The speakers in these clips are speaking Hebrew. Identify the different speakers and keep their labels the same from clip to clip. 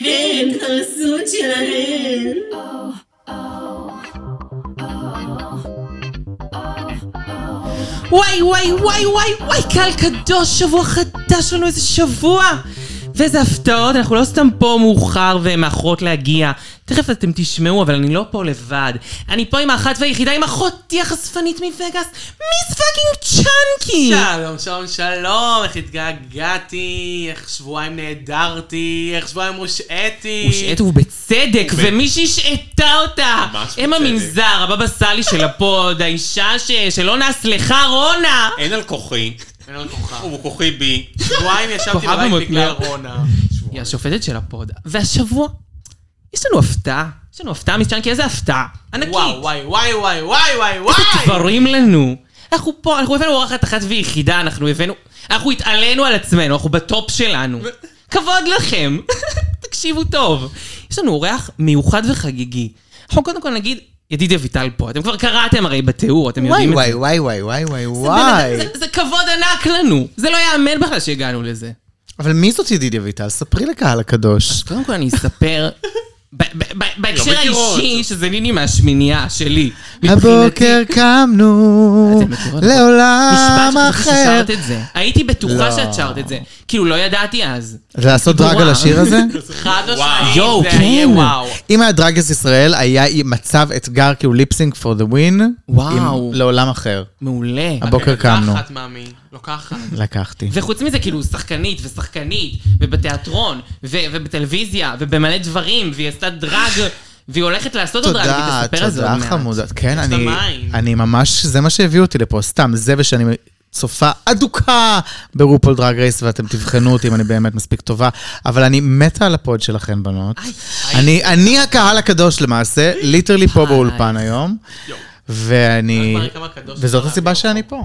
Speaker 1: הן הרסות שלהן.
Speaker 2: וואי וואי וואי וואי וואי קהל קדוש שבוע חדש לנו איזה שבוע ואיזה הפתעות אנחנו לא סתם פה מאוחר ומאחרות להגיע תכף אתם תשמעו אבל אני לא פה לבד אני פה עם האחת והיחידה עם אחותי החשפנית מווגאס מיס פאקינג צ'אנקי
Speaker 3: שלום, שלום, שלום, איך התגעגעתי, איך שבועיים נעדרתי, איך שבועיים הושעיתי.
Speaker 2: מושעת ובצדק,
Speaker 3: וב-
Speaker 2: ומי שהשעתה אותה,
Speaker 3: ממש
Speaker 2: הם
Speaker 3: בצדק.
Speaker 2: המנזר, הבבא סאלי של הפוד, האישה ש- שלא נסלחה, רונה!
Speaker 3: אין על כוחי. אין על כוחה. ובכוחי בי. שבועיים ישבתי
Speaker 2: כוחה
Speaker 3: בבית
Speaker 2: במותניה.
Speaker 3: בגלל רונה.
Speaker 2: היא השופטת של הפוד. והשבוע, יש לנו הפתעה. יש לנו הפתעה מצ'אנקי, איזה הפתעה. ענקית.
Speaker 3: וואו, וואי, וואי, וואי, וואי, וואי, וואי.
Speaker 2: דברים לנו. אנחנו פה, אנחנו הבאנו אורחת אחת ויחידה, אנחנו הבאנו... אנחנו התעלינו על עצמנו, אנחנו בטופ שלנו. כבוד לכם. תקשיבו טוב. יש לנו אורח מיוחד וחגיגי. אנחנו קודם כל נגיד, ידיד אביטל פה. אתם כבר קראתם הרי בתיאור, אתם
Speaker 4: וואי
Speaker 2: יודעים את זה.
Speaker 4: וואי וואי וואי וואי וואי
Speaker 2: זה,
Speaker 4: וואי.
Speaker 2: זה, זה כבוד ענק לנו. זה לא ייאמן בכלל שהגענו לזה.
Speaker 4: אבל מי זאת ידידיה ויטל? ספרי לקהל הקדוש.
Speaker 2: קודם כל אני אספר, ב- ב- ב-
Speaker 4: לא
Speaker 2: בהקשר
Speaker 3: מכירות.
Speaker 2: האישי, שזה ניני מהשמינייה שלי.
Speaker 4: הבוקר קמנו
Speaker 2: אתם מכירות?
Speaker 4: לעולם
Speaker 2: נשבעת
Speaker 4: אחר.
Speaker 2: ששרת את זה. הייתי בטוחה
Speaker 4: לא.
Speaker 2: שאת שרת את זה. כאילו, לא ידעתי אז.
Speaker 4: זה לעשות דרג על השיר הזה?
Speaker 3: חד משמעית,
Speaker 2: יואו,
Speaker 3: זה יהיה
Speaker 2: כן.
Speaker 3: וואו.
Speaker 4: אם היה דרגס ישראל, היה מצב אתגר כאילו ליפסינג for the win.
Speaker 2: וואו.
Speaker 4: עם לעולם אחר.
Speaker 2: מעולה.
Speaker 4: הבוקר קמנו.
Speaker 3: לוקחת, מאמי. לוקחת.
Speaker 4: לקחתי.
Speaker 2: וחוץ מזה, כאילו, שחקנית ושחקנית, ובתיאטרון, ו- ובטלוויזיה, ובמלא דברים, והיא עשתה דרג, והיא הולכת לעשות עוד דרג, והיא
Speaker 4: תודה,
Speaker 2: תספר על זה עוד
Speaker 4: תודה
Speaker 2: מעט.
Speaker 4: חמודה. כן,
Speaker 3: לה
Speaker 4: אני,
Speaker 3: מים.
Speaker 4: אני ממש, זה מה שהביא אותי לפה. סתם, זה ושאני צופה אדוקה ברופול דרג רייס, ואתם תבחנו אותי אם אני באמת מספיק טובה, אבל אני מתה על הפוד שלכן, בנות. אני, אני הקהל הקדוש למעשה, ליטרלי פה באולפן היום,
Speaker 3: יואו.
Speaker 4: ואני...
Speaker 3: רק מראה כמה קדוש
Speaker 4: וזאת
Speaker 3: אתה,
Speaker 4: הסיבה
Speaker 3: יואו.
Speaker 4: שאני פה.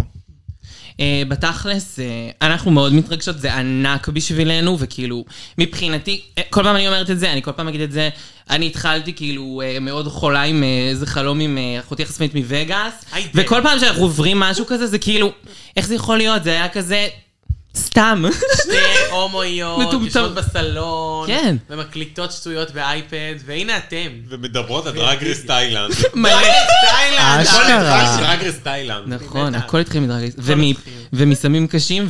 Speaker 2: אה, בתכלס, אה, אנחנו מאוד מתרגשות, זה ענק בשבילנו, וכאילו, מבחינתי, אה, כל פעם אני אומרת את זה, אני כל פעם אגיד את זה, אני התחלתי כאילו אה, מאוד חולה עם אה, איזה חלום עם אה, אחותי החשפנית מווגאס,
Speaker 3: היי,
Speaker 2: וכל פעם שאנחנו עוברים משהו כזה, זה כאילו, איך זה יכול להיות? זה היה כזה, סתם.
Speaker 3: שתי הומואיות,
Speaker 2: מטומטם.
Speaker 3: יושבות בסלון,
Speaker 2: כן.
Speaker 3: ומקליטות שטויות באייפד, והנה אתם.
Speaker 5: ומדברות על דרגרס תאילנד.
Speaker 2: מלא.
Speaker 3: תאילנד,
Speaker 4: אשכרה.
Speaker 3: הכל התחיל שם.
Speaker 5: דרגרס תאילנד.
Speaker 2: נכון,
Speaker 3: בטח.
Speaker 2: הכל התחיל מדרגליסט, ומסמים קשים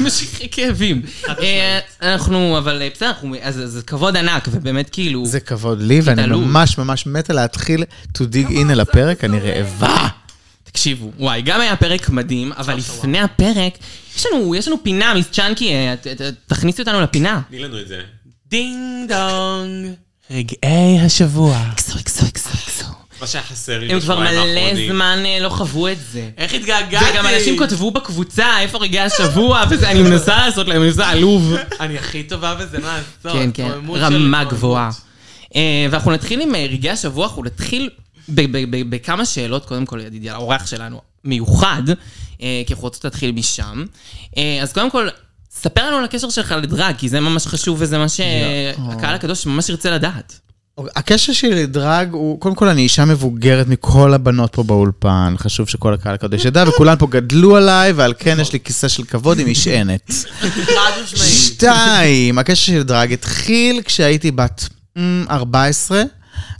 Speaker 2: וממשכי כאבים. אה, אנחנו, אבל אה, בסדר, אנחנו- אז אז זה כבוד ענק, ובאמת כאילו...
Speaker 4: זה כבוד לי, ואני
Speaker 2: תתעלו.
Speaker 4: ממש ממש מתה להתחיל to dig in אל הפרק, אני רעבה.
Speaker 2: תקשיבו, וואי, גם היה פרק מדהים, אבל לפני הפרק, יש לנו, יש לנו פינה, מיס צ'אנקי, אה, ת- ת- תכניסי אותנו לפינה.
Speaker 5: תני לנו את זה.
Speaker 3: דינג דונג. רגעי השבוע.
Speaker 2: אקסו, אקסו, אקסו, אקסו.
Speaker 5: מה שהיה חסר לי
Speaker 2: הם כבר
Speaker 5: בשבועיים
Speaker 2: מלא
Speaker 5: האחרונים.
Speaker 2: זמן אה, לא חוו את זה.
Speaker 3: איך התגעגעתי?
Speaker 2: וגם אנשים כתבו בקבוצה, איפה רגעי השבוע, וזה, אני מנסה לעשות להם, אני מנסה עלוב.
Speaker 3: אני הכי טובה בזה, מה לעשות?
Speaker 2: כן, כן,
Speaker 3: התרוממות של
Speaker 2: רמה
Speaker 3: התרוממות.
Speaker 2: גבוהה. אה, ואנחנו נתחיל עם אה, רגעי השבוע, אנחנו נתחיל ב- ב- ב- בכמה שאלות, קודם כל, ידידי, האורח שלנו מיוחד, אה, כי אנחנו רוצות להתחיל משם. אה, אז קודם כל, ספר לנו על הקשר שלך לדרג, כי זה ממש חשוב וזה מה
Speaker 4: אה.
Speaker 2: שהקהל הקדוש ממש ירצה לדעת.
Speaker 4: הקשר שלי לדרג הוא, קודם כל, אני אישה מבוגרת מכל הבנות פה באולפן. חשוב שכל הקהל הקדוש ידע, וכולן פה גדלו עליי, ועל כן יש לי כיסא של כבוד עם משענת.
Speaker 3: חד משמעית.
Speaker 4: שתיים, הקשר שלי לדרג התחיל כשהייתי בת אמ, 14.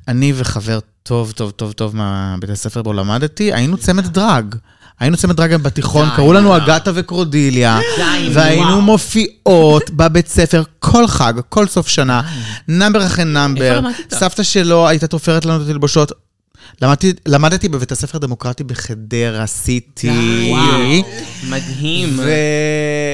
Speaker 4: אני וחבר טוב, טוב, טוב, טוב מהבית הספר בו למדתי, היינו צמד דרג. היינו צמד דרג גם בתיכון,
Speaker 2: די,
Speaker 4: קראו לנו אגתה וקרודיליה,
Speaker 2: די, וואו.
Speaker 4: והיינו מופיעות בבית ספר כל חג, כל סוף שנה, נאמבר אחרי נאמבר.
Speaker 2: למדת?
Speaker 4: סבתא שלו הייתה תופרת לנו את התלבושות. למדתי, למדתי בבית הספר הדמוקרטי בחדרה, סיטי.
Speaker 2: מדהים.
Speaker 4: אה. ו-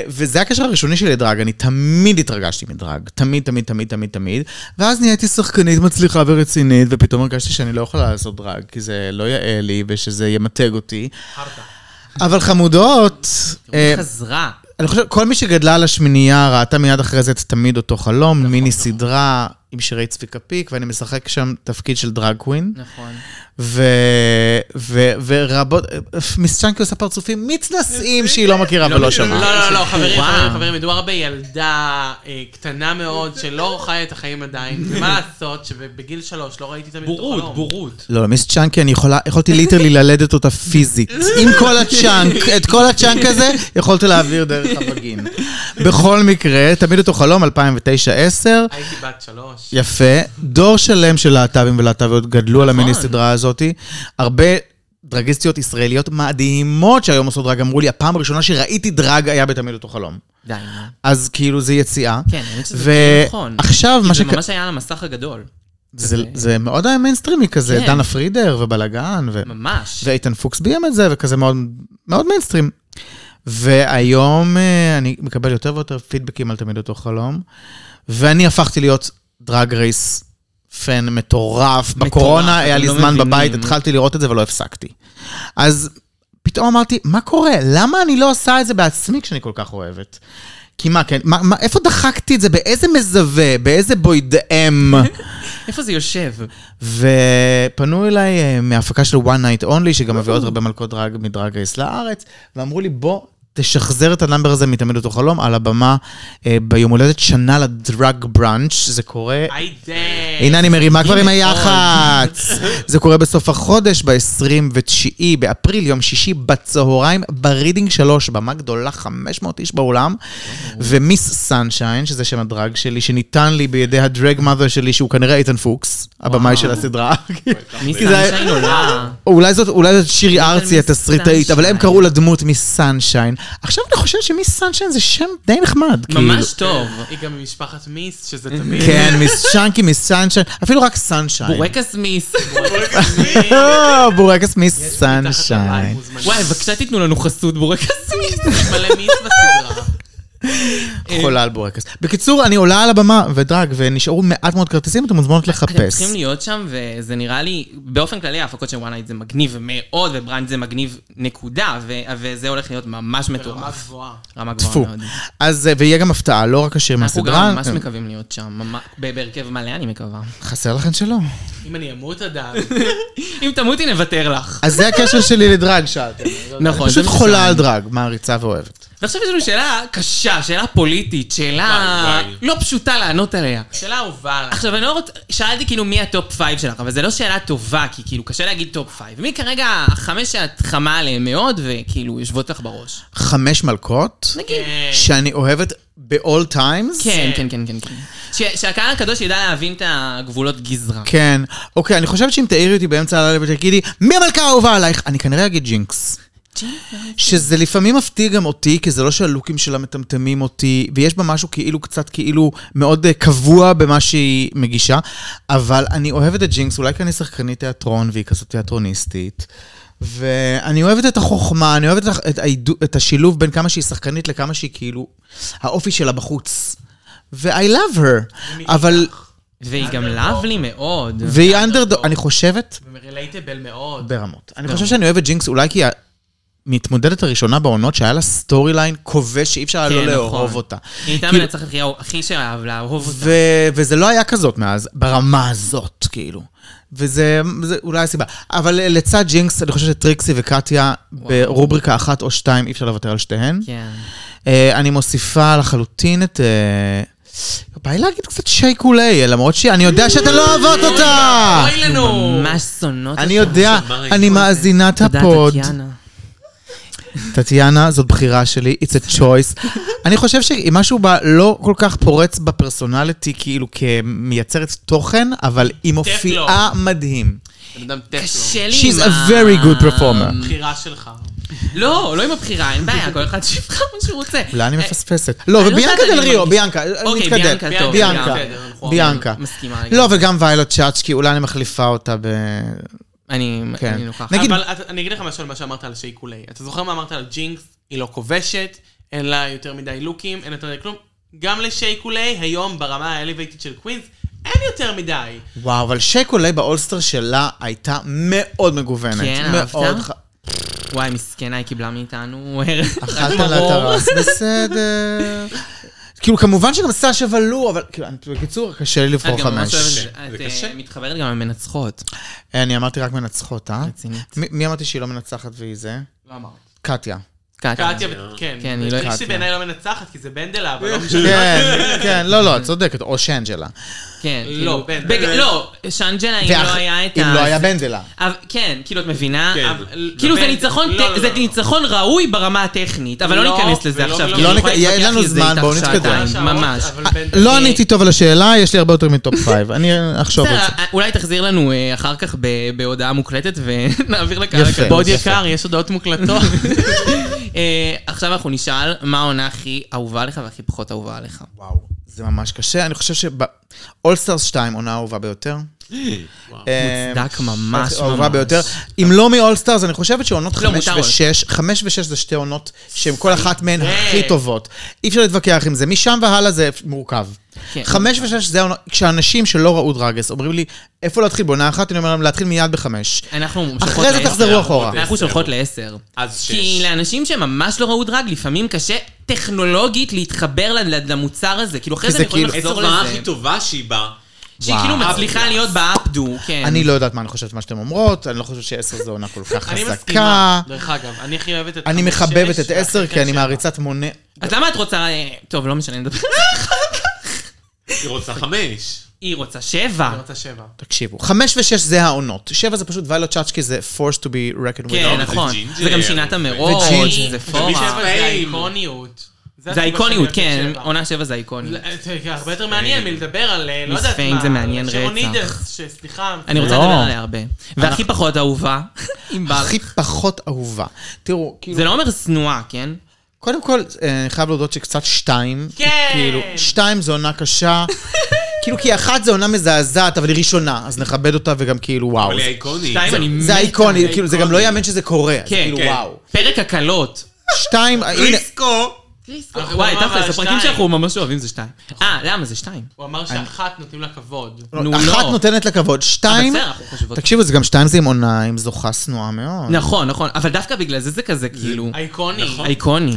Speaker 4: וזה הקשר הראשוני שלי לדרג, אני תמיד התרגשתי מדרג, תמיד, תמיד, תמיד, תמיד, תמיד. ואז נהייתי שחקנית מצליחה ורצינית, ופתאום הרגשתי שאני לא יכולה לעשות דרג, כי זה לא יאה לי ושזה ימתג אותי. אבל חמודות, אה,
Speaker 2: חזרה.
Speaker 4: אני חושב, כל מי שגדלה על השמינייה ראתה מיד אחרי זה את תמיד אותו חלום, מיני סדרה, עם שירי צביקה פיק, ואני משחק שם תפקיד של דרג קווין.
Speaker 2: נכון.
Speaker 4: ו... ו... ורבות, מיס צ'אנקי עושה פרצופים מתנשאים שהיא לא מכירה ולא
Speaker 5: מכירה.
Speaker 3: לא,
Speaker 4: שמעה.
Speaker 3: לא, לא, חברים,
Speaker 2: וואו.
Speaker 3: חברים, חברים, מדובר בילדה אה, קטנה מאוד שלא חיה את החיים עדיין, ומה לעשות שבגיל שלוש לא ראיתי תמיד את החלום.
Speaker 5: בורות, בורות.
Speaker 4: לא, מיס צ'אנקי, אני יכולה, יכולתי ליטרלי ללדת אותה פיזית. עם כל הצ'אנק, את כל הצ'אנק הזה, יכולת להעביר דרך הבגין. בכל מקרה, תמיד אותו חלום, 2009-2010,
Speaker 3: הייתי בת שלוש.
Speaker 4: יפה. דור שלם של להט"בים ולהט"ביות גדלו על המיני
Speaker 2: נכון.
Speaker 4: סדרה הזאת. הרבה דרגיסטיות ישראליות מדהימות שהיום עושות דרג אמרו לי, הפעם הראשונה שראיתי דרג היה בתמיד אותו חלום.
Speaker 2: די, נו.
Speaker 4: אז כאילו זה יציאה.
Speaker 2: כן, האמת שזה כאילו נכון.
Speaker 4: ועכשיו מה
Speaker 2: זה
Speaker 4: שק...
Speaker 2: ממש היה על המסך הגדול.
Speaker 4: זה, זה מאוד היה מיינסטרימי כזה,
Speaker 2: כן.
Speaker 4: דנה פרידר ובלאגן, ו...
Speaker 2: ממש.
Speaker 4: ואיתן פוקס ביים את זה, וכזה מאוד, מאוד מיינסטרים. והיום אה, אני מקבל יותר ויותר פידבקים על תמיד אותו חלום, ואני הפכתי להיות דרג רייס פן מטורף. בקורונה היה
Speaker 2: אתם
Speaker 4: לי
Speaker 2: לא
Speaker 4: זמן
Speaker 2: מבינים.
Speaker 4: בבית, התחלתי לראות את זה ולא הפסקתי. אז פתאום אמרתי, מה קורה? למה אני לא עושה את זה בעצמי כשאני כל כך אוהבת? כי מה, כן, מה, מה, איפה דחקתי את זה? באיזה מזווה? באיזה בוידאם?
Speaker 2: איפה זה יושב?
Speaker 4: ופנו אליי אה, מההפקה של One Night Only, שגם מביאות הרבה מלכות דרג מדרג רייס לארץ, ואמרו לי, בוא, תשחזר את הנאמבר הזה מתמיד אותו חלום על הבמה אה, ביום הולדת שנה לדרג בראנץ', זה קורה...
Speaker 3: היי די.
Speaker 4: הנה אני מרימה כבר עם היח"צ. זה קורה בסוף החודש, ב-29 באפריל, יום שישי בצהריים, ברידינג 3, במה גדולה, 500 איש באולם, ומיס סנשיין, שזה שם הדרג שלי, שניתן לי בידי הדרג מאזר שלי, שהוא כנראה איתן פוקס, הבמאי של הסדרה.
Speaker 2: מי
Speaker 4: כי זה היה-
Speaker 2: סנשיין עולה?
Speaker 4: אולי זאת, אולי זאת שירי ארצי
Speaker 2: מיס
Speaker 4: התסריטאית, אבל הם
Speaker 2: סנשיין.
Speaker 4: קראו לדמות מיס סנשיין. עכשיו אני חושב שמיס סנשיין זה שם די נחמד, כאילו.
Speaker 2: ממש טוב.
Speaker 3: היא גם ממשפחת מיס, שזה תמיד.
Speaker 4: כן, מיס צ'אנקי, מיס סנשיין, אפילו רק סנשיין.
Speaker 2: בורקס מיס.
Speaker 4: אה, בורקס
Speaker 3: יש מתחת לבית,
Speaker 4: מסנשיין.
Speaker 3: מוזמנים.
Speaker 2: וואי, בבקשה תיתנו לנו חסות בורקס מיס.
Speaker 3: מלא מיס בסדרה.
Speaker 4: חולה על בורקס. בקיצור, אני עולה על הבמה ודרג, ונשארו מעט מאוד כרטיסים, אתם מוזמנות
Speaker 2: אתם
Speaker 4: לחפש.
Speaker 2: צריכים להיות שם, וזה נראה לי, באופן כללי ההפקות של וואן אייט זה מגניב מאוד, ובראנץ' זה מגניב נקודה, ו- וזה הולך להיות ממש
Speaker 3: ברמה
Speaker 2: מטורף.
Speaker 3: גבוהה.
Speaker 2: רמה גבוהה
Speaker 4: טפו.
Speaker 2: מאוד.
Speaker 4: אז, אה, ויהיה גם הפתעה, לא רק השיר
Speaker 2: אנחנו
Speaker 4: מהסדרה.
Speaker 2: גם ממש
Speaker 4: אה,
Speaker 2: מקווים להיות שם, ממש- ב- בהרכב מלא אני מקווה.
Speaker 4: חסר לכם שלא.
Speaker 3: אם אני אמות עדיין.
Speaker 2: אם תמותי נוותר לך.
Speaker 4: אז זה הקשר שלי לדרג, שאלתם.
Speaker 2: נכון, זה
Speaker 4: פשוט
Speaker 2: מה
Speaker 4: חולה
Speaker 2: ששאלנו.
Speaker 4: על דרג, מעריצה ואוהבת.
Speaker 2: ועכשיו יש לנו שאלה קשה, שאלה פוליטית, שאלה
Speaker 5: וואי, וואי.
Speaker 2: לא פשוטה לענות עליה.
Speaker 3: שאלה אהובה עליי.
Speaker 2: עכשיו, אני לא רוצה... שאלתי כאילו מי הטופ פייב שלך, אבל זו לא שאלה טובה, כי כאילו קשה להגיד טופ פייב. מי כרגע החמש שאת חמה עליהם מאוד, וכאילו יושבות לך בראש?
Speaker 4: חמש מלכות,
Speaker 2: נגיד.
Speaker 3: כן.
Speaker 4: שאני אוהבת ב-all times.
Speaker 2: כן, כן, כן, כן, כן. ש- שהקהל הקדוש ידע להבין את הגבולות גזרה.
Speaker 4: כן. אוקיי, אני חושבת שאם תעירי אותי באמצע הלילה ותגידי, מי המלכה האהובה עלייך? אני כנראה אגיד ג'ינקס. שזה לפעמים מפתיע גם אותי, כי זה לא שהלוקים שלה מטמטמים אותי, ויש בה משהו כאילו קצת כאילו מאוד אה, קבוע במה שהיא מגישה, אבל אני אוהבת את ג'ינקס, אולי כי אני שחקנית תיאטרון והיא כזאת תיאטרוניסטית. ואני אוהבת את החוכמה, אני אוהבת את, ה- את, העידו- את השילוב בין כמה שהיא שחקנית לכמה שהיא כאילו, האופי שלה בחוץ. ו-I love her, אבל...
Speaker 2: והיא גם לאבלי מאוד.
Speaker 4: והיא אנדרדוג, אני חושבת,
Speaker 3: ומרילייטבל מאוד.
Speaker 4: ברמות.
Speaker 2: כן.
Speaker 4: אני חושב שאני אוהב את ג'ינקס אולי כי המתמודדת הראשונה בעונות שהיה לה סטורי ליין כובש שאי אפשר היה לא
Speaker 2: כן,
Speaker 4: לאהוב
Speaker 2: נכון.
Speaker 4: אותה.
Speaker 2: היא הייתה
Speaker 4: כאילו-
Speaker 2: מנצחת הכי- הכי שאהב לאהוב אותה.
Speaker 4: ו- וזה לא היה כזאת מאז, ברמה הזאת, כאילו. וזה זה אולי הסיבה. אבל אה, לצד ג'ינקס, אני חושב שטריקסי וקטיה ברובריקה אחת או שתיים, אי אפשר לוותר על שתיהן.
Speaker 2: כן.
Speaker 4: אה, אני מוסיפה לחלוטין את... אה, בא לי להגיד קצת שייקולי, למרות שאני יודע שאתן לא אוהבות אותה!
Speaker 3: אוי לנו!
Speaker 2: ממש שונאות
Speaker 4: אני יודע,
Speaker 5: שמרי.
Speaker 4: אני מאזינת
Speaker 2: תודה,
Speaker 4: הפוד.
Speaker 2: טטיאנה.
Speaker 4: טטיאנה, זאת בחירה שלי, it's a choice. אני חושב שאם משהו בה לא כל כך פורץ בפרסונליטי, כאילו כמייצרת תוכן, אבל היא מופיעה
Speaker 2: לא.
Speaker 4: מדהים.
Speaker 3: בן אדם טפלו.
Speaker 2: קשה לי עם
Speaker 4: She's
Speaker 2: ה...
Speaker 4: a very good performer.
Speaker 3: בחירה שלך.
Speaker 2: לא, לא עם הבחירה, אין בעיה, כל אחד שיבחר מה שהוא רוצה.
Speaker 4: אולי אני
Speaker 2: אה,
Speaker 4: מפספסת. לא,
Speaker 2: אני לא
Speaker 4: וביאנקה
Speaker 2: יודעת,
Speaker 4: דל
Speaker 2: אני
Speaker 4: ריו,
Speaker 2: מרגיש-
Speaker 4: ביאנקה,
Speaker 2: אוקיי,
Speaker 4: נתקדם.
Speaker 2: ביאנקה, טוב,
Speaker 4: ביאנקה,
Speaker 3: בסדר, נכון.
Speaker 4: ביאנקה.
Speaker 2: מסכימה לגמרי.
Speaker 4: לא, וגם ויילות צ'אצ'קי, אולי אני מחליפה אותה ב...
Speaker 2: אני
Speaker 4: כן.
Speaker 2: אני נוכח.
Speaker 4: נגיד-
Speaker 3: אבל את- אני אגיד לך משהו על מה שאמרת על שייקולי. אתה זוכר מה אמרת על ג'ינקס? היא לא כובשת, אין לה יותר מדי לוקים, אין יותר מדי כלום. גם לשייקולי, היום ברמה האליבייטית של קווינס, אין יותר מדי.
Speaker 4: וואו, אבל שייקולי באולסטר שלה הייתה מאוד מגוונת.
Speaker 2: כן, אהבת?
Speaker 4: מאוד ח-
Speaker 2: וואי, מסכנה, היא קיבלה מאיתנו.
Speaker 4: אכלת לה את הרס, בסדר. כאילו, כמובן שגם סשה ולו, אבל כאילו, אני- בקיצור, קשה לי לבחור
Speaker 2: את גם ממש
Speaker 4: חמש.
Speaker 2: אוהבת- את
Speaker 5: זה
Speaker 2: אה,
Speaker 5: קשה.
Speaker 2: מתחברת גם למנצחות.
Speaker 4: אה, אני אמרתי רק מנצחות, אה?
Speaker 2: רצינית.
Speaker 4: מי מי אמרתי שהיא לא מנצחת והיא זה?
Speaker 3: לא אמרת.
Speaker 4: קטיה.
Speaker 2: קטיה.
Speaker 3: קטיה, ו- כן.
Speaker 2: כן, היא לא-
Speaker 3: טריקסי
Speaker 4: קטיה.
Speaker 3: בעיניי לא מנצחת, כי זה בנדלה, אבל לא משנה.
Speaker 4: כן, כן, לא, לא, את צודקת, או שאנג'לה.
Speaker 2: כן.
Speaker 3: לא,
Speaker 2: כאילו,
Speaker 3: בן-
Speaker 2: בג-
Speaker 3: בן-
Speaker 2: לא, שאנג'לה, אם לא
Speaker 4: ואח-
Speaker 2: היה את ה...
Speaker 4: אם לא היה בנדלה.
Speaker 2: אבל- כן, כאילו, את מבינה?
Speaker 5: כן.
Speaker 2: אבל- כאילו, זה
Speaker 3: בן-
Speaker 2: ניצחון
Speaker 3: לא,
Speaker 2: ט-
Speaker 3: לא,
Speaker 2: זה
Speaker 3: לא.
Speaker 2: ניצחון ראוי ברמה הטכנית, אבל
Speaker 3: לא,
Speaker 2: לא ניכנס לזה
Speaker 3: ולא-
Speaker 2: עכשיו.
Speaker 3: ולא-
Speaker 2: כי אני
Speaker 4: לא
Speaker 2: יכולה
Speaker 4: ניכנס- אין
Speaker 2: להתווכח
Speaker 4: לנו
Speaker 2: על זה
Speaker 4: זמן,
Speaker 2: איתך
Speaker 4: בואו נתקדם.
Speaker 2: שעתיים,
Speaker 3: שעות,
Speaker 2: ממש.
Speaker 3: אבל בנדלה...
Speaker 4: לא עניתי טוב על השאלה, יש לי הרבה יותר מטופ פייב. אני אחשוב על
Speaker 2: אוקיי. בסדר,
Speaker 4: זה.
Speaker 2: אולי תחזיר לנו אה, אחר כך ב- בהודעה מוקלטת ונעביר לקהל
Speaker 4: יפה.
Speaker 2: הקדוש.
Speaker 3: בעוד יקר, יש הודעות מוקלטות.
Speaker 2: אה, עכשיו אנחנו נשאל, מה העונה הכי אהובה לך והכי פחות אהובה עליך?
Speaker 4: וואו, זה ממש קשה. אני חושב שבאולסטארס 2 עונה אהובה ביותר. אה,
Speaker 2: מוצדק ממש
Speaker 4: אהובה
Speaker 2: ממש.
Speaker 4: ביותר. אם לא מאולסטארס, אני חושבת שעונות
Speaker 2: לא,
Speaker 4: 5
Speaker 2: מותר All
Speaker 4: ו-6, 5 ו-6 זה שתי עונות שהן כל אחת מהן
Speaker 3: סייק.
Speaker 4: הכי טובות. אי אפשר להתווכח עם זה. משם והלאה זה מורכב.
Speaker 2: כן.
Speaker 4: חמש ושש זה העונות, כשאנשים שלא ראו דרגס אומרים לי, איפה להתחיל בעונה אחת, אני אומר להם להתחיל מיד בחמש.
Speaker 2: אנחנו שולחות לעשר.
Speaker 4: אחרי זה תחזרו אחורה.
Speaker 2: אנחנו
Speaker 5: לעשר.
Speaker 2: שולחות לעשר.
Speaker 5: אז
Speaker 2: כי
Speaker 5: שש.
Speaker 2: לאנשים שממש לא ראו דרג, לפעמים קשה טכנולוגית להתחבר ל- ל- למוצר הזה. כאילו, אחרי
Speaker 4: כי
Speaker 2: זה
Speaker 4: זה
Speaker 2: הם יכולים
Speaker 4: כאילו-
Speaker 5: איזו
Speaker 2: לחזור
Speaker 5: רמה הכי
Speaker 2: לזה.
Speaker 5: טובה שהיא באה.
Speaker 2: שהיא כאילו
Speaker 4: וואו.
Speaker 2: מצליחה להיות באפדו, כן.
Speaker 4: אני לא יודעת מה אני חושבת מה שאתם אומרות, אני לא חושבת שעשר זו עונה כל כך
Speaker 3: אני
Speaker 4: חזקה.
Speaker 3: מסכימה, דרך אגב. אני הכי אוהבת את...
Speaker 4: אני
Speaker 3: חמש,
Speaker 4: מחבבת את
Speaker 3: שש,
Speaker 4: עשר,
Speaker 2: כן,
Speaker 3: והכי
Speaker 4: כי אני
Speaker 3: שבע.
Speaker 4: מעריצת מונה.
Speaker 2: אז למה את רוצה... אה, טוב, לא משנה, נדבר.
Speaker 5: היא רוצה חמש.
Speaker 2: היא רוצה
Speaker 3: אני
Speaker 2: שבע.
Speaker 3: רוצה שבע.
Speaker 4: תקשיבו, חמש ושש זה העונות. שבע זה פשוט ויילוט צ'אצ'קי, זה forced to be reckoned with.
Speaker 2: כן,
Speaker 5: זה
Speaker 2: נכון.
Speaker 5: ג'ינג'ר.
Speaker 2: זה גם שינה את המרוץ,
Speaker 4: וג'ינג'ר.
Speaker 2: זה
Speaker 3: שבע
Speaker 2: פורמה.
Speaker 3: זה
Speaker 5: פיים.
Speaker 3: האיקוניות.
Speaker 2: זה האיקוניות, כן.
Speaker 3: עונה
Speaker 2: עונה שבע זה האיקוניות.
Speaker 4: לא.
Speaker 3: זה הרבה יותר מעניין מלדבר על אה, לא יודעת מה.
Speaker 2: מיס פיין זה מעניין רצח.
Speaker 3: שרונידס, שסליחה.
Speaker 2: אני רוצה
Speaker 4: לא.
Speaker 2: לדבר עליה הרבה. והכי פחות אהובה, אם בא
Speaker 4: הכי פחות אהובה. תראו, כאילו,
Speaker 2: זה לא אומר שנואה, כן?
Speaker 4: קודם כל, אה, אני חייב להודות שקצת שתיים.
Speaker 3: כן.
Speaker 4: כאילו, שתיים זו עונה קשה. כאילו, כי אחת זו עונה מזעזעת, אבל היא ראשונה, אז נכבד אותה וגם כאילו, וואו.
Speaker 5: אבל היא
Speaker 4: זה-
Speaker 5: איקונית.
Speaker 2: שתיים,
Speaker 5: זה-
Speaker 2: אני
Speaker 4: זה
Speaker 2: מת.
Speaker 4: האיקוני, כאילו, זה גם לא יאמן שזה קורה. זה
Speaker 2: כן,
Speaker 4: כאילו,
Speaker 5: כן.
Speaker 4: וואו.
Speaker 2: פרק הקלות.
Speaker 4: שתיים, הנה,
Speaker 5: ריסקו.
Speaker 3: אנחנו
Speaker 2: וואי,
Speaker 3: ברמה
Speaker 2: תכלס, הפרקים
Speaker 3: השתיים.
Speaker 2: שאנחנו ממש אוהבים זה שתיים. אה, למה זה שתיים?
Speaker 3: הוא אמר שאחת נותנים לה כבוד.
Speaker 2: נו,
Speaker 4: אחת
Speaker 2: לא.
Speaker 4: נותנת לה כבוד,
Speaker 2: אבל
Speaker 4: שתיים...
Speaker 2: בסדר, אנחנו חושבות.
Speaker 4: תקשיבו, זה גם שתיים זה עם עונה, עם זוכה שנואה מאוד.
Speaker 2: נכון, נכון, אבל דווקא בגלל זה זה כזה כאילו
Speaker 3: האיקוני.
Speaker 2: איקוני.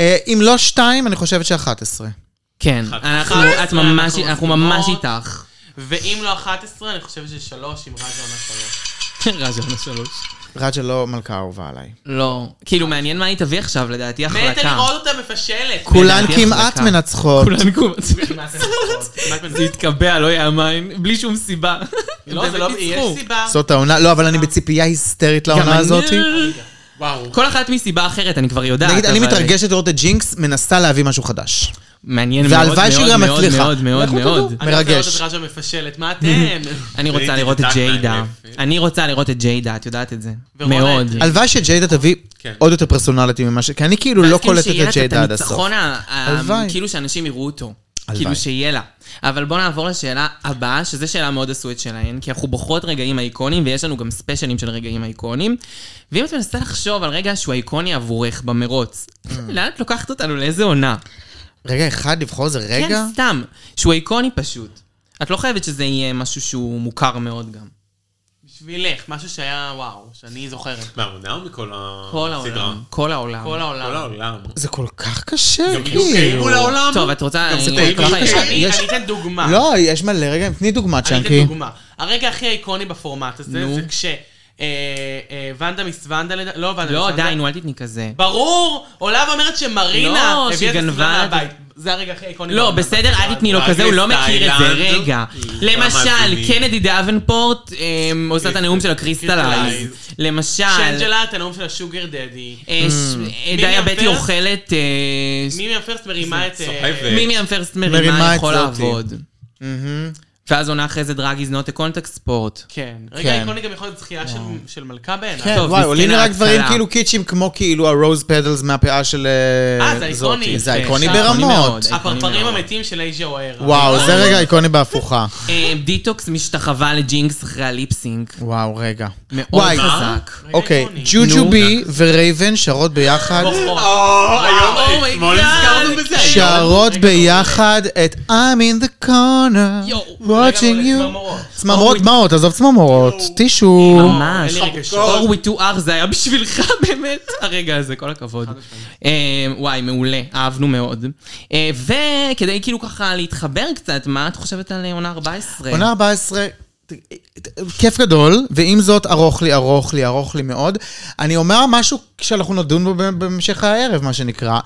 Speaker 4: אה, אם לא שתיים, אני חושבת שאחת עשרה.
Speaker 2: כן,
Speaker 5: אחת
Speaker 2: אנחנו
Speaker 3: עשרה,
Speaker 2: את ממש-
Speaker 3: אנחנו
Speaker 2: אנחנו ממש
Speaker 3: מסכימות.
Speaker 2: איתך.
Speaker 3: ואם לא 11, אני חושבת ששלוש עם רג'ה עונה שלוש.
Speaker 2: רז'ה עונה כן, שלוש.
Speaker 4: רג'ה לא מלכה אהובה עליי.
Speaker 2: לא, כאילו מעניין מה היא תביא עכשיו, לדעתי
Speaker 3: מתה
Speaker 2: החלקה.
Speaker 3: לראות אותה מפשלת.
Speaker 4: כולן
Speaker 2: לדעתי
Speaker 4: כמעט
Speaker 2: החזקה.
Speaker 4: מנצחות.
Speaker 2: כולן כמעט.
Speaker 3: כמעט מנצחות, כמעט
Speaker 2: זה
Speaker 3: מנצחות.
Speaker 2: התקבע, לא יאמן, בלי שום סיבה.
Speaker 3: לא, זה לא... יש סיבה.
Speaker 4: זאת העונה, לא, אבל אני בציפייה היסטרית לעונה הזאת.
Speaker 3: וואו.
Speaker 2: כל אחת מסיבה אחרת, אני כבר יודעת.
Speaker 4: נגיד, אני
Speaker 2: אבל-
Speaker 4: מתרגשת לראות את ג'ינקס מנסה להביא משהו חדש.
Speaker 2: מעניין מאוד, מאוד,
Speaker 4: והלוואי שהיא גם
Speaker 2: מאוד,
Speaker 4: מצליחה.
Speaker 2: מאוד, מאוד,
Speaker 4: לכו
Speaker 2: מאוד.
Speaker 4: תדעו.
Speaker 3: אני רוצה לראות
Speaker 4: מרגש.
Speaker 3: את רג'ה מפשלת, מה אתם?
Speaker 2: אני רוצה
Speaker 5: ראיתי
Speaker 2: לראות את
Speaker 5: את הטיימליין,
Speaker 2: ג'יידה.
Speaker 5: יפה.
Speaker 2: אני רוצה לראות את ג'יידה, את יודעת את זה.
Speaker 3: ורונה
Speaker 2: מאוד.
Speaker 3: את-
Speaker 4: הלוואי שג'יידה תביא
Speaker 5: כן.
Speaker 4: עוד יותר פרסונליטי ממה ש... כי אני כאילו לא קולטת את ג'יידה עד הסוף.
Speaker 2: הניצחון ה- ה-
Speaker 4: הלוואי.
Speaker 2: כאילו שאנשים יראו אותו.
Speaker 4: הלוואי.
Speaker 2: כאילו שיהיה לה. אבל בואו נעבור לשאלה הבאה, שזו שאלה מאוד עשו את שלהן, כי אנחנו בוחרות רגעים אייקונים, ויש לנו גם ספיישלים של רגעים אייקונים. ואם את מנסה לחשוב על רגע שהוא איקוני עבורך במרוץ,
Speaker 4: Mm.
Speaker 2: לאן את לוקחת אותנו? לאיזה עונה?
Speaker 4: רגע אחד לבחור זה רגע?
Speaker 2: כן, סתם. שהוא איקוני פשוט. את לא חייבת שזה יהיה משהו שהוא מוכר מאוד גם.
Speaker 3: בשבילך, משהו שהיה וואו, שאני זוכרת.
Speaker 5: מהעונה או מכל הסדרה?
Speaker 2: כל העולם. כל העולם.
Speaker 3: כל
Speaker 5: כל
Speaker 3: העולם.
Speaker 5: העולם.
Speaker 4: זה כל כך קשה,
Speaker 5: גם אוקיי
Speaker 4: כאילו.
Speaker 5: מול העולם.
Speaker 2: טוב, את רוצה...
Speaker 5: גם זה
Speaker 2: אני-
Speaker 5: כל
Speaker 2: אני-
Speaker 5: כך
Speaker 2: אני-
Speaker 5: קשה.
Speaker 3: אני
Speaker 4: יש-
Speaker 3: אני אתן דוגמה.
Speaker 4: לא, יש מלא רגעים. תני דוגמה,
Speaker 3: אני אתן
Speaker 4: צ'אנקי.
Speaker 3: דוגמה. הרגע הכי איקוני בפורמט הזה,
Speaker 2: נו.
Speaker 3: זה כש... אה, אה, ונדה מיס ונדה, לדע- לא ונדה
Speaker 2: לא,
Speaker 3: מיס ונדה.
Speaker 2: די, נו, אל תתני כזה.
Speaker 3: ברור! עולה ואומרת שמרינה
Speaker 2: לא, שהיא
Speaker 3: הביאה את
Speaker 2: גנבה
Speaker 3: הסביבה
Speaker 2: את-
Speaker 3: מהבית. זה הרגע הכי איקוני.
Speaker 2: לא,
Speaker 3: בעולם.
Speaker 2: בסדר, אל תתני לו כזה, הוא לא מכיר את זה, רגע.
Speaker 3: לא,
Speaker 2: למשל, קנדי דאבנפורט אמ, עושה את הנאום של הקריסטלייז. למשל,
Speaker 3: שאנג'לה, אמ, את הנאום של השוגר דדי.
Speaker 2: אה, ש- אה,
Speaker 3: מימי
Speaker 2: דיאבטי
Speaker 3: אבר?
Speaker 2: אוכלת, אה, ש-
Speaker 3: מימי הפרסט מרימה את... אה,
Speaker 5: סוחבת.
Speaker 2: מימי אמפרסט מרימה
Speaker 4: מרימה את
Speaker 2: יכול
Speaker 4: זאתי.
Speaker 2: לעבוד.
Speaker 4: מהמם.
Speaker 2: ואז עונה אחרי זה דרג is not a contact sport.
Speaker 3: כן.
Speaker 4: כן.
Speaker 3: רגע איקוני גם יכול להיות זכייה של- של מלכה בעיניי.
Speaker 4: כן,
Speaker 2: טוב,
Speaker 4: וואי, עולים לי
Speaker 2: מסכנה
Speaker 4: רק דברים
Speaker 2: ההתחלה.
Speaker 4: כאילו קיצ'ים, כמו כאילו הרוז פדלס מהפאה של אה,
Speaker 3: אה, זה
Speaker 4: זאתי.
Speaker 3: איקוני.
Speaker 4: זה
Speaker 3: כן,
Speaker 4: איקוני
Speaker 2: זה איקוני מאוד.
Speaker 4: ברמות.
Speaker 3: הפרפרים המתים של אייג'ה אוהר.
Speaker 4: וואו, זה רגע איקוני בהפוכה.
Speaker 2: אה, דיטוקס משתחווה לג'ינקס אחרי הליפסינק.
Speaker 4: וואו, רגע.
Speaker 2: מאוד
Speaker 4: וואי,
Speaker 2: חזק.
Speaker 3: רגע
Speaker 4: אוקיי,
Speaker 3: איקוני.
Speaker 4: ג'וג'ו
Speaker 2: נו.
Speaker 4: בי ורייבן שרות ביחד,
Speaker 3: נכון.
Speaker 5: או, אה,
Speaker 2: Oh
Speaker 5: היום,
Speaker 2: אומייגאד.
Speaker 5: אתמול נזכרנו בזה.
Speaker 4: שרות
Speaker 3: רגע,
Speaker 4: ביחד את I'm in the corner.
Speaker 2: יואו.
Speaker 4: watching you.
Speaker 3: צמרמורות.
Speaker 4: צמרמורות, דמעות, עזוב צמרמורות. טישו.
Speaker 2: ממש.
Speaker 3: אין לי רגשות.
Speaker 2: אור ווי טו אח זה היה בשבילך באמת הרגע הזה, כל הכבוד. אה, וואי, מעולה, אהבנו מאוד. אה, וכדי כאילו ככה להתחבר קצת, מה את חושבת על אה, עונה 14?
Speaker 4: עונה 14, ת- ת- כיף גדול, ועם זאת ארוך לי, ארוך לי, ארוך לי מאוד. אני אומר משהו שאנחנו נדון בו בהמשך הערב, מה שנקרא.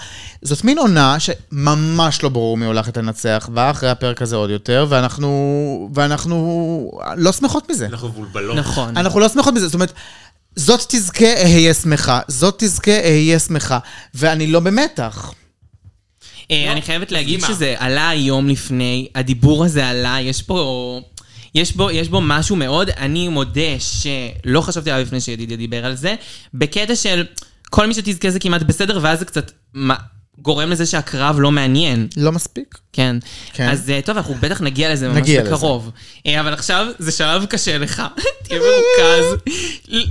Speaker 4: זאת מין עונה שממש לא ברור מי הולכת לנצח בה, אחרי הפרק הזה עוד יותר, ואנחנו, ואנחנו לא שמחות מזה.
Speaker 5: אנחנו מבולבלות.
Speaker 2: נכון.
Speaker 4: אנחנו לא שמחות מזה, זאת אומרת, זאת תזכה, אהיה שמחה, זאת תזכה, אהיה שמחה, ואני לא במתח.
Speaker 2: אה, אני חייבת להגיד
Speaker 3: מדהימה.
Speaker 2: שזה עלה יום לפני, הדיבור הזה עלה, יש פה... יש בו, יש בו משהו מאוד, אני מודה שלא חשבתי עליו לפני שידידיה דיבר על זה, בקטע של כל מי שתזכה זה כמעט בסדר, ואז זה קצת מה, גורם לזה שהקרב לא מעניין.
Speaker 4: לא מספיק.
Speaker 2: כן.
Speaker 4: כן.
Speaker 2: אז אה, טוב, אנחנו בטח נגיע לזה ממש
Speaker 4: נגיע לזה.
Speaker 2: בקרוב. אה, אבל עכשיו זה שלב קשה לך. תהיה מרוכז.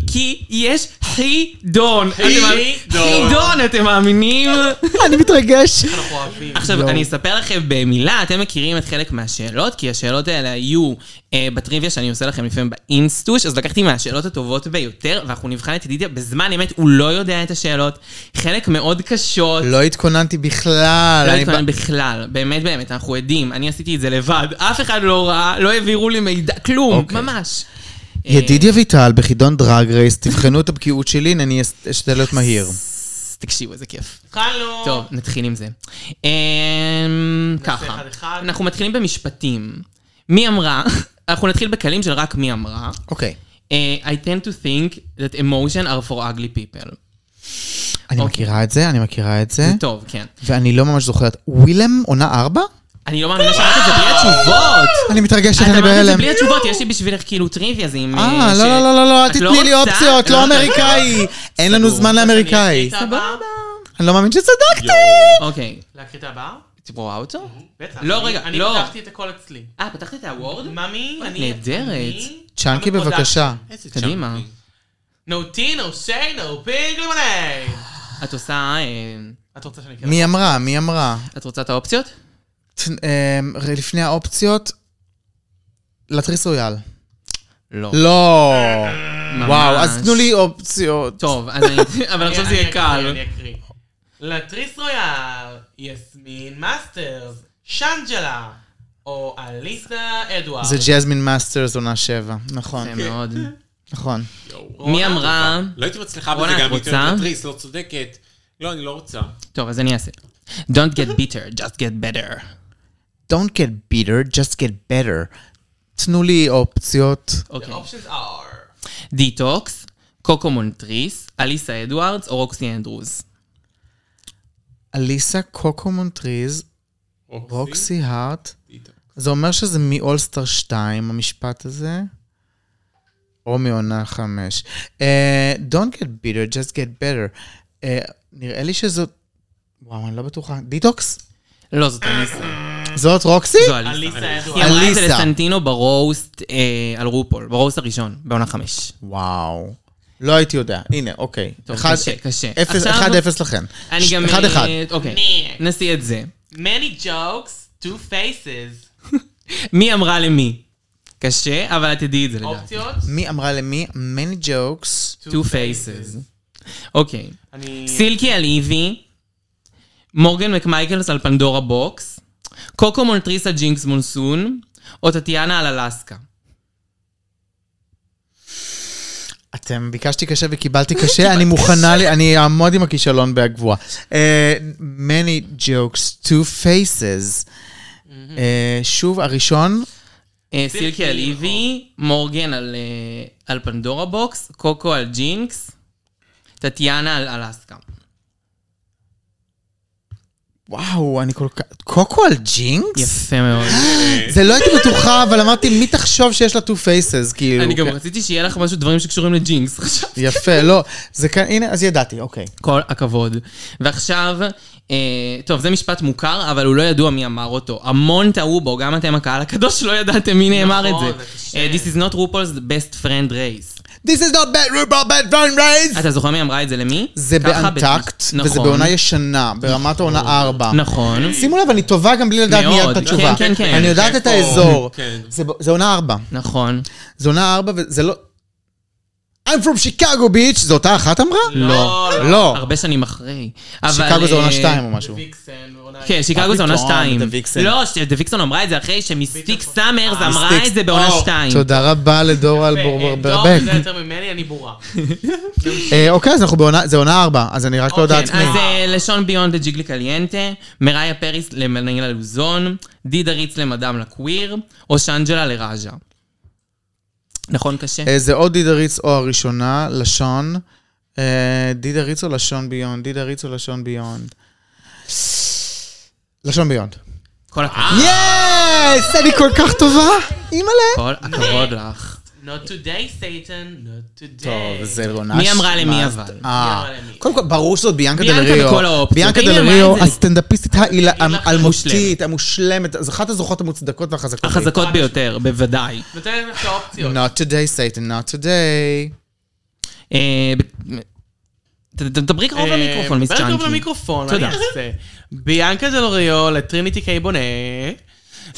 Speaker 2: כי יש חידון. אתם מאמינים?
Speaker 5: חידון.
Speaker 2: חידון, אתם מאמינים?
Speaker 4: אני מתרגש.
Speaker 3: אנחנו אוהבים.
Speaker 2: עכשיו,
Speaker 4: לא.
Speaker 2: אני אספר לכם במילה, אתם מכירים את חלק מהשאלות, כי השאלות האלה היו אה, בטריוויה שאני עושה לכם לפעמים באינסטוש, אז לקחתי מהשאלות הטובות ביותר, ואנחנו נבחן את ידידיה בזמן אמת, הוא לא יודע את השאלות, חלק מאוד קשות.
Speaker 4: לא התכוננתי בכלל.
Speaker 2: לא
Speaker 4: אני
Speaker 2: התכונן בכלל, באמת באמת, אנחנו עדים, אני עשיתי את זה לבד, אף אחד לא ראה, לא העבירו לי מידע, כלום,
Speaker 4: אוקיי.
Speaker 2: ממש.
Speaker 4: ידידיה ויטל בחידון דרג רייס, תבחנו את הבקיאות שלי, הנה, אני אס- אשתדל להיות מהיר.
Speaker 2: אה, אז תקשיבו, איזה כיף.
Speaker 3: התחלנו.
Speaker 2: טוב, נתחיל עם זה. אמ, ככה,
Speaker 3: אחד אחד.
Speaker 2: אנחנו מתחילים במשפטים. מי אמרה, אנחנו נתחיל בקלים של רק מי אמרה.
Speaker 4: אוקיי.
Speaker 2: אה, I tend to think that emotion are for ugly people.
Speaker 4: אה? אני
Speaker 2: אוקיי.
Speaker 4: מכירה את זה, אני מכירה את זה,
Speaker 2: זה טוב, כן.
Speaker 4: ואני לא ממש זוכרת. ווילם עונה ארבע?
Speaker 2: אני לא מאמינה שאמרת את זה בלי התשובות.
Speaker 4: אני מתרגשת,
Speaker 2: את
Speaker 4: אני
Speaker 2: אמרת את זה
Speaker 4: בהלם.
Speaker 2: בלי התשובות, יש לי בשבילך כאילו טריוויה, זה עם...
Speaker 4: אה,
Speaker 2: ש-
Speaker 4: לא, לא, לא, לא, לא, אל
Speaker 2: את
Speaker 4: תתני לי
Speaker 2: רוצה?
Speaker 4: אופציות,
Speaker 2: את
Speaker 4: לא
Speaker 2: רוצה?
Speaker 4: אמריקאי. אין לנו זמן לאמריקאי.
Speaker 3: סבבה.
Speaker 4: אני לא מאמין שצדקתי. לא.
Speaker 2: אוקיי.
Speaker 3: להקריא את הבאה?
Speaker 2: רואה אותו?
Speaker 3: בטח.
Speaker 2: לא,
Speaker 3: אני-
Speaker 2: רגע,
Speaker 3: אני
Speaker 2: לא.
Speaker 3: פתחתי את הכל אצלי.
Speaker 2: אה, פתחת את הוורד?
Speaker 3: ממי, אני...
Speaker 2: נהדרת.
Speaker 3: אני-
Speaker 4: צ'אנקי
Speaker 3: אני
Speaker 4: בבקשה.
Speaker 5: איזה
Speaker 2: קדימה.
Speaker 5: צ'אנקי.
Speaker 3: No tea, no shade, no pig lemonade.
Speaker 2: את עושה... אה,
Speaker 3: את רוצה שאני אקרא?
Speaker 4: מי אמרה? מי אמרה?
Speaker 2: את רוצה את האופציות?
Speaker 4: ת- אמ, ר- לפני האופציות, להתריס רויאל.
Speaker 2: לא.
Speaker 4: לא.
Speaker 2: ממש.
Speaker 4: וואו, אז תנו לי אופציות.
Speaker 2: טוב, אז אני... אבל עכשיו זה
Speaker 3: אני
Speaker 2: יהיה
Speaker 3: אקריא,
Speaker 2: קל.
Speaker 3: אני אקריא. לטריס רויאל, יסמין מאסטרס, שאנג'לה, או אליסה אדוארד.
Speaker 4: זה ג'זמין מאסטרס עונה שבע. נכון,
Speaker 2: זה מאוד.
Speaker 4: נכון.
Speaker 2: מי אמרה...
Speaker 5: לא הייתי מצליחה
Speaker 2: רונה,
Speaker 5: בזה גם
Speaker 2: את
Speaker 5: אם
Speaker 2: רוצה?
Speaker 5: יותר מתריס, לא צודקת. לא, אני לא רוצה.
Speaker 2: טוב, אז אני אעשה. Don't get bitter, just get better.
Speaker 4: Don't get bitter, just get better. תנו לי אופציות.
Speaker 3: The
Speaker 2: אוקיי.
Speaker 3: options are...
Speaker 2: דיטוקס, קוקו מונטריס, אליסה אדוארדס או רוקסי אנדרוס.
Speaker 4: אליסה קוקו מונטריז, אוקיי.
Speaker 5: רוקסי?
Speaker 4: רוקסי הארט. זה אומר שזה מאולסטר 2, המשפט הזה? או מעונה 5. Uh, Don't get bitter, just get better. Uh, נראה לי שזאת... וואו, אני לא בטוחה. דיטוקס?
Speaker 2: לא, זאת אליסה.
Speaker 4: זאת רוקסי?
Speaker 2: זו אליסה.
Speaker 3: אליסה
Speaker 2: היא
Speaker 3: אדוארד.
Speaker 2: אמרה את זה
Speaker 4: אליסה.
Speaker 2: לסנטינו ברוסט אה, על רופול, ברוסט הראשון, בעונה חמש.
Speaker 4: וואו. לא הייתי יודע. הנה, אוקיי.
Speaker 2: טוב,
Speaker 4: אחד-
Speaker 2: קשה, קשה.
Speaker 4: אפס-
Speaker 2: עכשיו-
Speaker 4: 1-0 לכן.
Speaker 2: אני
Speaker 4: ש-
Speaker 2: גם...
Speaker 4: 1-1.
Speaker 2: אה, אוקיי,
Speaker 3: Next.
Speaker 2: נשיא את זה.
Speaker 3: Many jokes, two faces.
Speaker 2: מי אמרה למי? קשה, אבל את תדעי את זה לדעת.
Speaker 3: אופציות?
Speaker 4: מי אמרה למי? many jokes.
Speaker 2: Two faces. אוקיי.
Speaker 3: אני...
Speaker 2: סילקי על איבי, מורגן מקמייקלס על פנדורה בוקס, קוקו מונטריס על ג'ינקס מונסון, או טטיאנה על אלסקה.
Speaker 4: אתם ביקשתי קשה וקיבלתי קשה, אני מוכנה, לי- אני אעמוד עם הכישלון בהגבוהה. אה, many jokes, two faces. אה, שוב, הראשון,
Speaker 2: אה, סילקי על איבי, מורגן על, אה, על פנדורה בוקס, קוקו על ג'ינקס, טטיאנה על אלסקה.
Speaker 4: וואו, אני כל כך... קוקו על ג'ינקס?
Speaker 2: יפה מאוד.
Speaker 4: זה לא הייתי בטוחה, אבל אמרתי, מי תחשוב שיש לה two faces, כאילו.
Speaker 2: אני גם
Speaker 4: כן.
Speaker 2: רציתי שיהיה לך משהו דברים שקשורים לג'ינקס עכשיו.
Speaker 4: יפה, לא, זה כאן, הנה, אז ידעתי, אוקיי.
Speaker 2: כל הכבוד. ועכשיו, אה, טוב, זה משפט מוכר, אבל הוא לא ידוע מי אמר אותו. המון טעו בו, גם אתם הקהל הקדוש לא ידעתם מי נאמר
Speaker 3: נכון,
Speaker 2: את
Speaker 3: זה
Speaker 2: זה.
Speaker 3: קשה.
Speaker 2: אה, This is not RuPaul's best friend race.
Speaker 4: This is not bad, we're not bad, fun raise!
Speaker 2: אתה זוכר מי אמרה את זה למי?
Speaker 4: זה
Speaker 2: ככה,
Speaker 4: באנטקט,
Speaker 2: בטח.
Speaker 4: וזה
Speaker 2: נכון,
Speaker 4: בעונה ישנה, ברמת העונה 4.
Speaker 2: נכון.
Speaker 4: שימו לב, אני טובה גם בלי לדעת
Speaker 2: מאוד,
Speaker 4: מיד את התשובה.
Speaker 2: כן, כן, כן.
Speaker 4: אני יודעת את
Speaker 5: איפה?
Speaker 4: האזור.
Speaker 5: כן.
Speaker 4: זה ב- זה עונה 4.
Speaker 2: נכון.
Speaker 4: זה עונה 4 וזה לא... I'm from Chicago Beach, זו אותה אחת אמרה?
Speaker 2: לא.
Speaker 4: לא.
Speaker 2: הרבה שנים אחרי. אבל,
Speaker 4: שיקגו זה עונה
Speaker 2: אה,
Speaker 4: 2 או משהו.
Speaker 3: ויקסן, ועונה...
Speaker 2: כן, שיקגו זה עונה
Speaker 4: פתאום,
Speaker 2: 2.
Speaker 4: דה ויקסן.
Speaker 2: לא, ש- דה ויקסון אמרה את זה אחרי שמיסטיק סאמרס
Speaker 4: מיסטיק.
Speaker 2: אמרה את זה בעונה
Speaker 5: או,
Speaker 2: 2.
Speaker 4: תודה רבה לדור על
Speaker 3: אה, טוב,
Speaker 4: ברבק.
Speaker 3: זה יותר ממני, אני בורה.
Speaker 4: אה, אוקיי, אז אנחנו בעונה, זה עונה 4, אז אני רק לא יודעת
Speaker 2: כן,
Speaker 4: מי.
Speaker 2: אז אה, לשון ביונד לג'יגלי קליינטה, מריה פריס למנהילה לוזון, דידה ריץ למדאם לקוויר, או שאנג'לה לראז'ה. נכון קשה?
Speaker 4: אה, זה או דידה ריץ או הראשונה, לשון. אה, דידה ריץ או לשון ביונד? דידה ריץ או לשון ביונד? לשון ביונד.
Speaker 2: כל
Speaker 4: אה,
Speaker 2: הכבוד.
Speaker 4: יס! אני כל כך טובה! אימא'לה!
Speaker 2: כל הכבוד לך.
Speaker 3: Not today, סייטן, not today.
Speaker 4: טוב, זה עונה...
Speaker 2: מי
Speaker 4: ש-
Speaker 2: אמרה למי
Speaker 4: מה-
Speaker 2: אבל?
Speaker 4: אה,
Speaker 3: מי אמרה למי?
Speaker 4: קודם כל, ברור שזאת ביאנקה
Speaker 2: ביאנקה
Speaker 4: דלריו.
Speaker 2: בכל האופציות.
Speaker 4: ביאנקה
Speaker 2: הנה, מה
Speaker 4: דלריו,
Speaker 2: זה?
Speaker 4: הסטנדאפיסטית האיל-
Speaker 3: לך,
Speaker 4: האלמותית, המושלמת, זו אחת הזוכות המוצדקות והחזקות.
Speaker 2: החזקות ביותר, בוודאי.
Speaker 3: נותן לך את האופציות.
Speaker 4: Not today, Satan, not today.
Speaker 2: אה, ב- ת- ת- דברי קרוב
Speaker 3: אה,
Speaker 2: למיקרופון, מיס
Speaker 3: בטח
Speaker 2: צ'אנקי.
Speaker 3: למיקרופון,
Speaker 2: תודה.
Speaker 3: אני אעשה. ביאנקה דלריו לטריניטי קייבונה.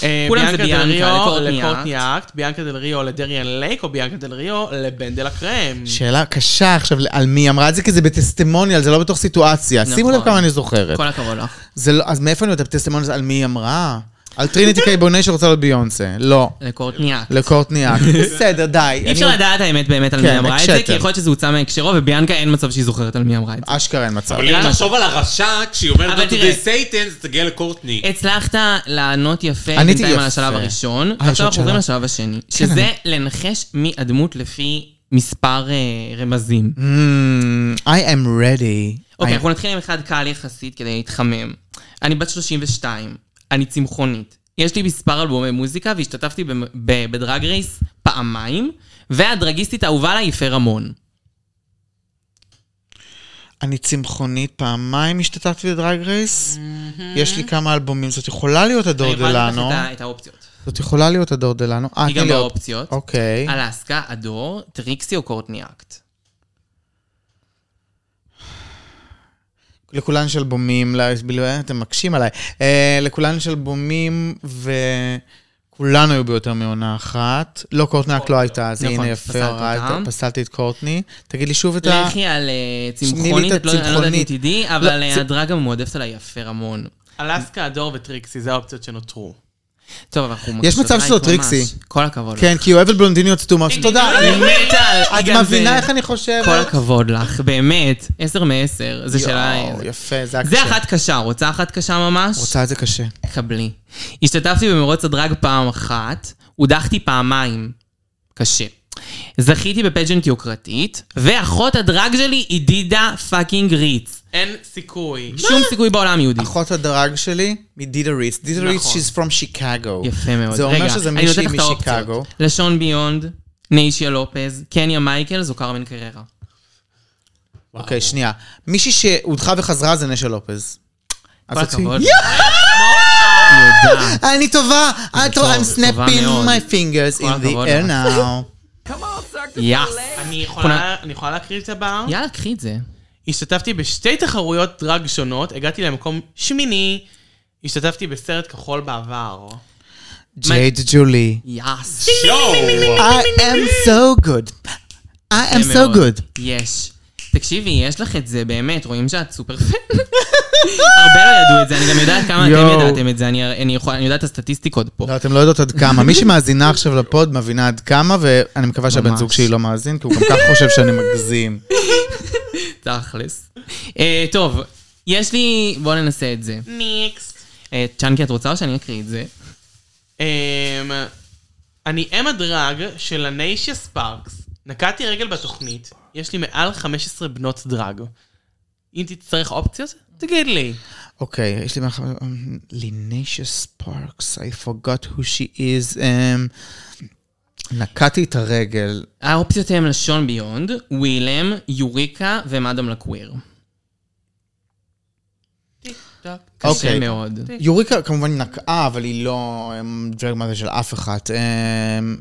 Speaker 3: אה,
Speaker 2: כולם זה ביאנקה,
Speaker 3: דלריו
Speaker 2: לקורטני
Speaker 3: לקורטני אקט, ביאנקה דלריו לדריאן לייק, או ביאנקה דלריו לבן דה לקרם.
Speaker 4: שאלה קשה עכשיו, על מי היא אמרה את זה? כי זה בטסטימוניאל, זה לא בתוך סיטואציה.
Speaker 2: נכון.
Speaker 4: שימו לב כמה אני זוכרת.
Speaker 2: כל הכבוד לך.
Speaker 4: זה לא- אז מאיפה אני יודעת בטסטימוניאל על מי היא אמרה? על טריניטי קייבונה שרוצה להיות ביונסה. לא.
Speaker 2: לקורטניאק.
Speaker 4: לקורטני אקט. בסדר, די.
Speaker 2: אי אפשר
Speaker 4: אני-
Speaker 2: לדעת האמת באמת על
Speaker 4: כן,
Speaker 2: מי אמרה את זה,
Speaker 4: הקשיתם.
Speaker 2: כי יכול להיות שזה הוצא מהקשרו, וביאנקה אין מצב שהיא זוכרת על מי אמרה את זה.
Speaker 4: אשכרה אין מצב.
Speaker 5: אבל אם תחשוב על הרשע, כשהיא אומרת
Speaker 2: אבל
Speaker 5: Not
Speaker 2: תראה. אה,
Speaker 5: today Satan, זה תגיע לקורטני.
Speaker 2: הצלחת לענות יפה
Speaker 4: עניתי
Speaker 2: בינתיים
Speaker 4: יפה. אה,
Speaker 2: על השלב הראשון,
Speaker 4: יש
Speaker 2: ועכשיו
Speaker 4: עוד
Speaker 2: אנחנו עוברים
Speaker 4: שלב.
Speaker 2: לשלב השני,
Speaker 4: כן,
Speaker 2: שזה לנחש מי הדמות לפי מספר אה, רמזים.
Speaker 4: Hmm, I am ready.
Speaker 2: אוקיי,
Speaker 4: I-
Speaker 2: אנחנו נתחיל עם אחד קל יחסית כדי להתחמם. אני בת 32, אני צמחונית. יש לי מספר אלבומי מוזיקה והשתתפתי במ- ב- בדרג רייס פעמיים, והדרגיסטית האהובה עליי היא פרמון.
Speaker 4: אני צמחונית, פעמיים השתתפתי בדרג רייס. יש לי כמה אלבומים, זאת יכולה להיות
Speaker 2: אני
Speaker 4: הדור
Speaker 2: יכולה לתת לך
Speaker 4: דלנו.
Speaker 2: את ה- את האופציות.
Speaker 4: זאת יכולה להיות הדור דלנו. אה,
Speaker 2: היא
Speaker 4: תן
Speaker 2: גם
Speaker 4: לי אופ-
Speaker 2: באופציות.
Speaker 4: אוקיי.
Speaker 2: אלסקה, אדור, טריקסי או קורטני אקט.
Speaker 4: לכולן יש אלבומים, ל- בלבד, אתם מקשים עליי. אה, לכולן יש אלבומים, וכולן היו ביותר מעונה אחת. לא, קורטנק לא הייתה, אז
Speaker 2: נכון,
Speaker 4: הנה
Speaker 2: פסלת
Speaker 4: יפה, הורדת,
Speaker 2: אותה.
Speaker 4: פסלתי את קורטני. תגיד לי שוב את ה...
Speaker 2: לכי על אה,
Speaker 4: תני לי
Speaker 2: צמחונית,
Speaker 4: את
Speaker 2: את לא- אני לא יודעת אם
Speaker 4: הצמחונית.
Speaker 2: תדעי,
Speaker 4: לא,
Speaker 2: אבל אה,
Speaker 4: זה-
Speaker 2: הדרגה המועדפת עליי היא הפרמון.
Speaker 3: אלסקה, הדור וטריקסי, זה האופציות שנותרו.
Speaker 2: טוב, אבל אנחנו...
Speaker 4: יש
Speaker 2: מקשות
Speaker 4: מצב
Speaker 2: לייק
Speaker 4: שזאת
Speaker 2: ממש.
Speaker 4: טריקסי.
Speaker 2: כל הכבוד.
Speaker 4: כן, כי היא אוהבת בלונדיניות סתומות. תודה.
Speaker 2: אני מתה על...
Speaker 4: את
Speaker 2: יגאל
Speaker 4: מבינה
Speaker 2: בן.
Speaker 4: איך אני
Speaker 2: כל
Speaker 4: חושבת?
Speaker 2: הכבוד לך, באמת. עשר מעשר, זו שאלה...
Speaker 4: יואו, יפה, זה היה
Speaker 2: זה
Speaker 4: קשה.
Speaker 2: אחת קשה, רוצה אחת קשה ממש?
Speaker 4: רוצה את זה קשה.
Speaker 2: קבלי. השתתפתי במרוץ הדרג פעם אחת, הודחתי פעמיים. קשה. זכיתי בפג'נט יוקרתית, ואחות הדרג שלי היא דידה פאקינג ריץ.
Speaker 3: אין סיכוי.
Speaker 2: שום סיכוי בעולם יהודית.
Speaker 4: אחות הדרג שלי מדידה ריס. דידה ריס,
Speaker 3: נכון.
Speaker 4: she's from Chicago.
Speaker 2: יפה מאוד.
Speaker 4: זה אומר
Speaker 2: רגע,
Speaker 4: שזה
Speaker 2: אני
Speaker 4: מישהי
Speaker 2: נותן לך את האופציות.
Speaker 4: משיקגו.
Speaker 2: לשון ביונד, ניישיה לופז, קניה מייקלס או קרמן קררה.
Speaker 4: אוקיי, שנייה. מישהי שהודחה וחזרה זה נשה לופז.
Speaker 2: כל
Speaker 4: אז זאת היא.
Speaker 2: הכבוד. היא יודעת.
Speaker 4: אני טובה,
Speaker 2: טוב,
Speaker 4: אני טובה, I'm
Speaker 2: טובה
Speaker 4: snapping
Speaker 2: מאוד.
Speaker 4: my fingers
Speaker 2: כל
Speaker 4: in the
Speaker 2: הכבוד
Speaker 4: air
Speaker 2: לך.
Speaker 4: now.
Speaker 2: יאס.
Speaker 3: אני יכולה- אני יכולה להקריא את הבא?
Speaker 2: יאללה, קחי את זה.
Speaker 3: השתתפתי בשתי תחרויות דרג שונות, הגעתי למקום שמיני, השתתפתי בסרט כחול בעבר.
Speaker 4: ג'ייד ג'ולי.
Speaker 2: יאס.
Speaker 5: יואו!
Speaker 4: I am so good. I am so good.
Speaker 2: יש. תקשיבי, יש לך את זה, באמת, רואים שאת סופר פן. הרבה לא ידעו את זה, אני גם יודעת כמה
Speaker 4: יואו.
Speaker 2: אתם ידעתם את זה, אני אני יכול- אני יודעת את הסטטיסטיקות פה.
Speaker 4: לא, אתם לא יודעות עד כמה. מי שמאזינה עכשיו לפוד מבינה עד כמה, ואני מקווה שהבן
Speaker 2: ממש.
Speaker 4: זוג שלי לא מאזין, כי הוא גם כך חושב שאני מגזים.
Speaker 2: תכלס. אה, טוב, יש לי... בואו ננסה את זה.
Speaker 3: ניקסט.
Speaker 2: אה, צ'אנקי, את רוצה או שאני אקריא את זה?
Speaker 3: אמ, אני אם הדרג של הניישיה ספארקס. נקעתי רגל בתוכנית, יש לי מעל 15 בנות דרג. אם תצטרך אופציות, תגיד לי.
Speaker 4: אוקיי, יש לי מאחר... לינישה ספארקס, I forgot who she is. אמ, נקעתי את הרגל.
Speaker 2: האופציות הן לשון ביונד, ווילם, יוריקה ומאדם לקוויר. קשה
Speaker 4: אוקיי.
Speaker 2: מאוד.
Speaker 4: יוריקה כמובן נקעה, אבל היא לא דרג מאזר של אף אחת. אמ,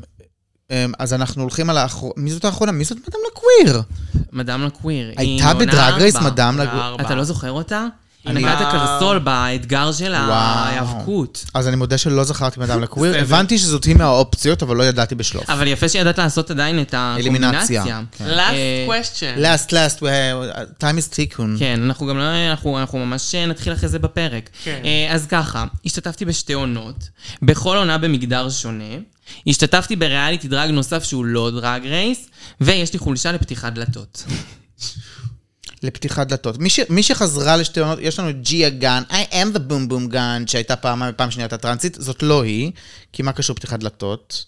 Speaker 4: אמ, אז אנחנו הולכים על האחרונה, מי זאת האחרונה? מי זאת מדאם לקוויר?
Speaker 2: מדאם לקוויר. היא
Speaker 4: הייתה
Speaker 2: מעונה
Speaker 4: בדרג רייס
Speaker 2: ארבע.
Speaker 4: מדאם
Speaker 3: עונה
Speaker 4: לקוויר.
Speaker 3: ארבע.
Speaker 2: אתה לא זוכר אותה? היא
Speaker 3: אני-
Speaker 2: נגעת הקרסול באתגר של ההיאבקות.
Speaker 4: אז אני מודה שלא זכרתי מדאם לקוויר.
Speaker 3: בסדר.
Speaker 4: הבנתי שזאת היא מהאופציות, אבל לא ידעתי בשלוף.
Speaker 2: אבל יפה שידעת לעשות עדיין את
Speaker 4: אלימינציה.
Speaker 2: הקומבינציה.
Speaker 4: כן.
Speaker 2: אה,
Speaker 3: last question.
Speaker 4: last, last, we- uh, time is tikkun.
Speaker 2: כן, אנחנו גם לא... אנחנו, אנחנו ממש אה, נתחיל אחרי זה בפרק.
Speaker 3: כן.
Speaker 2: אה, אז ככה, השתתפתי בשתי עונות, בכל עונה במגדר שונה. השתתפתי בריאליטי דרג נוסף שהוא לא דרג רייס, ויש לי חולשה לפתיחת דלתות.
Speaker 4: לפתיחת דלתות. מי, ש, מי שחזרה לשתי עונות, יש לנו את ג'יה גן, I am the boom boom גן, שהייתה פעמיים, פעם שנייה הייתה טרנסית, זאת לא היא, כי מה קשור פתיחת דלתות?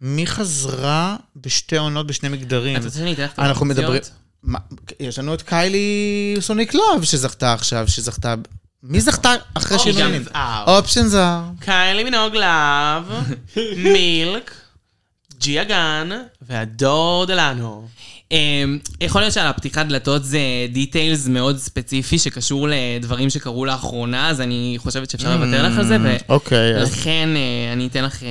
Speaker 4: מי חזרה בשתי עונות בשני מגדרים?
Speaker 2: אתה רוצה שאני אתן לך את
Speaker 4: כן. אנחנו
Speaker 2: האופציות?
Speaker 4: מדברים... מה, יש לנו את קיילי סוניק לוב שזכתה עכשיו, שזכתה... מי זכתה אחרי
Speaker 2: אוקיי,
Speaker 3: Options
Speaker 4: שינויים?
Speaker 3: are.
Speaker 4: אופשן זר. אוקיי.
Speaker 3: קיילי מנהוג להב, מילק, ג'יה גן והדוד אלנו.
Speaker 4: אוקיי.
Speaker 2: אה, יכול להיות שעל הפתיחת דלתות זה דיטיילס מאוד ספציפי שקשור לדברים שקרו לאחרונה, אז אני חושבת שאפשר לוותר לך על זה, ו-
Speaker 4: Mm. אוקיי, אז
Speaker 2: לכן אה, אני אתן לך... אה,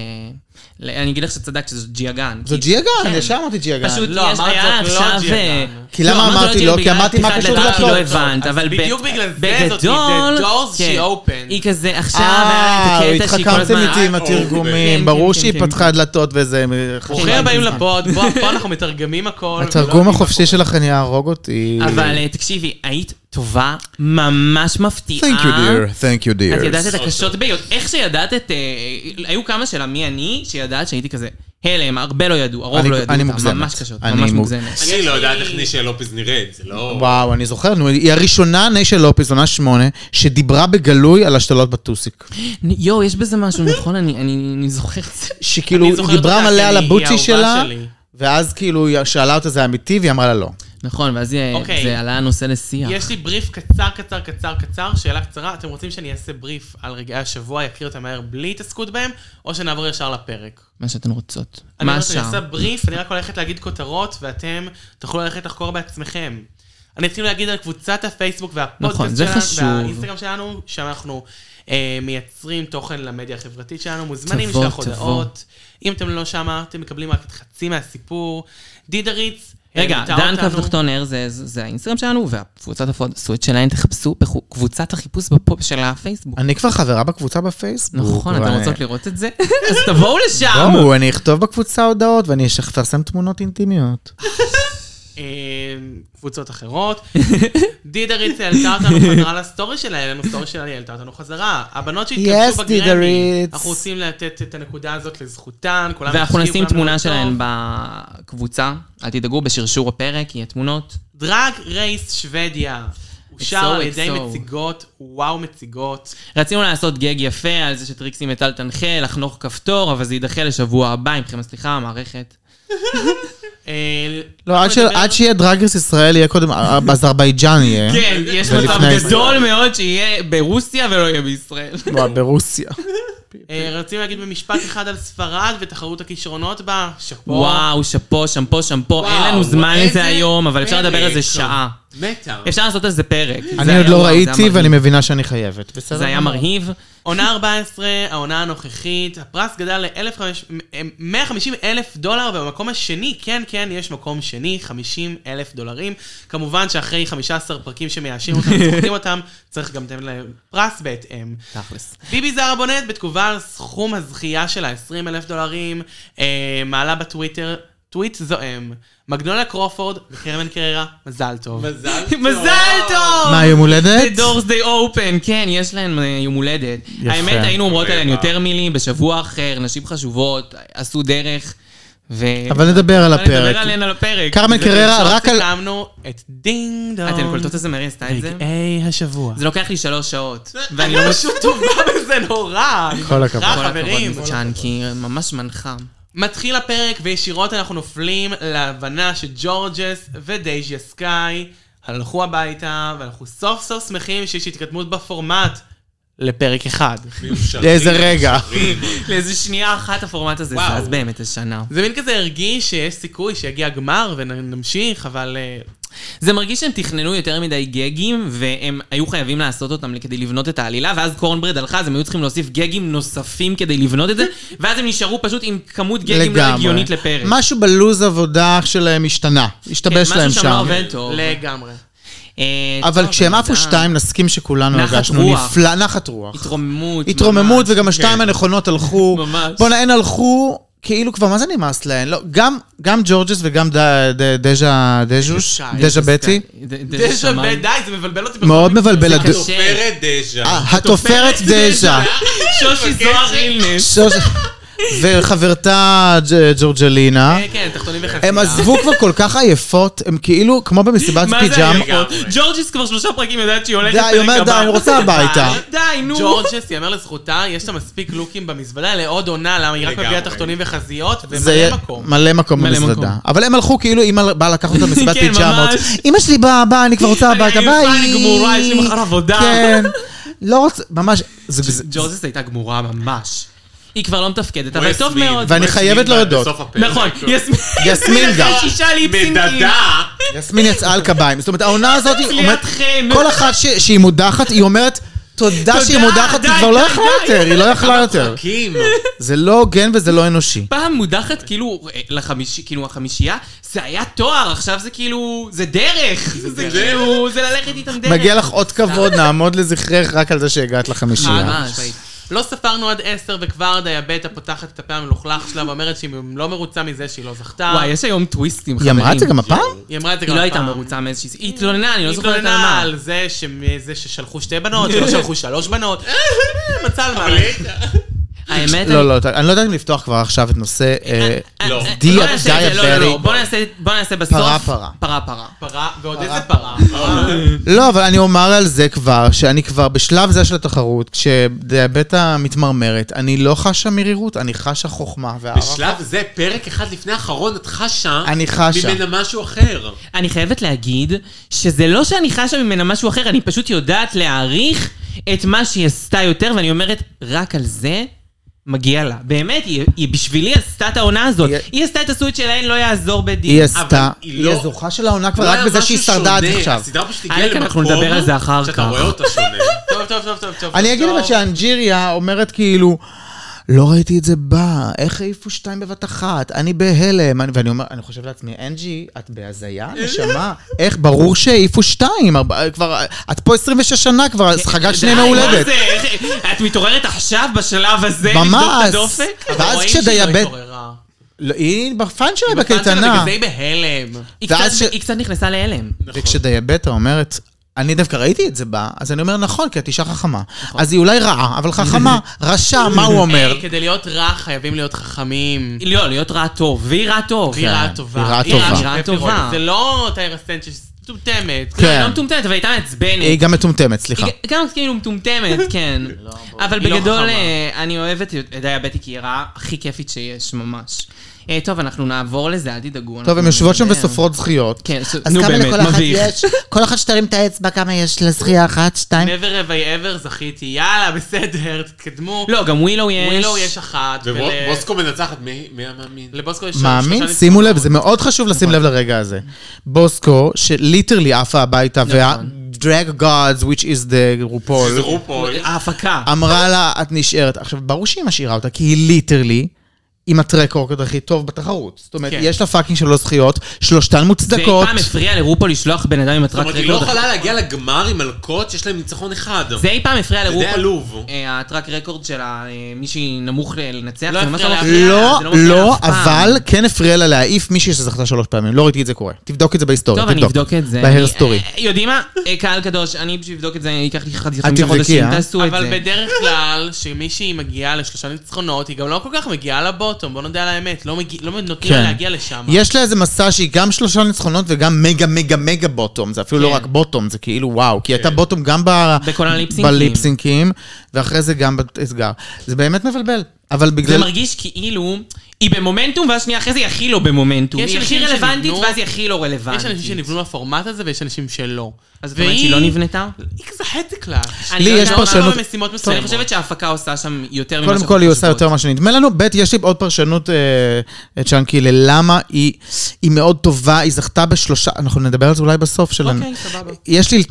Speaker 2: ל- אני אגיד לך שצדקת שזו ג'יה גן.
Speaker 4: זו
Speaker 2: כי-
Speaker 4: ג'יה גן,
Speaker 2: כן.
Speaker 4: ישר אמרתי ג'יה גן.
Speaker 2: פשוט
Speaker 3: לא,
Speaker 2: יש,
Speaker 3: אמרת
Speaker 2: היה
Speaker 3: זאת לא
Speaker 2: עכשיו...
Speaker 3: ג'יה
Speaker 2: אה,
Speaker 3: גן.
Speaker 4: כי למה אמרתי
Speaker 2: אמרתי ג'יה,
Speaker 4: לא? כי
Speaker 2: בגלל
Speaker 4: אמרתי מה
Speaker 2: פתיחת
Speaker 4: קשור
Speaker 2: דלתות, כי לא
Speaker 4: לדלתות.
Speaker 2: הבנת,
Speaker 3: אז
Speaker 2: אבל
Speaker 3: בדיוק
Speaker 2: ב-
Speaker 3: בגלל זה זאת היא,
Speaker 2: בגדול...
Speaker 3: the doors she
Speaker 2: כן.
Speaker 3: opened.
Speaker 2: היא כזה עכשיו,
Speaker 4: אה,
Speaker 2: היה את הקטע שהיא כל
Speaker 4: התחכמתם
Speaker 2: הזמן...
Speaker 4: איתי עם
Speaker 5: אה,
Speaker 2: אוקיי.
Speaker 4: התרגומים,
Speaker 2: כן,
Speaker 4: ברור
Speaker 2: כן,
Speaker 4: שהיא
Speaker 2: כן,
Speaker 4: פתחה דלתות וזה...
Speaker 3: ברוכים הבאים לפוד, בוא- פה אנחנו מתרגמים הכל. לא ולא
Speaker 4: התרגום
Speaker 3: יודעים מה
Speaker 4: החופשי שלכן יהרוג אותי.
Speaker 2: אבל אה, תקשיבי, היית טובה ממש מפתיעה.
Speaker 4: Thank you dear, thank you
Speaker 2: אה, את
Speaker 4: dear.
Speaker 2: ידעת את הקשות ביותר. איך שידעת את... אה, היו כמה של המי אני, שידעת שהייתי כזה הלם, הרבה לא ידעו, הרוב
Speaker 4: אני-
Speaker 2: לא ידעו.
Speaker 4: אני
Speaker 2: אותם,
Speaker 4: מוגזמת.
Speaker 2: ממש קשות,
Speaker 4: אני
Speaker 2: ממש
Speaker 4: מוג-
Speaker 2: מוגזמת.
Speaker 5: אני לא יודעת איך נישה לופז נראית, זה לא...
Speaker 4: וואו, אני זוכר, נו, היא הראשונה, ניישה לופס, עונה שמונה, שדיברה בגלוי על השתלות בטוסיק.
Speaker 2: יואו, יש בזה משהו, נכון? אני- אני אני זוכרת את זה.
Speaker 4: שכאילו,
Speaker 3: אני
Speaker 4: היא
Speaker 3: זוכרת
Speaker 4: דיברה
Speaker 3: אותה,
Speaker 4: מלא
Speaker 3: כי היא
Speaker 4: על
Speaker 3: האהובה
Speaker 4: הבוצ'י שלה,
Speaker 3: שלי.
Speaker 4: ואז כאילו, היא שאלה אותה זה אמיתי, והיא אמרה לה לא.
Speaker 2: נכון, ואז זה-
Speaker 3: אוקיי.
Speaker 2: זה עלה הנושא לשיח.
Speaker 3: יש לי בריף קצר, קצר, קצר, קצר, שאלה קצרה. אתם רוצים שאני אעשה בריף על רגעי השבוע, אקריא אותם מהר בלי התעסקות בהם, או שנעבור ישר לפרק?
Speaker 2: מה שאתן רוצות.
Speaker 3: אני
Speaker 2: מה
Speaker 3: אומרת, אני עושה
Speaker 2: השאר?
Speaker 3: בריף, אני רק הולכת להגיד כותרות, ואתם תוכלו ללכת לחקור בעצמכם. אני אתחיל להגיד על קבוצת הפייסבוק והפודקאסט
Speaker 2: נכון, זה
Speaker 3: שלנו,
Speaker 2: חשוב.
Speaker 3: והאינסטגרם שלנו, שאנחנו אה, מייצרים תוכן למדיה החברתית שלנו, מוזמנים
Speaker 2: תבוא,
Speaker 3: לשלוח
Speaker 2: תבוא.
Speaker 3: הודעות. אם אתם לא שמה, אתם מקבלים רק את חצי מהסיפור. דידריץ,
Speaker 2: רגע,
Speaker 3: העלתה
Speaker 2: דן
Speaker 3: אותנו.
Speaker 2: קו תחתון ער זה- זה זה האינסטגרם שלנו, והקבוצת הפודסוויט שלהם תחפשו בקבוצת החיפוש בפופ של הפייסבוק.
Speaker 4: אני אוקיי. כבר חברה בקבוצה בפייסבוק.
Speaker 2: נכון, אתם
Speaker 4: ואני-
Speaker 2: רוצות לראות את זה? אז תבואו לשם!
Speaker 4: בואו, אני אכתוב בקבוצה הודעות, ואני אפרסם תמונות אינטימיות.
Speaker 3: אה, קבוצות אחרות. דידריץ העלתה אותנו חזרה לסטורי שלה, העלינו סטורי שלה, היא העלתה אותנו חזרה. הבנות
Speaker 4: Yes,
Speaker 3: שהתכנסו בגרמי,
Speaker 4: דידריץ.
Speaker 3: אנחנו רוצים לתת את הנקודה הזאת לזכותן, כולם
Speaker 2: ואנחנו
Speaker 3: הקשיבו
Speaker 2: נשים
Speaker 3: לנו
Speaker 2: תמונה
Speaker 3: טוב.
Speaker 2: שלהן בקבוצה, אל תדאגו, בשרשור הפרק יהיה תמונות.
Speaker 3: דרג רייס שוודיה. אושר על ידי
Speaker 2: XO.
Speaker 3: מציגות, וואו מציגות.
Speaker 2: רצינו לעשות גג יפה על זה שטריקסי מטל תנחה, לחנוך כפתור, אבל זה יידחה לשבוע הבא, עמכם סליחה, המערכת.
Speaker 3: אה,
Speaker 4: לא, עד ש-
Speaker 3: נדבר-
Speaker 4: עד שיהיה דרגרס ישראל, יהיה קודם, באזרבייג'אן יהיה.
Speaker 2: כן, יש
Speaker 4: ולפני
Speaker 2: מצב
Speaker 4: זה.
Speaker 2: גדול מאוד שיהיה ברוסיה ולא יהיה בישראל.
Speaker 4: וואו, ברוסיה.
Speaker 3: אה, רצינו להגיד במשפט אחד על ספרד ותחרות הכישרונות בה, שאפו.
Speaker 2: וואו, שאפו, שמפו, שמפו, אין
Speaker 5: וואו,
Speaker 2: לנו זמן לזה
Speaker 5: איזה
Speaker 2: היום, אבל אפשר לדבר על זה
Speaker 5: פרק.
Speaker 2: שעה.
Speaker 5: מתה.
Speaker 2: אפשר לעשות על זה פרק. זה
Speaker 4: אני עוד
Speaker 2: היה-
Speaker 4: לא
Speaker 2: וואו, זה היה
Speaker 4: ראיתי, ואני
Speaker 2: מרהיב.
Speaker 4: מבינה שאני חייבת. בסדר?
Speaker 2: זה היה
Speaker 4: גמור.
Speaker 2: מרהיב.
Speaker 3: עונה 14, העונה הנוכחית, הפרס גדל ל-150 אלף דולר, ובמקום השני, כן, כן, יש מקום שני, 50 אלף דולרים. כמובן שאחרי 15 פרקים שמייאשים אותם, זוכרים אותם, צריך גם לתת להם פרס בהתאם.
Speaker 2: תכלס.
Speaker 3: ביבי זר הבונט בתגובה על סכום הזכייה שלה, 20 אלף דולרים, אה, מעלה בטוויטר, טוויט זועם. מגנולה קרופורד וקרמן קררה, מזל טוב.
Speaker 5: מזל טוב.
Speaker 2: מזל טוב!
Speaker 4: מה, יום הולדת?
Speaker 2: The doors they open, כן, יש להן אה, יום הולדת.
Speaker 4: יפה.
Speaker 2: האמת, היינו אומרות עליהן
Speaker 5: אה.
Speaker 2: יותר מילים, בשבוע אחר, נשים חשובות, עשו דרך, ו...
Speaker 4: אבל נדבר על
Speaker 2: אבל
Speaker 4: הפרק.
Speaker 2: נדבר עליהן על הפרק.
Speaker 4: קרמן
Speaker 2: זה-
Speaker 4: קררה,
Speaker 3: עכשיו
Speaker 4: רק על...
Speaker 3: סיכמנו את דינג דונג.
Speaker 2: אתן קולטות איזה מרי עשתה את זה?
Speaker 4: אה,
Speaker 3: רגעי השבוע.
Speaker 2: זה לוקח לי שלוש שעות.
Speaker 3: ואני לא פשוט טובה בזה נורא.
Speaker 4: כל הכבוד.
Speaker 3: רע,
Speaker 2: כל
Speaker 3: חברים.
Speaker 2: הכבוד מצ'אנקי, ממש מנחה.
Speaker 3: מתחיל הפרק וישירות אנחנו נופלים להבנה שג'ורג'ס ודייג'יה סקאי הלכו הביתה ואנחנו סוף סוף שמחים שיש התקדמות בפורמט לפרק אחד.
Speaker 5: מיושרים,
Speaker 4: אה, איזה רגע.
Speaker 5: מיושרים.
Speaker 2: לאיזה שנייה אחת הפורמט הזה
Speaker 5: וואו.
Speaker 2: זז באמת השנה.
Speaker 3: זה מין כזה הרגיש שיש סיכוי שיגיע הגמר ונמשיך, אבל אה,
Speaker 2: זה מרגיש שהם תכננו יותר מדי גגים, והם היו חייבים לעשות אותם כדי לבנות את העלילה, ואז קורנברד הלכה, אז הם היו צריכים להוסיף גגים נוספים כדי לבנות את זה, ואז הם נשארו פשוט עם כמות גגים לא הגיונית לפרק.
Speaker 4: משהו בלו"ז עבודה שלהם השתנה. השתבש
Speaker 2: משהו
Speaker 4: להם
Speaker 2: שם
Speaker 4: שם.
Speaker 2: לא עובד טוב.
Speaker 3: לגמרי.
Speaker 2: אה,
Speaker 4: אבל
Speaker 2: טוב,
Speaker 4: כשהם
Speaker 2: אני
Speaker 4: עפו
Speaker 2: יודעת.
Speaker 4: שתיים, נסכים שכולנו
Speaker 2: נחת
Speaker 4: הרגשנו
Speaker 2: רוח.
Speaker 4: נפלא, נחת רוח.
Speaker 2: התרוממות.
Speaker 4: התרוממות,
Speaker 2: ממש.
Speaker 4: וגם השתיים הנכונות הלכו.
Speaker 2: ממש.
Speaker 4: בואנה, הן הלכו, כאילו כבר, מה זה נמאס להן? לא, גם- גם ג'ורג'ס וגם ד- ד- דז'ה דז'וש,
Speaker 3: סקאי,
Speaker 4: דז'ה בטי.
Speaker 2: ד- ד-
Speaker 3: זה שווה,
Speaker 2: שמיים.
Speaker 3: די, זה מבלבל אותי. בכל
Speaker 4: מאוד
Speaker 3: מקרה.
Speaker 4: מבלבל. הד-
Speaker 2: קשה.
Speaker 5: תופרת דז'ה.
Speaker 4: אה, התופרת דז'ה.
Speaker 2: שושי זוהר אילנס.
Speaker 4: שוש- וחברתה ג'- ג'ורג'לינה.
Speaker 3: כן, כן, תחתונים וחצי.
Speaker 4: הם עזבו כבר כל כך עייפות, הם כאילו, כמו במסיבת
Speaker 2: מה זה
Speaker 4: פיג'ם.
Speaker 2: הירקות? ג'ורג'יס כבר שלושה פרקים יודעת שהיא הולכת
Speaker 4: די, היא אומרת, די, אני רוצה הביתה.
Speaker 2: די, נו.
Speaker 3: ג'ורג'ס, יאמר לזכותה, יש לה מספיק לוקים במזוודה לעוד עונה, למה היא רק
Speaker 5: לגמרי.
Speaker 3: מביאה תחתונים וחזיות,
Speaker 4: זה
Speaker 3: ומלא מקום.
Speaker 4: מלא מקום
Speaker 2: מלא
Speaker 4: במזוודה.
Speaker 2: מקום.
Speaker 4: אבל הם הלכו כאילו אימא באה לקחת אותם במסיבת
Speaker 2: כן,
Speaker 4: פיג'מות.
Speaker 2: ממש.
Speaker 4: אימא שלי באה, באה, אני כבר רוצה
Speaker 2: אני
Speaker 4: הביתה,
Speaker 2: עייפה,
Speaker 4: ביי.
Speaker 2: אני גמורה, יש לי מחר עבודה.
Speaker 4: כן. לא רוצה, ממש, זה- זה-
Speaker 3: ג'ורג'ס הייתה גמורה ממש.
Speaker 2: היא כבר לא מתפקדת, אבל טוב
Speaker 5: יסמין.
Speaker 2: מאוד.
Speaker 4: ואני חייבת להודות.
Speaker 5: בסוף הפרק.
Speaker 2: נכון, יסמין.
Speaker 4: יסמין גם.
Speaker 2: אחרי שישה ליפסינגים.
Speaker 5: מדדה.
Speaker 4: יסמין יצאה על קביים. זאת אומרת, העונה הזאת, היא אומרת,
Speaker 2: כאילו, לידכם.
Speaker 4: כל אחת ש- שהיא מודחת, היא אומרת, תודה שהיא מודחת,
Speaker 2: די,
Speaker 4: היא כבר לא
Speaker 2: די,
Speaker 4: יכלה
Speaker 2: די.
Speaker 4: יותר, היא לא יכלה יותר.
Speaker 5: פרקים.
Speaker 4: זה לא הוגן וזה לא אנושי.
Speaker 2: פעם מודחת כאילו אה, לחמישי, כאילו החמישייה, זה היה תואר, עכשיו זה כאילו, זה דרך. זה כאילו, זה ללכת איתם דרך.
Speaker 4: מגיע לך עוד כבוד, נעמוד לזכרך רק על זה שהגעת לחמישייה.
Speaker 2: ממש.
Speaker 3: לא ספרנו עד עשר, וכבר דיאבטה פותחת את הפה המלוכלך שלה ואומרת שהיא לא מרוצה מזה שהיא לא זכתה.
Speaker 2: וואי, יש היום טוויסטים,
Speaker 4: היא
Speaker 2: חברים.
Speaker 4: אמרה את זה גם הפעם?
Speaker 3: היא אמרה את זה גם
Speaker 2: היא לא הייתה
Speaker 3: הפעם.
Speaker 2: מרוצה מאיזושהי... היא התלוננה, אני לא
Speaker 3: היא
Speaker 2: זוכרת על
Speaker 3: התלוננה
Speaker 2: מה.
Speaker 3: על זה שמ- זה ששלחו שתי בנות, שלא שלחו שלוש בנות. אה, מצא על מה.
Speaker 2: האמת,
Speaker 4: לא, לא, אני לא יודעת אם לפתוח כבר עכשיו את נושא... אה,
Speaker 5: לא.
Speaker 4: די-
Speaker 2: בוא נעשה את זה, לא, לא, לא,
Speaker 4: דיאבטי.
Speaker 2: בוא נעשה- בוא נעשה בסוף.
Speaker 4: פרה, פרה.
Speaker 2: פרה פרה.
Speaker 3: פרה, ועוד איזה פרה.
Speaker 5: אה,
Speaker 4: לא, אבל אני אומר על זה כבר, שאני כבר בשלב זה של התחרות, כשדיאבטה מתמרמרת, אני לא חשה מרירות, אני חשה חוכמה והערכה.
Speaker 5: בשלב זה, פרק אחד לפני האחרון, את חשה
Speaker 4: אני חשה.
Speaker 5: ממנה משהו אחר.
Speaker 2: אני חייבת להגיד שזה לא שאני חשה ממנה משהו אחר, אני פשוט יודעת להעריך את מה שהיא עשתה יותר, ואני אומרת, רק על זה מגיע לה. באמת, היא, היא בשבילי עשתה את העונה הזאת.
Speaker 4: היא-
Speaker 2: היא עשתה את הסוויט שלהן, לא יעזור בדין.
Speaker 4: היא עשתה,
Speaker 5: היא
Speaker 4: היא
Speaker 5: לא-
Speaker 4: הזוכה של העונה
Speaker 5: לא
Speaker 4: כבר
Speaker 5: היה
Speaker 4: רק בזה
Speaker 5: משהו
Speaker 4: שהיא שרדה עד
Speaker 5: שונה.
Speaker 4: עכשיו.
Speaker 5: הסדרה פשוט
Speaker 2: אלק,
Speaker 5: הגיעה למקום...
Speaker 2: אנחנו נדבר על זה אחר
Speaker 5: שאתה
Speaker 2: כך.
Speaker 5: רואה אותה שונה.
Speaker 3: טוב, טוב, טוב, טוב, טוב.
Speaker 4: אני אגיד
Speaker 3: טוב.
Speaker 4: אבל שאנג'יריה אומרת כאילו, לא ראיתי את זה בא, איך העיפו שתיים בבת אחת, אני בהלם. אני- ואני אומר, אני חושב לעצמי, אנג'י, את בהזיה, נשמה? איך, ברור שהעיפו שתיים, ארבע- כבר, את פה 26 שנה כבר, אז חגגת שני
Speaker 2: די, מה
Speaker 4: מהולדת.
Speaker 2: זה? איך- את מתעוררת עכשיו, בשלב הזה, לבדוק את
Speaker 4: ממש.
Speaker 2: הדופק?
Speaker 3: אבל
Speaker 4: ואז
Speaker 3: רואים שהיא לא
Speaker 4: כשדיאבט...
Speaker 3: התעוררה.
Speaker 4: לא, היא בפאן שלה
Speaker 3: בגלל
Speaker 4: בקייטנה.
Speaker 3: זה היא בהלם.
Speaker 2: היא
Speaker 4: ואז
Speaker 2: קצת-
Speaker 4: ש-
Speaker 2: היא קצת נכנסה להלם.
Speaker 4: וכשדיאבטה אומרת, אני דווקא ראיתי את זה בה, אז אני אומר, נכון, כי את אישה חכמה. אז היא אולי רעה, אבל חכמה, רשע, מה הוא אומר? כן,
Speaker 3: היי, אה, כדי להיות רע חייבים להיות חכמים.
Speaker 2: לא, להיות רע טוב, והיא רע טוב.
Speaker 3: היא רעה טובה.
Speaker 4: היא רעה
Speaker 2: טובה.
Speaker 3: שכיף
Speaker 2: רעה
Speaker 3: לראות.
Speaker 2: טובה.
Speaker 3: זה לא טיירה סטנט שמטומטמת.
Speaker 4: כן.
Speaker 2: היא לא מטומטמת, אבל הייתה מעצבנת.
Speaker 4: היא גם מטומטמת, סליחה.
Speaker 2: היא גם כאילו מטומטמת, כן. אבל
Speaker 3: היא לא
Speaker 2: בגדול,
Speaker 3: חכמה.
Speaker 2: אה, אני אוהבת את דיאבטי, כי היא הרעה הכי כיפית שיש, ממש. אה, טוב, אנחנו נעבור לזה, אל תדאגו.
Speaker 4: טוב, הן
Speaker 2: אנחנו
Speaker 4: יושבות שם
Speaker 2: נדבר.
Speaker 4: וסופרות זכיות.
Speaker 2: כן, ש-
Speaker 4: אז
Speaker 2: נו
Speaker 4: כמה
Speaker 2: באמת,
Speaker 4: לכל אחת
Speaker 2: מביך.
Speaker 4: יש? כל אחת שתרים את האצבע, כמה יש לזכייה? אחת, שתיים?
Speaker 3: never have I ever זכיתי, יאללה, בסדר, תתקדמו.
Speaker 2: לא, גם ווילו יש.
Speaker 3: ווילו יש אחת. ול-
Speaker 5: ובוסקו מנצחת, מי מי המאמין?
Speaker 3: לבוסקו יש
Speaker 4: מאמין?
Speaker 3: שלושה
Speaker 4: שימו לב,
Speaker 3: ניצחונות.
Speaker 4: זה מאוד חשוב לשים
Speaker 2: נכון.
Speaker 4: לב לרגע הזה. בוסקו, שליטרלי עפה הביתה,
Speaker 2: נכון.
Speaker 4: וה-drag gods, which is the
Speaker 5: זה
Speaker 4: רופול,
Speaker 5: רופול.
Speaker 2: ההפקה.
Speaker 4: אמרה לה, את נשארת. עכשיו, ברור שהיא משאירה אותה, כי היא ליטרלי עם הטרק רוקד הכי טוב בתחרות. זאת אומרת,
Speaker 3: כן.
Speaker 4: יש לה פאקינג שלוש זכיות, שלושתן מוצדקות.
Speaker 2: זה אי פעם הפריע לרופו לשלוח בן אדם עם
Speaker 5: זאת
Speaker 2: הטראק
Speaker 5: אומרת, היא לא
Speaker 2: רקורד.
Speaker 5: יכולה להגיע לגמר עם מלכות שיש להם ניצחון אחד.
Speaker 2: זה אי פעם הפריע
Speaker 5: זה די
Speaker 2: לרופו.
Speaker 5: עלוב.
Speaker 2: אה, הטראק רקורד של מישהי נמוך ל- לנצח,
Speaker 3: לא
Speaker 2: זה ממש
Speaker 3: הפריע לה.
Speaker 2: מפריע.
Speaker 4: לא,
Speaker 2: זה מפריע לה
Speaker 4: לא,
Speaker 2: אף פעם.
Speaker 4: אבל כן הפריע לה להעיף מישהי שזכתה שלוש פעמים. לא ראיתי את זה קורה. תבדוק את זה בהיסטוריה,
Speaker 2: טוב,
Speaker 4: תבדוק.
Speaker 2: אני אבדוק את זה.
Speaker 4: בהר
Speaker 2: אני-
Speaker 4: סטורי.
Speaker 2: אה, יודעים מה? אה, קהל קדוש, אני בשביל לבדוק את זה, ייקח לי חצי
Speaker 4: תבדקי,
Speaker 2: חמישה חודשים,
Speaker 4: אה?
Speaker 2: תעשו את זה.
Speaker 3: אבל בדרך כלל, כשמישהי מגיעה לשלושה ניצחונות, היא גם לא כל כך מגיעה לבוטום, בוא נודה על האמת. לא מגיע- לא נותנים לה
Speaker 4: כן.
Speaker 3: להגיע לשם.
Speaker 2: אה,
Speaker 4: יש לה איזה מסע שהיא גם שלושה ניצחונות וגם מגה מגה מגה בוטום, זה אפילו לא רק בוטום, זה כאילו וואו, כי היא הייתה בוטום גם ב-
Speaker 2: כן. בכל הליפסינקים.
Speaker 4: בליפסינקים, ואחרי זה לא- גם באתגר. זה באמת מבלבל. אבל
Speaker 2: זה
Speaker 4: בגלל...
Speaker 2: מרגיש כאילו, היא במומנטום, ואז שנייה אחרי זה היא הכי לא במומנטום.
Speaker 3: יש
Speaker 2: היא הכי
Speaker 3: אנשים
Speaker 2: רלוונטית,
Speaker 3: שנבנו-
Speaker 2: ואז היא הכי לא רלוונטית.
Speaker 3: יש אנשים שנבנו מהפורמט הזה ויש אנשים שלא.
Speaker 2: אז את אומרת שהיא לא נבנתה?
Speaker 3: היא כזה חצי קלאץ'.
Speaker 2: אני
Speaker 4: לי
Speaker 2: לא
Speaker 4: יש
Speaker 2: יודעת,
Speaker 4: פרשנות-
Speaker 2: אבל
Speaker 3: במשימות
Speaker 2: אני
Speaker 3: מסוימות.
Speaker 2: חושבת שההפקה עושה שם יותר ממה
Speaker 4: קודם
Speaker 2: שאנחנו
Speaker 4: כל היא עושה
Speaker 2: חושבות.
Speaker 4: יותר ממה שנדמה לנו, ב', יש לי עוד פרשנות, אה, צ'אנקי, ללמה היא, היא מאוד טובה, היא זכתה בשלושה, אנחנו נדבר על זה אולי בסוף שלנו.
Speaker 2: אוקיי, סבבה.
Speaker 4: יש לי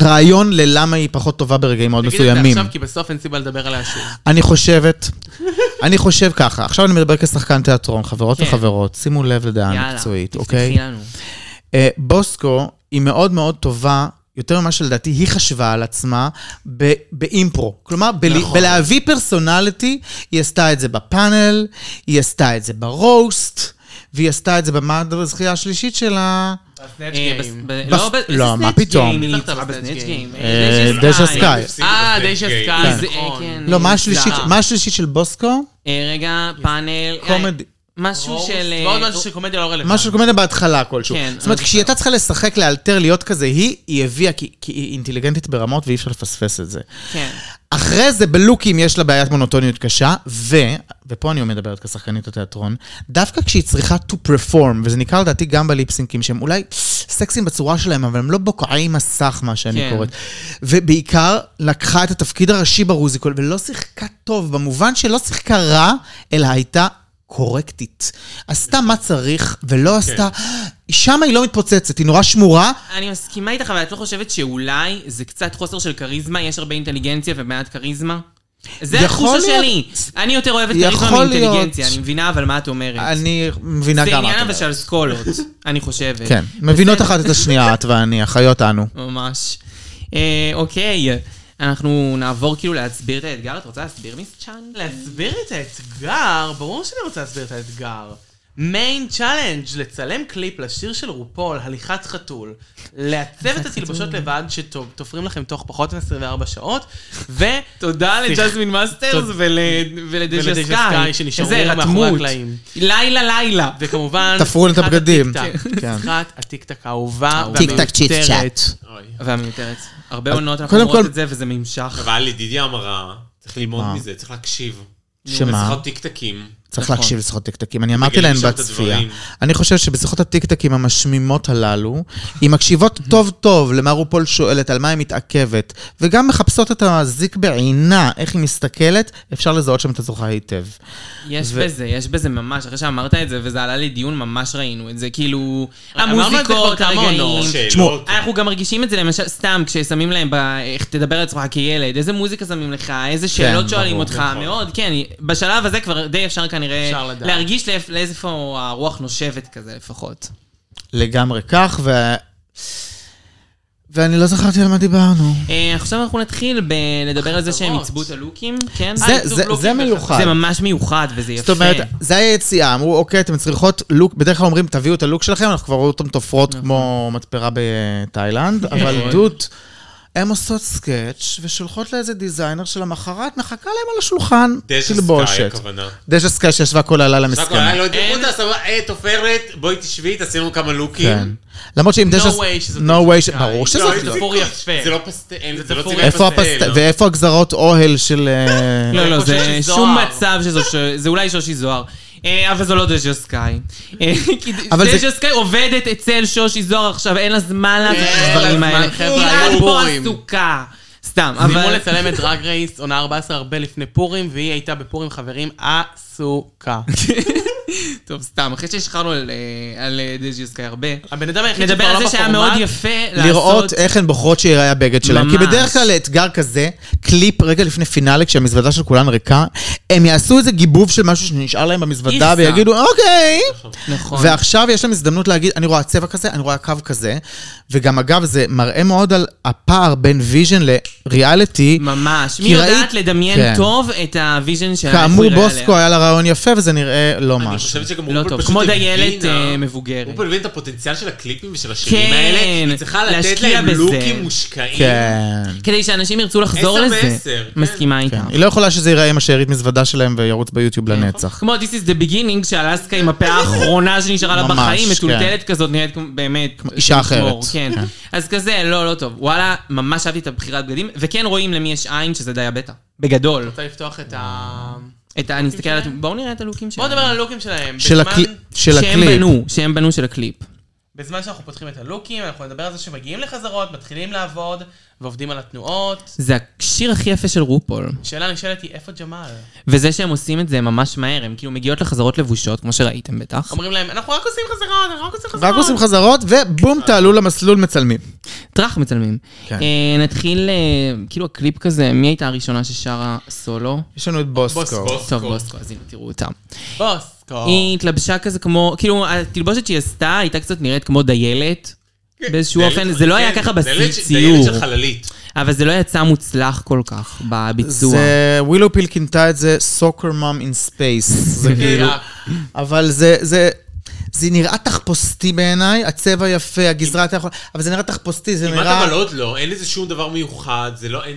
Speaker 4: רעיון ללמה היא פחות טובה ברגעים מאוד
Speaker 3: נגיד את זה
Speaker 4: מסוימים.
Speaker 3: עכשיו, כי בסוף אין סיבה לדבר עליה שוב.
Speaker 4: אני חושבת, אני חושב ככה, עכשיו אני מדבר כשחקן תיאטרון, חברות
Speaker 2: כן.
Speaker 4: וחברות, שימו לב לדעה
Speaker 2: יאללה,
Speaker 4: המקצועית,
Speaker 2: תפתחי
Speaker 4: אוקיי?
Speaker 2: לנו.
Speaker 4: אה, בוסקו היא מאוד מאוד טובה. יותר ממה שלדעתי היא חשבה על עצמה ב- באימפרו. כלומר, ב-
Speaker 5: נכון.
Speaker 4: בלהביא פרסונליטי, היא עשתה את זה בפאנל, היא עשתה את זה ברוסט, והיא עשתה את זה במעמד הזכייה השלישית שלה.
Speaker 2: אה,
Speaker 3: בסנאצ' גיים.
Speaker 2: בס- ב- לא,
Speaker 4: בס-
Speaker 2: ב- איזה
Speaker 4: לא,
Speaker 2: סנאצ'
Speaker 4: מה פתאום?
Speaker 2: גיים היא
Speaker 3: ניצחת
Speaker 2: ניצחה
Speaker 3: בסנאצ'
Speaker 2: בסנאצ'
Speaker 3: גיים.
Speaker 2: גיים.
Speaker 4: אה,
Speaker 2: אה,
Speaker 4: דשא
Speaker 2: סקאי.
Speaker 4: סקאי.
Speaker 2: Ah,
Speaker 3: אה,
Speaker 5: כן.
Speaker 3: דשא
Speaker 5: כן.
Speaker 3: סקאי,
Speaker 2: זה-
Speaker 3: זה
Speaker 2: אה,
Speaker 3: און.
Speaker 2: כן,
Speaker 4: לא, מה
Speaker 2: אה,
Speaker 4: השלישית,
Speaker 2: זרה.
Speaker 4: מה השלישית של בוסקו?
Speaker 2: אה, רגע, פאנל.
Speaker 4: קומדי.
Speaker 2: אה,
Speaker 3: Oh,
Speaker 2: משהו של... אה,
Speaker 3: ועוד משהו של קומדיה לא רלוונטי.
Speaker 4: משהו שקומדיה בהתחלה כלשהו.
Speaker 2: כן,
Speaker 4: זאת אומרת,
Speaker 2: אז
Speaker 4: כשהיא הייתה צריכה לשחק, לאלתר, להיות כזה, היא, היא הביאה, כי כי היא אינטליגנטית ברמות ואי אפשר לפספס את זה.
Speaker 2: כן.
Speaker 4: אחרי זה בלוקים יש לה בעיית מונוטוניות קשה, ו, ופה אני מדברת כשחקנית התיאטרון, דווקא כשהיא צריכה to perform, וזה נקרא לדעתי גם בליפסינקים, שהם אולי סקסים בצורה שלהם, אבל הם לא בוקעי מסך, מה שאני
Speaker 2: כן.
Speaker 4: קוראת. ובעיקר, לקחה את התפקיד הראשי ברוזיקול, ולא שיחקה טוב, במובן שלא שיחקה רע, אלא הייתה... קורקטית. עשתה מה צריך,
Speaker 2: כן.
Speaker 4: ולא עשתה... שם היא לא מתפוצצת, היא נורא שמורה,
Speaker 2: אני מסכימה איתך, אבל את לא חושבת שאולי זה קצת חוסר של כריזמה? יש הרבה אינטליגנציה ומעט כריזמה? זה
Speaker 4: יכול
Speaker 2: התחושה שלי.
Speaker 4: להיות.
Speaker 2: אני יותר אוהבת
Speaker 4: יכול
Speaker 2: כריזמה
Speaker 4: להיות.
Speaker 2: מאינטליגנציה, אני מבינה אבל מה את אומרת.
Speaker 4: אני מבינה
Speaker 2: זה
Speaker 4: גם מה
Speaker 2: עניין
Speaker 4: את
Speaker 2: אבל
Speaker 4: אומרת.
Speaker 2: של אסכולות, אני חושבת.
Speaker 4: כן, מבינות אחת את השנייה, את ואני, אחיות אנו.
Speaker 2: ממש. אה, אוקיי, אנחנו נעבור כאילו להסביר את האתגר. את רוצה להסביר מיס צ'אן?
Speaker 3: להסביר את האתגר, ברור שאני רוצה להסביר את האתגר. מיין צ'אלנג', לצלם קליפ לשיר של רופול, הליכת חתול, לעצב את התלבושות לבד, שתופרים לכם תוך פחות מ-24 שעות, ו...
Speaker 2: תודה לג'זמין מאסטרס
Speaker 3: תודה.
Speaker 2: ולדשא
Speaker 3: ולדשא
Speaker 2: סקאי,
Speaker 3: סקאי שנשארו
Speaker 2: איזה
Speaker 3: מאחורי
Speaker 2: הרתמות.
Speaker 3: הקלעים.
Speaker 2: לילה לילה.
Speaker 3: וכמובן...
Speaker 4: תפרו לי את
Speaker 3: שיחת
Speaker 4: הבגדים.
Speaker 3: הטיק-טק.
Speaker 4: כן.
Speaker 3: שיחת הטיקטק האהובה
Speaker 4: טיק טק צ'יט
Speaker 3: והמיותרת.
Speaker 4: צ'אט.
Speaker 2: אה,
Speaker 5: אוי.
Speaker 2: והמיותרת. הרבה עונות אנחנו
Speaker 4: קודם
Speaker 2: אומרות
Speaker 4: כל-
Speaker 2: את זה וזה נמשך.
Speaker 5: אבל ידידיה אמרה, צריך ללמוד
Speaker 4: מה?
Speaker 5: מזה, צריך להקשיב.
Speaker 4: שמה?
Speaker 5: בשיחות טיקטקים.
Speaker 4: צריך
Speaker 2: נכון.
Speaker 4: להקשיב לשיחות טיקטקים. אני אמרתי
Speaker 5: מגלים
Speaker 4: להן
Speaker 5: שם את
Speaker 4: בצפייה.
Speaker 5: הדברים.
Speaker 4: אני חושב שבשיחות הטיקטקים המשמימות הללו, היא מקשיבות טוב טוב למה רופול שואלת, על מה היא מתעכבת, וגם מחפשות את הזיק בעינה, איך היא מסתכלת, אפשר לזהות שם את הזוכה היטב.
Speaker 2: יש
Speaker 4: ו-
Speaker 2: בזה, יש בזה ממש, אחרי שאמרת את זה וזה עלה לי דיון, ממש ראינו את זה, כאילו,
Speaker 3: אמרנו את זה כבר
Speaker 2: המוזיקות,
Speaker 3: כמה
Speaker 2: הרגעים.
Speaker 3: עונות.
Speaker 5: שאלות.
Speaker 2: אנחנו גם מרגישים את זה למשל, סתם, כששמים להם, ב... איך תדבר על עצמך כילד, איזה מוזיקה שמים לך, איזה שאלות שואלים
Speaker 4: ברור,
Speaker 2: אותך,
Speaker 5: נכון.
Speaker 2: מאוד, כן, בשלב הזה כבר די אפשר כנראה
Speaker 3: אפשר לדעת.
Speaker 2: להרגיש לאיפ- לאיפה הרוח נושבת כזה לפחות.
Speaker 4: לגמרי כך, ו... ואני לא זכרתי על מה דיברנו.
Speaker 2: אה, עכשיו אנחנו נתחיל בלדבר על זה שהם
Speaker 3: חברות.
Speaker 2: עיצבו את הלוקים, כן?
Speaker 4: זה-
Speaker 2: אה, עיצוב
Speaker 5: לא
Speaker 4: זה-
Speaker 2: לוקים
Speaker 4: זה
Speaker 2: בכלל.
Speaker 4: מלוכה.
Speaker 2: זה ממש מיוחד וזה יפה.
Speaker 4: זאת אומרת, זה היה יציאה, אמרו, אוקיי, אתם צריכות לוק, בדרך כלל אומרים, תביאו את הלוק שלכם, אנחנו כבר רואים אותם תופרות כמו מתפרה בתאילנד, אבל דוט, הן עושות סקאץ' ושולחות לאיזה דיזיינר שלמחרת מחכה להם על השולחן,
Speaker 5: דשא סקאי
Speaker 4: תלבושת.
Speaker 5: הכוונה.
Speaker 4: דשא סקאי שישבה כל הלילה
Speaker 5: רק אולי
Speaker 4: מסכנה.
Speaker 5: לא ידעו
Speaker 3: אין-
Speaker 5: אותה, סבבה, אה, תופרת, בואי תשבי, תעשי לנו כמה
Speaker 4: כן.
Speaker 5: לוקים.
Speaker 4: למרות שאם דשא...
Speaker 3: way שזאת
Speaker 4: No way ש...
Speaker 3: סקאי.
Speaker 4: ברור
Speaker 3: לא,
Speaker 4: שזאת
Speaker 5: אין
Speaker 4: לא.
Speaker 5: ספק.
Speaker 3: תפור יפה.
Speaker 5: זה לא פסטל, זה לא
Speaker 3: תפור
Speaker 5: צירי
Speaker 4: איפה הפסט...
Speaker 5: פסטל.
Speaker 4: ואיפה הגזרות אוהל של... אה,
Speaker 2: לא, לא,
Speaker 3: איפה
Speaker 2: זה
Speaker 3: שושי
Speaker 2: שום
Speaker 3: זוהר?
Speaker 2: מצב שזו, ש- זה אולי שושי זוהר. אה, אבל זו לא דז'ה סקאי. אה, כי
Speaker 4: אבל זה-
Speaker 2: דז'ה סקאי עובדת אצל שושי זוהר עכשיו, אין לה זמן לעשות את
Speaker 3: אין לה
Speaker 2: הדברים
Speaker 3: זמן,
Speaker 2: האלה.
Speaker 3: חבר'ה,
Speaker 2: היא
Speaker 3: היו
Speaker 2: עד פה
Speaker 3: פורים.
Speaker 2: עסוקה. סתם,
Speaker 3: זימו
Speaker 2: אבל...
Speaker 3: לצלם את דרג רייס, עונה 14 הרבה לפני פורים, והיא הייתה בפורים, חברים, עסוקה.
Speaker 2: טוב, סתם, אחרי שהשחררנו על, אה, על אה, דז'ה סקאי הרבה,
Speaker 3: הבן אדם היחיד
Speaker 2: נדבר
Speaker 3: שכבר
Speaker 2: על
Speaker 3: לא
Speaker 2: זה שהיה מאוד
Speaker 3: בפורמט,
Speaker 2: יפה לעשות...
Speaker 4: לראות איך הן בוחרות שייראה הבגד שלהן. כי
Speaker 2: ממש.
Speaker 4: בדרך כלל לאתגר כזה, קליפ רגע לפני פינאלה, כשהמזוודה של כולן ריקה, הם יעשו איזה גיבוב של משהו שנשאר להם במזוודה,
Speaker 2: איסה.
Speaker 4: ויגידו, אוקיי.
Speaker 2: נכון.
Speaker 4: ועכשיו יש להם הזדמנות להגיד, אני רואה צבע כזה, אני רואה קו כזה. וגם אגב, זה מראה מאוד על הפער בין ויז'ן לריאליטי.
Speaker 2: ממש. מי
Speaker 4: כי ראית-
Speaker 2: יודעת לדמיין
Speaker 4: כן.
Speaker 2: טוב את הוויז'ן שלה. איך הוא
Speaker 4: כאמור,
Speaker 2: יראה
Speaker 4: בוסקו
Speaker 2: עליה.
Speaker 4: היה לה רעיון יפה, וזה נראה לא
Speaker 5: אני
Speaker 4: משהו.
Speaker 5: חושבת שגם
Speaker 2: לא
Speaker 5: רופול
Speaker 2: טוב,
Speaker 5: פשוט
Speaker 2: כמו
Speaker 5: הבינה-
Speaker 2: דיילת אה, מבוגרת.
Speaker 5: רופול הבין את הפוטנציאל של הקליפים ושל השירים
Speaker 2: כן,
Speaker 5: האלה. היא צריכה לתת
Speaker 2: להשקיע
Speaker 5: להם
Speaker 2: בזה.
Speaker 5: לוקים מושקעים.
Speaker 4: כן.
Speaker 2: כדי שאנשים ירצו לחזור
Speaker 5: עשר
Speaker 2: לזה.
Speaker 5: ועשר, כן.
Speaker 2: מסכימה איתך.
Speaker 4: כן. היא לא יכולה שזה ייראה עם השארית מזוודה שלהם וירוץ ביוטיוב
Speaker 2: נכון.
Speaker 4: לנצח.
Speaker 2: כמו This is the beginning, שאלסקה עם הפאה האחרונה שנשארה לה
Speaker 4: ממש,
Speaker 2: בחיים,
Speaker 4: כן.
Speaker 2: מטולטלת כזאת, נראית כמו- באמת...
Speaker 4: אישה
Speaker 2: כמו מור,
Speaker 4: אחרת.
Speaker 2: כן.
Speaker 4: כן.
Speaker 2: אז כזה, לא, לא טוב. וואלה, ממש אהבתי את הבחירת בגדים, וכן רואים למי יש עין, שזה די הבטא. בגדול. אה.
Speaker 3: רוצה לפתוח את ה...
Speaker 2: את ה... אני מסתכל על... בואו נראה את הלוקים שלהם.
Speaker 3: בואו נדבר על הלוקים שלהם.
Speaker 4: של
Speaker 3: בזמן-
Speaker 4: הקלי- של
Speaker 2: שהם
Speaker 4: הקליפ.
Speaker 2: בנו, שהם בנו של הקליפ.
Speaker 3: בזמן שאנחנו פותחים את הלוקים, אנחנו נדבר על זה שמגיעים לחזרות, מתחילים לעבוד, ועובדים על התנועות.
Speaker 2: זה השיר הכי יפה של רופול.
Speaker 3: השאלה הנשאלת היא, איפה ג'מאל?
Speaker 2: וזה שהם עושים את זה ממש מהר, הם כאילו מגיעות לחזרות לבושות, כמו שראיתם בטח.
Speaker 3: אומרים להם, אנחנו רק עושים חזרות, אנחנו רק עושים חזרות.
Speaker 4: רק עושים חזרות, ובום, תעלו למסלול מצלמים.
Speaker 2: טראח מצלמים.
Speaker 4: כן.
Speaker 2: אה, נתחיל, אה, כאילו הקליפ כזה, מי הייתה הראשונה ששרה סולו?
Speaker 4: יש לנו את בוסקו.
Speaker 5: בוסקו.
Speaker 2: טוב, בוסקו, אז הנה, תראו אותה.
Speaker 3: בוסקו.
Speaker 2: היא התלבשה כזה כמו, כאילו, התלבושת שהיא עשתה הייתה קצת נראית כמו דיילת. באיזשהו אופן, זה לא היה ככה
Speaker 5: כן, דיילת
Speaker 2: בציור,
Speaker 5: של חללית.
Speaker 2: אבל זה לא יצא מוצלח כל כך בביצוע.
Speaker 4: זה, ווילו פיל כינתה את זה סוקר מום אין ספייס. זה כאילו,
Speaker 2: כן.
Speaker 5: אה,
Speaker 3: רק.
Speaker 4: אבל זה, זה, זה נראה תחפושתי בעיניי, הצבע יפה, הגזרה אתה יכול, אבל זה נראה תחפושתי, זה
Speaker 5: כמעט
Speaker 4: נראה...
Speaker 5: אבל עוד לא, אין לזה שום דבר מיוחד, זה לא, אין...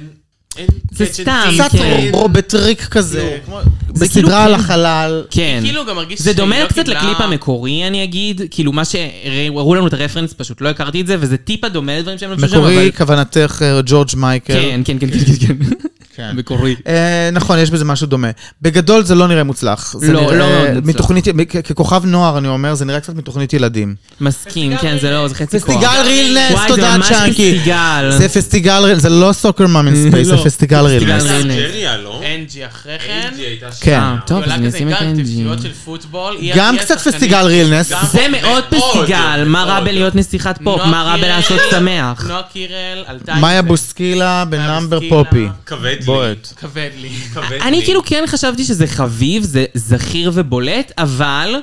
Speaker 5: אין
Speaker 2: זה
Speaker 5: catch and
Speaker 2: סתם,
Speaker 5: tease,
Speaker 4: קצת
Speaker 2: כן.
Speaker 5: אין-
Speaker 4: רובטריק כזה,
Speaker 5: לא.
Speaker 4: כמו-
Speaker 2: זה כאילו
Speaker 4: בסדרה על
Speaker 2: כן.
Speaker 4: החלל.
Speaker 2: כן.
Speaker 3: כאילו גם מרגיש
Speaker 2: זה
Speaker 3: שהיא
Speaker 2: דומה
Speaker 3: לא
Speaker 2: קצת
Speaker 3: קיבלה-
Speaker 2: לקליפ המקורי, אני אגיד. כאילו, מה שהראו לנו את הרפרנס, פשוט לא הכרתי את זה, וזה טיפה דומה לדברים שהם לבשו שם, אבל...
Speaker 4: מקורי, כוונתך אה, ג'ורג' מייקל.
Speaker 2: כן, כן, כן, כן, כן,
Speaker 4: כן.
Speaker 2: כן. מקורי.
Speaker 4: אה, נכון, יש בזה משהו דומה. בגדול זה לא נראה מוצלח. זה
Speaker 2: לא,
Speaker 4: נראה-
Speaker 2: לא מאוד מוצלח.
Speaker 4: מתוכנית, כ- ככוכב נוער, אני אומר, זה נראה קצת מתוכנית ילדים.
Speaker 2: מסכים, כן, זה לא, זה חצי כוח.
Speaker 4: פסטיגל רילנס,
Speaker 2: וואי, זה
Speaker 4: תודה
Speaker 2: ממש
Speaker 4: צ'אנקי.
Speaker 2: פסטיגל.
Speaker 4: זה פסטיגל רילנס, זה לא סוקר מאמן ספייס, זה
Speaker 2: לא.
Speaker 4: פסטיגל רילנס.
Speaker 2: רילנס.
Speaker 5: אלג'ריה, לא?
Speaker 3: אנג'י אחרי כן.
Speaker 5: אנג'י הייתה שם.
Speaker 4: כן.
Speaker 2: אה, טוב, אז
Speaker 3: גדולה
Speaker 2: אני
Speaker 3: כזה,
Speaker 2: אשים את
Speaker 3: גם
Speaker 2: אנג'י.
Speaker 3: תפשוט של פוטבול. היא-
Speaker 4: גם
Speaker 3: היא
Speaker 4: קצת
Speaker 3: השחקנית.
Speaker 4: פסטיגל רילנס.
Speaker 3: גם-
Speaker 2: זה מאוד
Speaker 5: מאוד,
Speaker 2: פסטיגל, מה רע
Speaker 5: מאוד.
Speaker 2: בלהיות נסיכת פופ?
Speaker 3: נועה
Speaker 2: מה רע
Speaker 3: קירל-
Speaker 2: בלעשות שמח?
Speaker 3: נועה קירל, עלתה עם
Speaker 4: מאיה
Speaker 3: זה.
Speaker 4: בוסקילה בנאמבר
Speaker 3: בוסקילה.
Speaker 4: פופי.
Speaker 5: כבד לי.
Speaker 4: בועט.
Speaker 3: כבד לי.
Speaker 5: כבד
Speaker 2: אני
Speaker 5: לי.
Speaker 2: כאילו כן חשבתי שזה חביב, זה זכיר ובולט, אבל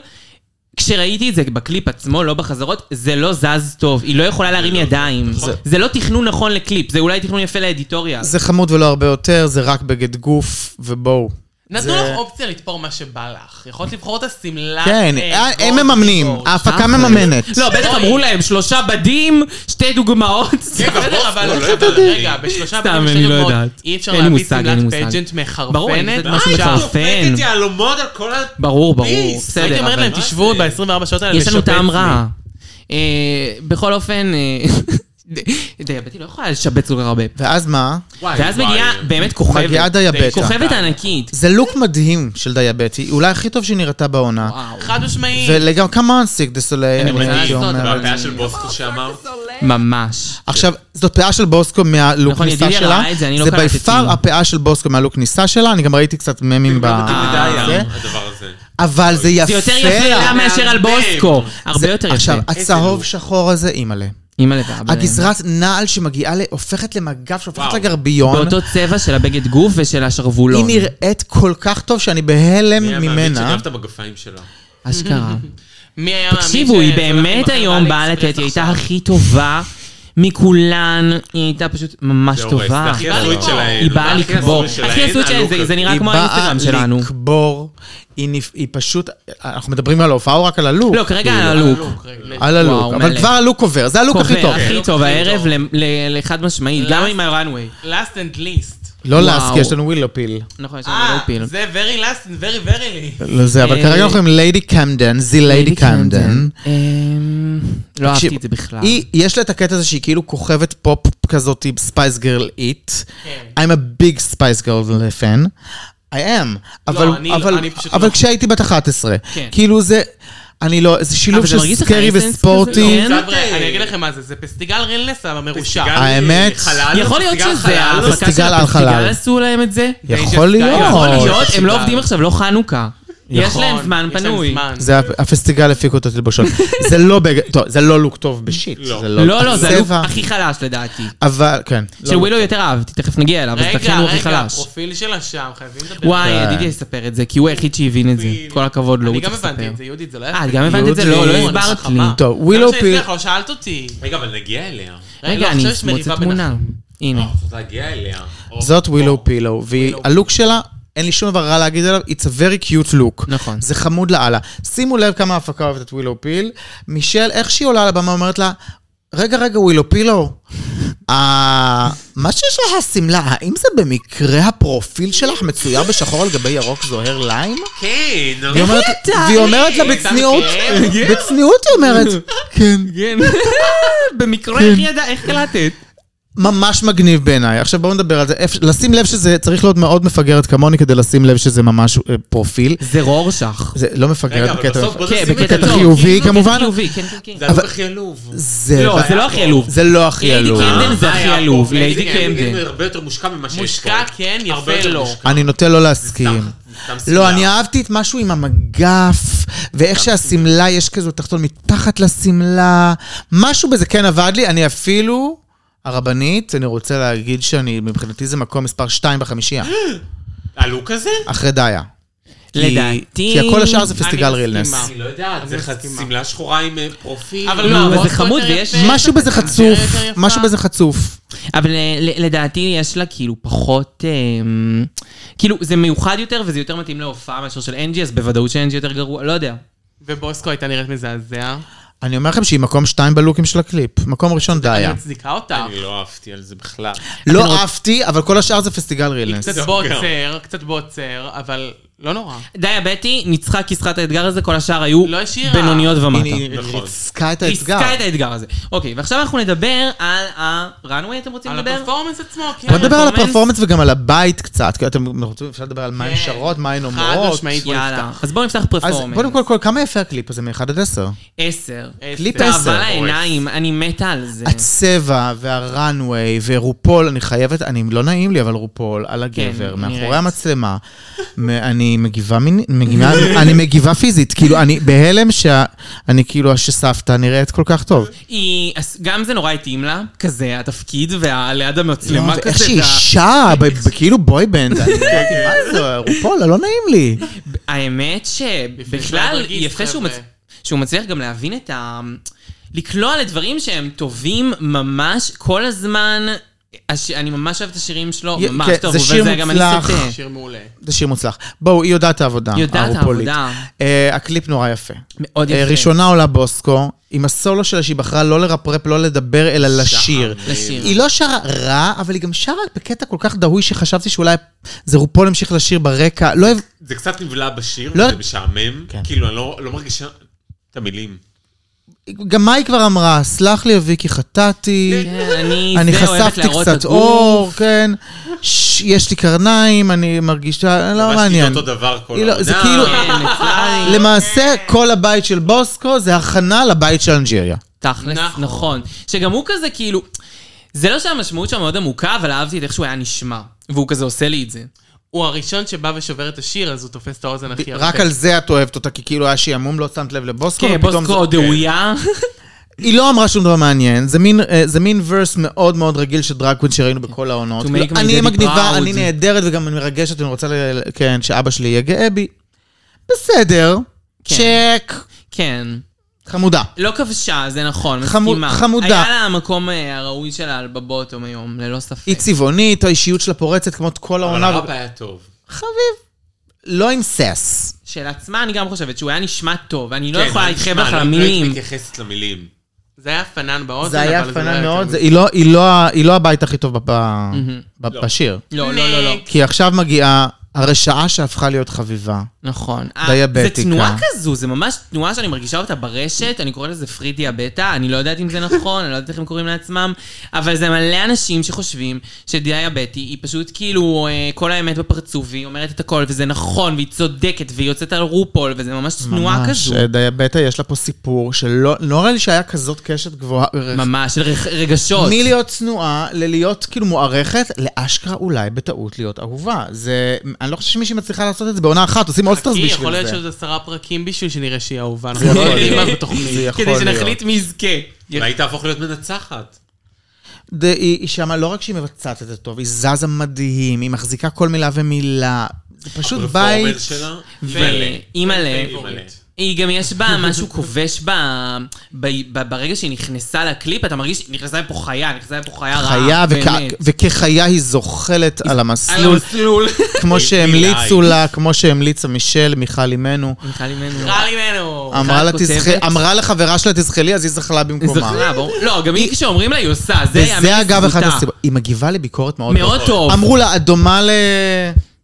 Speaker 2: כשראיתי את זה בקליפ עצמו, לא בחזרות, זה לא זז טוב. היא לא יכולה להרים ידיים.
Speaker 5: נכון.
Speaker 2: זה לא תכנון נכון לקליפ, זה אולי תכנון יפה לאדיטוריה.
Speaker 4: זה חמוד ולא הרבה יותר, זה רק בגד גוף, ובואו.
Speaker 3: נתנו
Speaker 4: זה-
Speaker 3: לך אופציה לתפור מה שבא לך. יכולת לבחור את השמלה.
Speaker 4: כן,
Speaker 3: אה,
Speaker 4: הם
Speaker 3: גולד,
Speaker 4: מממנים,
Speaker 3: גולד.
Speaker 4: ההפקה
Speaker 2: אחלה.
Speaker 4: מממנת.
Speaker 2: לא, בטח אמרו להם שלושה בדים, שתי דוגמאות.
Speaker 5: כן, גם
Speaker 3: בסדר,
Speaker 5: בוסקו,
Speaker 3: אבל
Speaker 5: לא
Speaker 3: אבל
Speaker 5: יודעת.
Speaker 3: רגע,
Speaker 2: סתם,
Speaker 3: בשלושה פעמים
Speaker 2: אני
Speaker 3: שתי
Speaker 2: לא
Speaker 3: דוגמאות,
Speaker 2: יודעת.
Speaker 3: אי אפשר
Speaker 2: אין לי
Speaker 3: להביא
Speaker 2: מושג, אין לי
Speaker 3: שמלת
Speaker 2: מושג.
Speaker 3: פג'נט מחרפנת.
Speaker 2: ברור, אני יודעת
Speaker 5: אה,
Speaker 2: משהו
Speaker 3: אפשר?
Speaker 2: מחרפן.
Speaker 5: דופקת יהלומות על כל ה...
Speaker 2: ברור, ברור,
Speaker 5: ביס.
Speaker 3: הייתי
Speaker 2: בסדר.
Speaker 3: אומרת
Speaker 2: אבל-
Speaker 3: להם,
Speaker 5: מה
Speaker 3: תשבו
Speaker 5: זה?
Speaker 3: ב-24 שעות האלה
Speaker 2: יש לנו
Speaker 3: לשפץ
Speaker 2: טעם
Speaker 3: לי."
Speaker 2: רע. אה, בכל אופן, אה, דייבטי לא יכולה לשבץ כל כך הרבה.
Speaker 4: ואז מה?
Speaker 5: וואי,
Speaker 2: ואז
Speaker 5: וואי.
Speaker 2: מגיעה באמת כוכבת.
Speaker 4: מגיעה דיאבטה.
Speaker 2: כוכבת ענקית.
Speaker 4: זה לוק מדהים של דייבטי, אולי הכי טוב שהיא נראתה בעונה.
Speaker 2: וואו.
Speaker 3: חד משמעי.
Speaker 4: ולגמרי, כמובן סיק דה סולי,
Speaker 2: אני
Speaker 4: אני
Speaker 2: רוצה
Speaker 4: הייתי
Speaker 2: לעשות,
Speaker 4: אומר.
Speaker 2: אבל-
Speaker 5: והבעיה של בוסקו שאמר,
Speaker 2: ממש.
Speaker 4: עכשיו, זאת פאה של בוסקו מהלוק
Speaker 2: נכון,
Speaker 4: כניסה
Speaker 2: ידידיה
Speaker 4: שלה.
Speaker 2: ראה את זה, אני לא
Speaker 4: זה בי
Speaker 2: קלטתי.
Speaker 4: פאר הפאה של בוסקו מהלוק כניסה שלה, אני גם ראיתי קצת ממים ב...
Speaker 5: מתאים
Speaker 2: אה,
Speaker 5: לדיין,
Speaker 4: זה.
Speaker 5: הדבר הזה.
Speaker 4: אבל זה יפה.
Speaker 2: זה יותר יפה לה מאשר על בוסקו. הרבה
Speaker 4: זה-
Speaker 2: יותר יפה.
Speaker 4: עכשיו, הצהוב שחור הזה, אימא'לה.
Speaker 2: אימא'לה ואבא.
Speaker 4: הגזרת נעל שמגיעה, ל- הופכת למגף, שהופכת
Speaker 5: וואו.
Speaker 4: לגרביון.
Speaker 2: באותו צבע של הבגד גוף ושל השרוולון.
Speaker 4: היא נראית כל כך טוב שאני בהלם
Speaker 5: מי היה מאמין
Speaker 4: ממנה.
Speaker 5: שגנב את המגפיים שלה.
Speaker 2: אשכרה.
Speaker 3: מי היה מאמין
Speaker 2: תקשיבו, היא
Speaker 3: שהולך עם
Speaker 2: באמת
Speaker 3: החברה
Speaker 2: היום באה לתת,
Speaker 3: לאקספרס
Speaker 2: היא הייתה
Speaker 3: לא עכשיו?
Speaker 2: הכי טובה מכולן, היא הייתה פשוט ממש
Speaker 5: זה הורס, זה
Speaker 2: טובה.
Speaker 5: הכי
Speaker 3: היא באה
Speaker 5: עשוי
Speaker 3: לקבור.
Speaker 5: שלהן.
Speaker 2: היא באה
Speaker 5: הכי
Speaker 2: לקבור.
Speaker 5: עשוי שלהן,
Speaker 2: הכי עשוי
Speaker 5: הלוק
Speaker 2: של זה,
Speaker 5: הזה.
Speaker 2: זה נראה כמו
Speaker 4: היא
Speaker 2: האינסטגרם
Speaker 4: באה
Speaker 2: שלנו.
Speaker 4: לקבור, היא נפ- היא פשוט, אנחנו מדברים על ההופעה או רק על הלוק?
Speaker 2: לא, כרגע
Speaker 4: כאילו.
Speaker 2: על הלוק.
Speaker 3: רגע,
Speaker 4: על הלוק,
Speaker 2: וואו,
Speaker 4: אבל
Speaker 2: מלא.
Speaker 4: כבר הלוק עובר, זה הלוק הכי טוב.
Speaker 2: קובע, הכי
Speaker 3: כן,
Speaker 2: טוב,
Speaker 3: הכי
Speaker 2: הערב
Speaker 3: טוב. אה,
Speaker 2: ל- ל- לחד משמעית, גם עם ה-runway.
Speaker 3: last and least.
Speaker 4: לא
Speaker 2: וואו.
Speaker 4: לאסקי, יש לנו ווילו פיל.
Speaker 2: נכון, יש לנו
Speaker 3: אה,
Speaker 2: לא פיל.
Speaker 3: זה very last and very very least.
Speaker 4: לא זה, אבל
Speaker 2: אה,
Speaker 4: כרגע אנחנו עם ליידי קמדן, זי ליידי קמדן.
Speaker 2: אמ, לא
Speaker 4: תקשיב,
Speaker 2: אהבתי את זה בכלל.
Speaker 4: היא, יש לה את הקטע הזה שהיא כאילו כוכבת פופ כזאת, ספייס גרל איט.
Speaker 2: כן.
Speaker 4: I'm a big Spice Girl fan.
Speaker 2: לא,
Speaker 4: I am. אבל,
Speaker 3: אני-
Speaker 4: אבל,
Speaker 3: אני פשוט
Speaker 4: אבל
Speaker 3: לא.
Speaker 4: כשהייתי בת 11.
Speaker 2: כן.
Speaker 4: כאילו זה, אני לא, זה שילוב
Speaker 2: אבל זה
Speaker 4: של
Speaker 2: מרגיש לך
Speaker 4: סקרי
Speaker 2: אינסנס
Speaker 4: וספורטי.
Speaker 2: כזה? לא, כן.
Speaker 3: חבר'ה, אני אגיד לכם מה זה, זה פסטיגל רילנס המרושע.
Speaker 5: פסטיגל
Speaker 4: האמת-
Speaker 5: חלל,
Speaker 2: יכול להיות
Speaker 5: פסטיגל
Speaker 2: שזה
Speaker 5: חלל.
Speaker 2: ההפקה של
Speaker 4: פסטיגל על
Speaker 2: הפסטיגל
Speaker 4: חלל.
Speaker 2: עשו להם את זה?
Speaker 4: יכול להיות.
Speaker 2: יכול
Speaker 3: יכול
Speaker 2: להיות, הם
Speaker 3: פסטיגל.
Speaker 2: לא עובדים עכשיו, לא חנוכה. יש
Speaker 4: נכון,
Speaker 2: להם זמן
Speaker 3: יש להם
Speaker 2: פנוי.
Speaker 3: זמן.
Speaker 4: זה הפ- הפסטיגל הפיקו את התלבושות. זה לא בג... טוב, זה לא לוק טוב בשיט.
Speaker 5: לא.
Speaker 4: זה
Speaker 2: לא, לא, זה הלוק
Speaker 4: הצבע,
Speaker 2: הכי חלש לדעתי.
Speaker 4: אבל, כן.
Speaker 2: של ווילו יותר אהבתי, תכף נגיע אליו, אז
Speaker 3: רגע,
Speaker 2: לכן הוא הכי
Speaker 3: רגע,
Speaker 2: חלש.
Speaker 3: הפרופיל שלה שם, חייבים לדבר.
Speaker 2: וואי,
Speaker 4: כן.
Speaker 2: ידידי יספר את זה, כי הוא היחיד שהבין את זה.
Speaker 3: פרופיל.
Speaker 2: כל הכבוד לו,
Speaker 3: אני
Speaker 2: הוא
Speaker 3: גם
Speaker 2: צריך
Speaker 3: הבנתי
Speaker 2: לספר.
Speaker 3: את זה, יהודית, זה לא
Speaker 2: אה,
Speaker 3: היה...
Speaker 2: את גם הבנת את זה? לא, לא
Speaker 4: יהודית.
Speaker 2: הסברת לי.
Speaker 3: חכמה.
Speaker 4: טוב,
Speaker 3: ווילו
Speaker 4: ווילו פיל...
Speaker 3: לא שאלת אותי.
Speaker 5: רגע, אבל נגיע אליה.
Speaker 2: רגע,
Speaker 3: לא,
Speaker 2: אני
Speaker 3: עכשיו יש
Speaker 2: אשמוץ
Speaker 3: מריבה
Speaker 2: את תמונה. הנה.
Speaker 5: אה, צריך להגיע אליה. או-
Speaker 4: זאת
Speaker 5: או-
Speaker 4: ווילו פילו, והלוק שלה, אין לי שום דבר רע להגיד עליו, it's a very cute look.
Speaker 2: נכון.
Speaker 4: זה חמוד לאללה. שימו לב כמה ההפקה אוהבת את ווילו פיל. מישל, איך שהיא עולה על הבמה, אומרת לה, רגע, רגע, ווילו פילו, אה, מה שיש לך השמלה, האם זה במקרה הפרופיל שלך מצויר בשחור על גבי ירוק זוהר ליים?
Speaker 5: כן, נו.
Speaker 4: והיא אומרת-
Speaker 2: ידעת?
Speaker 4: והיא אומרת לה בצניעות, בצניעות היא אומרת, כן.
Speaker 2: במקרה איך ידע, איך קלטת?
Speaker 4: ממש מגניב בעיניי. עכשיו בואו נדבר על זה. אפ- לשים לב שזה, צריך להיות מאוד מפגרת כמוני כדי לשים לב שזה ממש אה, פרופיל.
Speaker 2: זה רורשך.
Speaker 4: זה לא מפגרת
Speaker 5: רגע, אבל
Speaker 4: בקטע...
Speaker 5: בסוף בוא
Speaker 2: כן,
Speaker 5: נשים את
Speaker 2: בקטע
Speaker 5: זה.
Speaker 4: בקטע
Speaker 2: טוב.
Speaker 4: חיובי
Speaker 2: כאילו, בקטע
Speaker 4: כמובן.
Speaker 2: חיובי, כן, כן, כן.
Speaker 5: זה הכי הכי עלוב.
Speaker 4: זה...
Speaker 2: לא, זה לא הכי עלוב.
Speaker 4: זה לא הכי
Speaker 2: הייתי
Speaker 4: עלוב.
Speaker 2: קנדל זה
Speaker 5: מה
Speaker 2: הכי
Speaker 5: היה פה?
Speaker 2: עלוב,
Speaker 5: הייתי
Speaker 2: ליידי
Speaker 5: כן,
Speaker 2: קנדל.
Speaker 5: הייתי הרבה יותר מושקע ממה שיש
Speaker 3: מושקע,
Speaker 5: פה.
Speaker 3: כן, יפה,
Speaker 5: הרבה יותר
Speaker 3: לא.
Speaker 5: מושקע.
Speaker 4: אני נוטה לא להסכים.
Speaker 5: סתם שמלה.
Speaker 4: לא, אני אהבתי את משהו עם המגף, ואיך שהשמלה, יש כזו תחתון מתחת לשמלה. משהו בזה כן עבד לי, אני אפילו, הרבנית, אני רוצה להגיד שאני, מבחינתי זה מקום מספר 2 בחמישייה,
Speaker 5: הלוק הזה?
Speaker 4: אחרי דיה. כי-
Speaker 2: לדעתי-
Speaker 4: כי הכל השאר זה פסטיגל
Speaker 3: אני
Speaker 4: רילנס.
Speaker 3: מסכימה.
Speaker 5: אני לא יודעת, זה
Speaker 3: אני
Speaker 5: חצי
Speaker 3: מסכימה.
Speaker 5: שמלה שחורה עם אה, פרופיל.
Speaker 3: אבל לא,
Speaker 2: אבל
Speaker 3: אבל
Speaker 2: זה
Speaker 3: עוד
Speaker 2: חמוד
Speaker 3: יותר
Speaker 2: ויש-
Speaker 3: יפה.
Speaker 4: משהו בזה חצוף,
Speaker 3: יותר יפה.
Speaker 4: משהו בזה חצוף.
Speaker 2: אבל אה, ל- לדעתי יש לה כאילו פחות... אמ, כאילו, זה מיוחד יותר וזה יותר מתאים להופעה מאשר של אנג'י, אז בוודאות שאנג'י יותר גרוע, לא יודע.
Speaker 3: ובוסקו הייתה נראית מזעזע.
Speaker 4: אני אומר לכם שהיא מקום 2 בלוקים של הקליפ. מקום ראשון
Speaker 3: אני
Speaker 4: דיה.
Speaker 3: מצדיקה אותה.
Speaker 5: אני לא אהבתי על זה בכלל.
Speaker 4: לא עפתי, אבל כל השאר זה פסטיגל רילנס.
Speaker 3: קצת
Speaker 5: זה
Speaker 3: בוצר, קצת בוצר, אבל לא נורא.
Speaker 2: דיה בטי ניצחה, כיסחה את האתגר הזה, כל השאר היו
Speaker 3: לא השאירה.
Speaker 2: בינוניות
Speaker 4: הנה,
Speaker 2: ומטה.
Speaker 4: היא
Speaker 5: נכון.
Speaker 4: ריצקה את האתגר.
Speaker 2: ניצחה את האתגר הזה. אוקיי, ועכשיו אנחנו נדבר על הראנווי, אתם רוצים
Speaker 3: על
Speaker 2: לדבר?
Speaker 3: הפרפורמנס עצמו, כן.
Speaker 4: בוא נדבר על
Speaker 2: הפרפורמנס.
Speaker 4: הפרפורמנס וגם על הבית קצת, כי אתם רוצים, אפשר לדבר על מה הן
Speaker 3: כן.
Speaker 4: שרות, מה הן
Speaker 3: חד
Speaker 4: אומרות.
Speaker 3: משמעית. בוא
Speaker 2: יאללה,
Speaker 3: נפתח.
Speaker 2: אז בואו נפתח
Speaker 4: אז
Speaker 2: פרפורמנס.
Speaker 4: קודם כל, כל, כמה יפה הקליפ הזה, מ-1 עד 10?
Speaker 2: עשר.
Speaker 4: קליפ
Speaker 3: עשר.
Speaker 4: עשר.
Speaker 2: תאווה לעיניים, אני מתה על זה.
Speaker 4: הצבע והראנוויי ורופול, אני חייבת, אני, לא נעים לי, אבל רופול על הגבר,
Speaker 2: נראית.
Speaker 4: מאחורי המצלמה. מ- אני מגיבה מינית, מגיבה- אני מגיבה פיזית, כאילו, אני בהלם שה- אני כאילו, שסבתא נראית כל כך טוב.
Speaker 2: היא, אז גם זה נורא התאים לה, כזה, התפקיד, וליד המצלמה כזה.
Speaker 4: לא, איך שהיא
Speaker 2: וה-
Speaker 4: אישה, ב- ב- כאילו בויבנד, אני אמרתי, מה זה, רופול, לא נעים לי.
Speaker 2: האמת שבכלל,
Speaker 3: רגיש,
Speaker 2: יפה שהוא,
Speaker 3: חבר'ה.
Speaker 2: מצ... שהוא מצליח גם להבין את ה... לקלוע לדברים שהם טובים ממש כל הזמן. הש... אני ממש אוהב את השירים שלו,
Speaker 4: י-
Speaker 2: ממש
Speaker 4: כן,
Speaker 2: טוב,
Speaker 4: זה שיר
Speaker 2: ובזה גם אני
Speaker 4: מוצלח.
Speaker 2: סוטה.
Speaker 3: שיר מעולה.
Speaker 4: זה שיר מוצלח. בואו, היא יודעת את העבודה.
Speaker 2: יודעת
Speaker 4: הרופולית.
Speaker 2: העבודה.
Speaker 4: אה, הקליפ נורא יפה.
Speaker 2: מאוד
Speaker 4: אה,
Speaker 2: יפה.
Speaker 4: ראשונה עולה בוסקו, עם הסולו שלה שהיא בחרה לא לרפרפ, לא לדבר, אלא לשיר.
Speaker 5: אה,
Speaker 2: לשיר.
Speaker 4: היא לא שרה רע, אבל היא גם שרה בקטע כל כך דהוי שחשבתי שאולי זה רופול המשיך לשיר ברקע. לא אוהב...
Speaker 5: זה קצת נבלע בשיר,
Speaker 4: לא-
Speaker 5: וזה משעמם.
Speaker 4: כן.
Speaker 5: כאילו, אני לא לא מרגישה את המילים.
Speaker 4: גם מה היא כבר אמרה? סלח לי, אביקי, חטאתי.
Speaker 2: כן, אני,
Speaker 4: אני
Speaker 2: זה, אוהבת
Speaker 4: חשפתי
Speaker 2: להראות את
Speaker 4: קצת
Speaker 2: הגוף.
Speaker 4: אור, כן. ש- יש לי קרניים, אני מרגישה... לא
Speaker 5: ממש כאילו
Speaker 4: מעניין.
Speaker 5: אותו דבר כל
Speaker 4: היא לא-
Speaker 5: העונה.
Speaker 4: זה כאילו-
Speaker 2: כן, אצלה אני-
Speaker 4: למעשה, כל הבית של בוסקו זה הכנה לבית של אנג'ריה.
Speaker 2: תכלס,
Speaker 3: נכון.
Speaker 2: נכון. שגם הוא כזה כאילו... זה לא שהמשמעות שם מאוד עמוקה, אבל אהבתי את איך שהוא היה נשמע. והוא כזה עושה לי את זה.
Speaker 4: כן,
Speaker 3: הוא הראשון שבא ושובר את השיר, אז הוא תופס את האוזן
Speaker 5: כן,
Speaker 3: הכי הרבה.
Speaker 5: אוקיי.
Speaker 4: רק על זה את אוהבת אותה, כי כאילו היה שעמום, לא שמת לב לבוסקו,
Speaker 2: כן,
Speaker 4: ופתאום
Speaker 2: בוסקו
Speaker 4: זה...
Speaker 2: דאויה.
Speaker 4: היא לא אמרה שום דבר מעניין, זה מין, אה, זה מין ורס מאוד מאוד רגיל של דרקווין שראינו בכל העונות.
Speaker 2: To make
Speaker 4: כאילו,
Speaker 2: my
Speaker 4: אני
Speaker 2: daddy proud.
Speaker 4: מגניבה, אני נהדרת וגם אני מרגשת, אני רוצה, ל- ל- כן, שאבא שלי יהיה גאה בי. בסדר,
Speaker 2: כן.
Speaker 4: צ'ק,
Speaker 2: כן.
Speaker 4: חמודה.
Speaker 2: לא כבשה, זה נכון,
Speaker 4: חמו-
Speaker 2: מסכימה.
Speaker 4: חמודה.
Speaker 2: היה לה המקום אה, הראוי שלה על בבוטום היום, ללא ספק.
Speaker 4: היא צבעונית, האישיות שלה פורצת כמו את כל
Speaker 5: אבל
Speaker 4: העונה.
Speaker 5: הראפ היה טוב.
Speaker 4: חביב, לא עם סס.
Speaker 2: שלעצמה אני גם חושבת שהוא היה נשמע טוב, אני לא
Speaker 5: כן,
Speaker 2: יכולה
Speaker 5: אני
Speaker 2: להתחייב
Speaker 5: נשמע,
Speaker 2: לך
Speaker 5: אני
Speaker 2: על
Speaker 5: לא הייתי
Speaker 2: המילים.
Speaker 5: מתייחסת למילים.
Speaker 3: זה היה פנן באוזן,
Speaker 4: זה היה
Speaker 3: אבל לא
Speaker 4: פנה
Speaker 3: יותר
Speaker 4: מאוד,
Speaker 3: מזה.
Speaker 4: זה- היא לא- היא לא ה- היא לא הבית הכי טוב בפ- בפ-
Speaker 5: לא.
Speaker 4: בשיר.
Speaker 2: לא, לא, לא, לא.
Speaker 4: כי עכשיו מגיעה הרשעה שהפכה להיות חביבה.
Speaker 2: נכון. אה,
Speaker 4: דיאבטיקה.
Speaker 2: זה תנועה כזו, זה ממש תנועה שאני מרגישה אותה ברשת, אני קוראת לזה פרי דיאבטה, אני לא יודעת אם זה נכון, אני לא יודעת איך הם קוראים לעצמם, אבל זה מלא אנשים שחושבים שדיאבטי היא פשוט כאילו אה, כל האמת בפרצוף, והיא אומרת את הכל, וזה נכון, והיא צודקת, והיא יוצאת על רופול, וזה ממש תנועה
Speaker 4: ממש,
Speaker 2: כזו.
Speaker 4: אה, דיאבטה יש לה פה סיפור שלא לא נראה לי שהיה כזאת קשת גבוהה.
Speaker 2: ממש, של רג- רגשות.
Speaker 4: מלהיות צנועה ללהיות כאילו מוערכת, לאשכרה אולי בטעות להיות אהובה. זה, אני לא חושב שמישהי מצליחה לעשות את זה בעונה אחת, עושים אולסטרס
Speaker 3: כי יכול
Speaker 4: בשביל
Speaker 3: להיות
Speaker 4: זה.
Speaker 3: שעוד עשרה פרקים בשביל שנראה שהיא אהובה.
Speaker 4: זה יכול
Speaker 3: אנחנו לא יודעים
Speaker 4: להיות.
Speaker 3: מה בתוכנית.
Speaker 4: זה יכול
Speaker 2: כדי
Speaker 4: להיות.
Speaker 2: שנחליט מי יזכה.
Speaker 5: אולי תהפוך להיות מנצחת.
Speaker 4: ד- היא היא שמה, לא רק שהיא מבצעת את זה טוב, היא זזה מדהים, היא מחזיקה כל מילה ומילה. זה פשוט בית...
Speaker 5: הפרפורמנס שלה. מלא.
Speaker 2: ואימא'לה,
Speaker 5: מלא.
Speaker 2: היא גם יש בה משהו כובש ב, ב, ב, ברגע שהיא נכנסה לקליפ, אתה מרגיש שהיא נכנסה לפה חיה, נכנסה לפה חיה רעה.
Speaker 4: חיה, וכ-
Speaker 2: אה, באמת.
Speaker 4: וכחיה היא זוחלת על
Speaker 2: על
Speaker 4: המסלול,
Speaker 2: המסלול.
Speaker 4: כמו שהמליצו
Speaker 5: מילה.
Speaker 4: לה, כמו שהמליצה מישל, מיכל אימנו.
Speaker 2: מיכל אימנו.
Speaker 3: רע לי ממנו.
Speaker 4: אמרה, לה,
Speaker 2: כותבת?
Speaker 4: תזכי, אמרה לחברה שלה תזחלי, אז היא זחלה במקומה.
Speaker 2: זכרה, ברור. לא, גם היא כשאומרים לה, היא עושה. זה
Speaker 4: וזה
Speaker 2: ייאמר
Speaker 4: אגב אחת
Speaker 2: לזכותה.
Speaker 4: הסיבות. היא מגיבה לביקורת מאוד
Speaker 2: מאוד טוב.
Speaker 4: אמרו לה, את דומה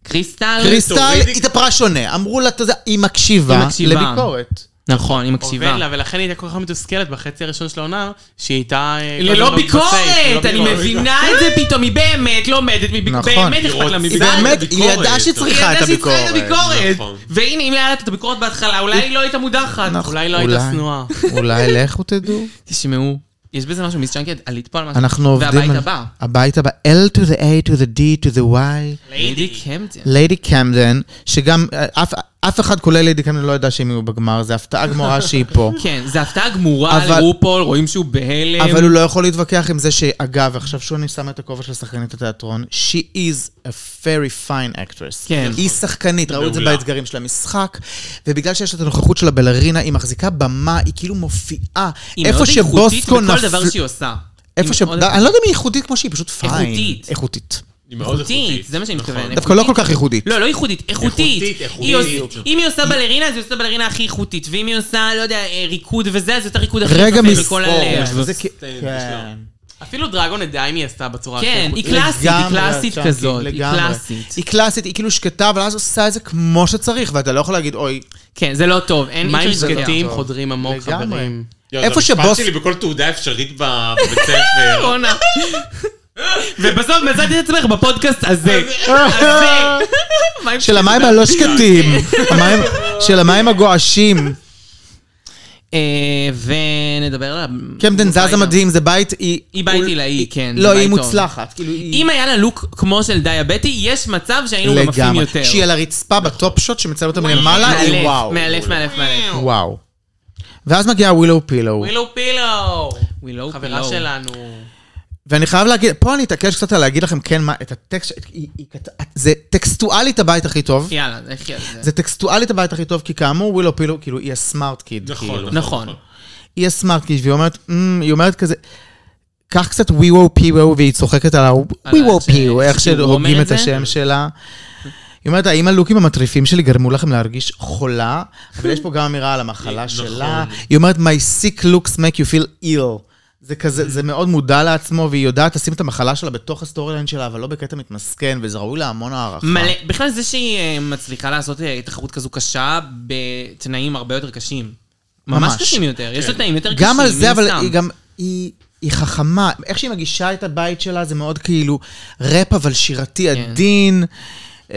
Speaker 2: קריסטל?
Speaker 4: לקריסטל,
Speaker 5: תורידי-
Speaker 4: התאפרה שונה. אמרו לה, אתה יודע, היא מקשיבה
Speaker 2: היא מקשיבה.
Speaker 4: לביקורת.
Speaker 2: נכון, היא
Speaker 3: עובד
Speaker 2: מקשיבה.
Speaker 3: לה, ולכן היא הייתה כל כך מתוסכלת בחצי הראשון של העונה, שהיא הייתה... אה, כל
Speaker 2: ללא
Speaker 3: הזמן בפייק,
Speaker 2: לא ביקורת,
Speaker 3: ללא
Speaker 2: אני
Speaker 3: לא ביקורת.
Speaker 2: מבינה את זה פתאום, היא באמת לומדת, היא
Speaker 4: נכון.
Speaker 2: באמת
Speaker 5: היא
Speaker 2: אכפת לה
Speaker 5: רוצה-
Speaker 2: מביקורת.
Speaker 4: באמת, היא
Speaker 5: הביקורת.
Speaker 4: ידעה שהיא
Speaker 2: היא
Speaker 4: צריכה את
Speaker 2: ידעה שהיא צריכה את
Speaker 4: הביקורת.
Speaker 2: הביקורת.
Speaker 5: נכון.
Speaker 2: והנה, אם היה לה את הביקורת בהתחלה, אולי היא לא הייתה מודחת.
Speaker 4: נכון.
Speaker 3: אולי לא הייתה
Speaker 4: אולי.
Speaker 3: שנואה.
Speaker 4: אולי לכו תדעו.
Speaker 2: תשמעו, יש בזה משהו, מיס צ'אנקד, עלית פה על משהו.
Speaker 4: אנחנו עובדים...
Speaker 2: והבית
Speaker 4: על-
Speaker 2: הבא.
Speaker 4: הבית הבא, L to the A to the D to the Y.
Speaker 2: ליידי קמפטן.
Speaker 4: ליידי קמדן, שגם אה, אף, אף אחד כולל ליידי קמדן לא ידע שהם יהיו בגמר, זו הפתעה גמורה שהיא פה.
Speaker 2: כן, זו הפתעה גמורה
Speaker 4: אבל-
Speaker 2: לרופול, רואים שהוא בהלם.
Speaker 4: אבל הוא לא יכול להתווכח עם זה שאגב, עכשיו שוני שמה את הכובע של שחקנית התיאטרון, she is a very fine actress.
Speaker 2: כן.
Speaker 4: היא שחקנית, ראו את זה
Speaker 5: מעולה.
Speaker 4: באתגרים של המשחק, ובגלל שיש לה את הנוכחות של הבלרינה, היא מחזיקה במה, היא כאילו מופיעה.
Speaker 2: היא
Speaker 4: איפה
Speaker 2: מאוד איכותית
Speaker 4: שבוסקו
Speaker 2: בכל דבר
Speaker 4: נפל...
Speaker 2: שהיא עושה.
Speaker 4: איפה
Speaker 2: היא
Speaker 4: ש...
Speaker 2: מאוד
Speaker 4: אני לא יודע אם היא ייחודית כמו שהיא, פשוט פיין.
Speaker 2: איכותית.
Speaker 4: איכותית.
Speaker 5: היא מאוד איכותית.
Speaker 2: זה מה שאני
Speaker 5: נכון.
Speaker 2: מתכוונת.
Speaker 4: דווקא לא כל כך ייחודית.
Speaker 2: לא, לא ייחודית, איכותית.
Speaker 5: איכותית, איכותית.
Speaker 2: היא עוש- אם היא עושה בלרינה, אז היא עושה בלרינה הכי איכותית. ואם היא עושה, לא יודע, אה, ריקוד וזה, אז היא עושה ריקוד הכי
Speaker 4: רגע
Speaker 2: יפה
Speaker 4: מספור.
Speaker 2: מכל הלב.
Speaker 4: זה כ-
Speaker 5: כן.
Speaker 4: כן.
Speaker 3: אפילו דרגון נדע אם היא עשתה בצורה הכי
Speaker 2: כן, היא
Speaker 3: איכותית.
Speaker 2: קלאסית, היא
Speaker 4: לגמרי,
Speaker 2: קלאסית
Speaker 4: צ'אנקי,
Speaker 2: כזאת. היא
Speaker 4: לגמרי.
Speaker 2: קלאסית.
Speaker 4: היא קלאסית, היא כאילו שקטה, אבל אז עושה את זה כמו שצריך, ואתה לא יכול להגיד, אוי,
Speaker 2: כן, זה לא טוב, אין
Speaker 3: מים
Speaker 2: אי אפשר להתווכח.
Speaker 3: שקטים
Speaker 4: טוב.
Speaker 3: חודרים עמוק,
Speaker 4: לגמרי.
Speaker 3: חברים.
Speaker 5: יואו,
Speaker 4: איפה
Speaker 5: זה המשפט
Speaker 4: שבוס-
Speaker 5: שלי בכל תעודה אפשרית בבית ספר.
Speaker 2: רונה. ובסוף מצאת את עצמך בפודקאסט הזה. הזה. מה עם
Speaker 4: של המים הלא שקטים, המים- של המים הגועשים.
Speaker 2: אה, ונדבר על... ה-
Speaker 4: קמדן זזה מדהים, זה בית, היא...
Speaker 2: היא בית עילאי, כן. זה
Speaker 4: לא, היא
Speaker 2: בית טוב.
Speaker 4: מוצלחת, כאילו היא...
Speaker 2: אם היה לה לוק כמו של דיאבטי, יש מצב שהיינו ממפים
Speaker 4: לגמרי.
Speaker 2: יותר.
Speaker 4: שהיא על הרצפה בטופ שוט שמצלם אותה מלמעלה, היא
Speaker 2: מאלף,
Speaker 4: וואו.
Speaker 2: מאלף, מאלף, מאלף.
Speaker 4: וואו. ואז מגיעה ווילאו פילו.
Speaker 3: ווילו פילו!
Speaker 2: Willow
Speaker 3: חברה
Speaker 2: Pillow.
Speaker 3: שלנו.
Speaker 4: ואני חייב להגיד, פה אני אתעקש קצת על להגיד לכם, כן, מה, את הטקסט, היא- היא כת- זה טקסטואלית הבית הכי טוב.
Speaker 2: יאללה, לכי על זה.
Speaker 4: זה טקסטואלית הבית הכי טוב, כי כאמור, ווילו פילו, כאילו, היא הסמארט קיד.
Speaker 5: נכון,
Speaker 2: נכון.
Speaker 4: היא הסמארט קיש, והיא אומרת, "אמ", היא אומרת כזה, קח קצת ווי וו פי וו, והיא צוחקת על הווי וו
Speaker 2: איך ש-
Speaker 4: פי וו, איך
Speaker 2: שהוא
Speaker 4: שהורגים
Speaker 2: אומר את
Speaker 4: את
Speaker 2: זה?
Speaker 4: השם שלה. היא אומרת, האם הלוקים המטריפים שלי גרמו לכם להרגיש חולה? אבל יש פה גם אמירה על המחלה
Speaker 5: נכון.
Speaker 4: שלה. היא אומרת, my sick looks make you feel ill. זה כזה, זה מאוד מודע לעצמו, והיא יודעת לשים את המחלה שלה בתוך הסטורי ליין שלה, אבל לא בקטע מתמסכן, וזה ראוי לה המון הערכה.
Speaker 2: מלא, בכלל זה שהיא אה, מצליחה לעשות אה, תחרות כזו קשה בתנאים הרבה יותר קשים. ממש
Speaker 4: ממש.
Speaker 2: קשים יותר, יש לה תנאים יותר קשים.
Speaker 4: גם על
Speaker 2: מן
Speaker 4: זה, אבל
Speaker 2: הסתם.
Speaker 4: היא גם... היא, היא חכמה, איך שהיא מגישה את הבית שלה זה מאוד כאילו ראפ אבל שירתי
Speaker 2: כן.
Speaker 4: עדין. מה
Speaker 2: מה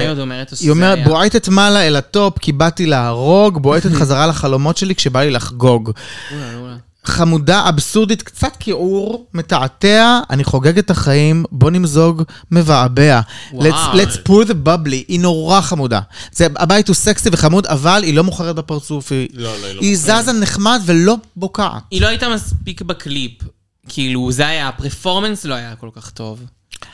Speaker 2: היא עוד אומרת? או שזה
Speaker 4: אה, היא אומרת,
Speaker 2: היה-
Speaker 4: בועטת מעלה אל הטופ כי באתי להרוג, בועטת חזרה לחלומות שלי כשבא לי לחגוג.
Speaker 2: אולה, אולה.
Speaker 4: חמודה, אבסורדית, קצת כיעור, מתעתע, אני חוגגת את החיים, בוא נמזוג, מבעבע.
Speaker 2: וואו.
Speaker 4: Let's, let's pull the bubbly, היא נורא חמודה. זה, הבית הוא סקסי וחמוד, אבל היא לא מוכרת בפרצוף, היא,
Speaker 5: לא, לא, היא לא
Speaker 4: היא זזה נחמד ולא בוקעת.
Speaker 2: היא לא הייתה מספיק בקליפ. כאילו, זה היה, הפרפורמנס לא היה כל כך טוב.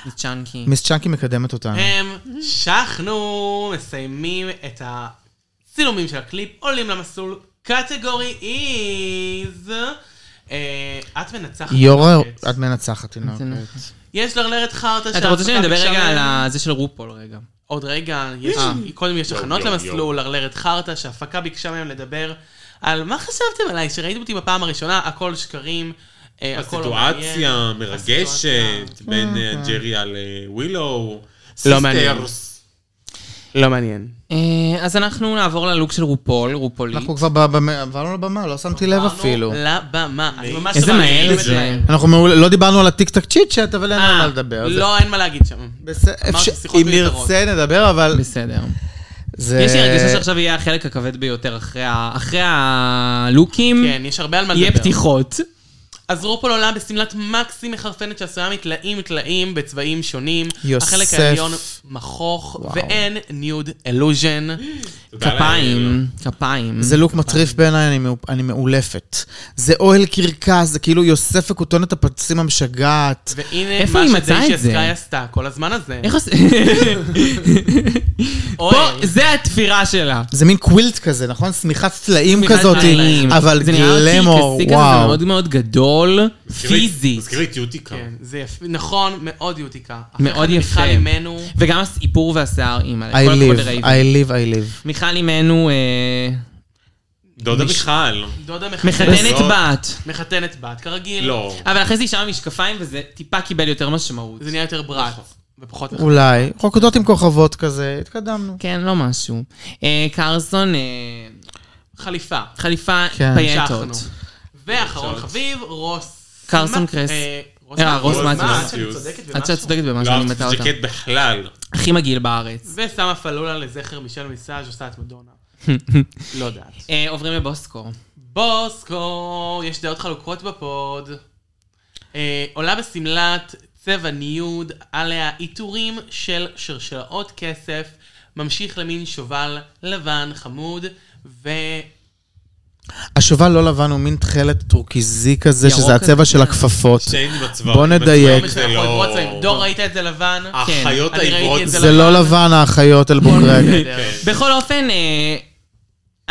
Speaker 2: זה צ'אנקי.
Speaker 4: מיס צ'אנקי מקדמת אותנו.
Speaker 3: הם שחנו, מסיימים את הצילומים של הקליפ, עולים למסלול קטגורי איז. אה, את מנצחת.
Speaker 4: יורה,
Speaker 3: את.
Speaker 4: את מנצחת, הנה.
Speaker 2: אה,
Speaker 3: יש לרלרת חרטא
Speaker 2: לא- אתה רוצה
Speaker 3: שההפקה
Speaker 2: שנדבר רגע
Speaker 3: משעממת?
Speaker 2: על ה- זה של רופול רגע.
Speaker 3: עוד רגע, יש, קודם יש הכנות
Speaker 5: יו, יו.
Speaker 3: למסלול, לרלרת חרטא, שההפקה ביקשה מהם לדבר על מה חשבתם עליי שראיתם אותי בפעם הראשונה, הכל שקרים, אה, הכל לא מעניין.
Speaker 5: סיטואציה מרגשת
Speaker 3: הסיטואציה.
Speaker 5: בין אה, ג'רי על אה, ווילו.
Speaker 3: לא מעניין.
Speaker 5: סיסטרס.
Speaker 3: לא מעניין.
Speaker 2: אה, אז אנחנו נעבור ללוק של רופול, רופולית.
Speaker 4: אנחנו כבר בבמה, עברנו לבמה, לא שמתי
Speaker 3: אה,
Speaker 4: לב אפילו.
Speaker 3: לבמה. אני ממש
Speaker 2: איזה
Speaker 3: לא
Speaker 2: מהר
Speaker 3: מעניינת
Speaker 2: זה.
Speaker 3: להם.
Speaker 4: אנחנו מעולה, לא דיברנו על הטיק טק צ'יט צ'אט, אבל אין על מה
Speaker 3: אה,
Speaker 4: לדבר. זה-
Speaker 3: לא, אין מה להגיד שם.
Speaker 4: בסדר, אפשר-
Speaker 3: שיחות
Speaker 4: אם
Speaker 3: מיותרות.
Speaker 4: נרצה נדבר, אבל...
Speaker 2: בסדר.
Speaker 4: זה-
Speaker 2: יש לי הרגשה שעכשיו יהיה החלק הכבד ביותר אחרי ה- אחרי הלוקים.
Speaker 3: כן, יש הרבה על מה לדבר.
Speaker 2: Mm. יהיה פתיחות.
Speaker 3: אז רופול עולה בשמלת מקסי מחרפנת שעשויה מטלאים טלאים בצבעים שונים.
Speaker 4: יוסף.
Speaker 3: החלק העליון מכוך, ואין ניוד אלוז'ן.
Speaker 5: תודה לאל. אה,
Speaker 2: כפיים, כפיים.
Speaker 4: זה לוק מטריף בעיניי, אני מאו- אני מאולפת. זה אוהל קרקס, זה כאילו יוסף הכותונת את הפצים המשגעת.
Speaker 3: והנה
Speaker 2: איפה
Speaker 3: מה
Speaker 2: היא מצאה את
Speaker 3: שדיישי
Speaker 2: זה?
Speaker 3: סקאי עשתה כל הזמן
Speaker 4: לא-
Speaker 3: הזה.
Speaker 2: איך עושה...
Speaker 3: אוי.
Speaker 2: פה, זה התפירה שלה.
Speaker 4: זה מין קווילט כזה, נכון? שמיכת טלאים
Speaker 2: תפירת
Speaker 4: כזאת,
Speaker 2: נעליים.
Speaker 4: אבל
Speaker 2: זה נראה
Speaker 4: גלמור,
Speaker 2: טיקסי כזה, זה
Speaker 4: וואו.
Speaker 2: מאוד מאוד גדול,
Speaker 5: מזכיר לי-
Speaker 2: פיזית.
Speaker 5: מזכיר לי את יוטיקה.
Speaker 3: כן, זה יפה. נכון, מאוד יוטיקה.
Speaker 2: מאוד יפה.
Speaker 3: מיכל אימנו.
Speaker 2: וגם האיפור והשיער, אימא.
Speaker 4: I live, I live, I live.
Speaker 2: מיכל אימנו אה,
Speaker 5: דודה מיכל.
Speaker 3: דודה
Speaker 2: מחתנת
Speaker 5: בסוף.
Speaker 2: בת.
Speaker 3: מחתנת בת, כרגיל.
Speaker 5: לא.
Speaker 2: אבל אחרי זה היא שמה משקפיים וזה טיפה קיבל יותר משמעות.
Speaker 3: זה נהיה יותר ברט. ופחות מחתנת.
Speaker 4: אולי. רוקדות עם כוכבות כזה, התקדמנו.
Speaker 2: כן, לא משהו. אה, קרסון אה,
Speaker 3: חליפה.
Speaker 2: חליפה
Speaker 4: כן.
Speaker 3: המשכנו.
Speaker 2: פייטות.
Speaker 3: ואחרון
Speaker 5: שעות.
Speaker 3: חביב, רוס...
Speaker 2: קרסון
Speaker 3: סימה-
Speaker 2: קרס.
Speaker 3: אה, רוס
Speaker 2: אה,
Speaker 3: מאטיוס.
Speaker 2: רוס
Speaker 5: מאטיוס.
Speaker 3: עד שאני צודקת
Speaker 2: עד שאת צודקת
Speaker 3: במשהו.
Speaker 2: במה
Speaker 5: לא
Speaker 2: שאני מתה
Speaker 5: אהבתי
Speaker 2: אותה.
Speaker 5: ג'קט בכלל.
Speaker 2: הכי מגעיל בארץ.
Speaker 3: ושמה פלולה לזכר מישל מיסאז' עושה את מדונה. לא יודעת.
Speaker 2: אה, עוברים לבוסקו.
Speaker 3: בוסקו, יש דעות חלוקות בפוד. אה, עולה בשמלת צבע ניוד, עליה עיטורים של שרשראות כסף, ממשיך למין שובל לבן חמוד, והשערות
Speaker 4: השובל לא לבן הוא מין תכלת טורקיזי כזה,
Speaker 2: ירוק
Speaker 4: שזה
Speaker 2: כזה,
Speaker 4: הצבע של הכפפות.
Speaker 5: שתיהן עם הצבעים.
Speaker 4: בוא נדייק.
Speaker 5: הצבעים זה לא-
Speaker 3: דור, ראית את זה לבן?
Speaker 5: החיות
Speaker 3: כן, אני ראיתי
Speaker 5: העיוורות כן.
Speaker 3: את זה
Speaker 4: זה לא
Speaker 3: לבן.
Speaker 4: לבן, האחיות אלבוקרק.
Speaker 3: בסדר.
Speaker 2: בכל אופן, אה,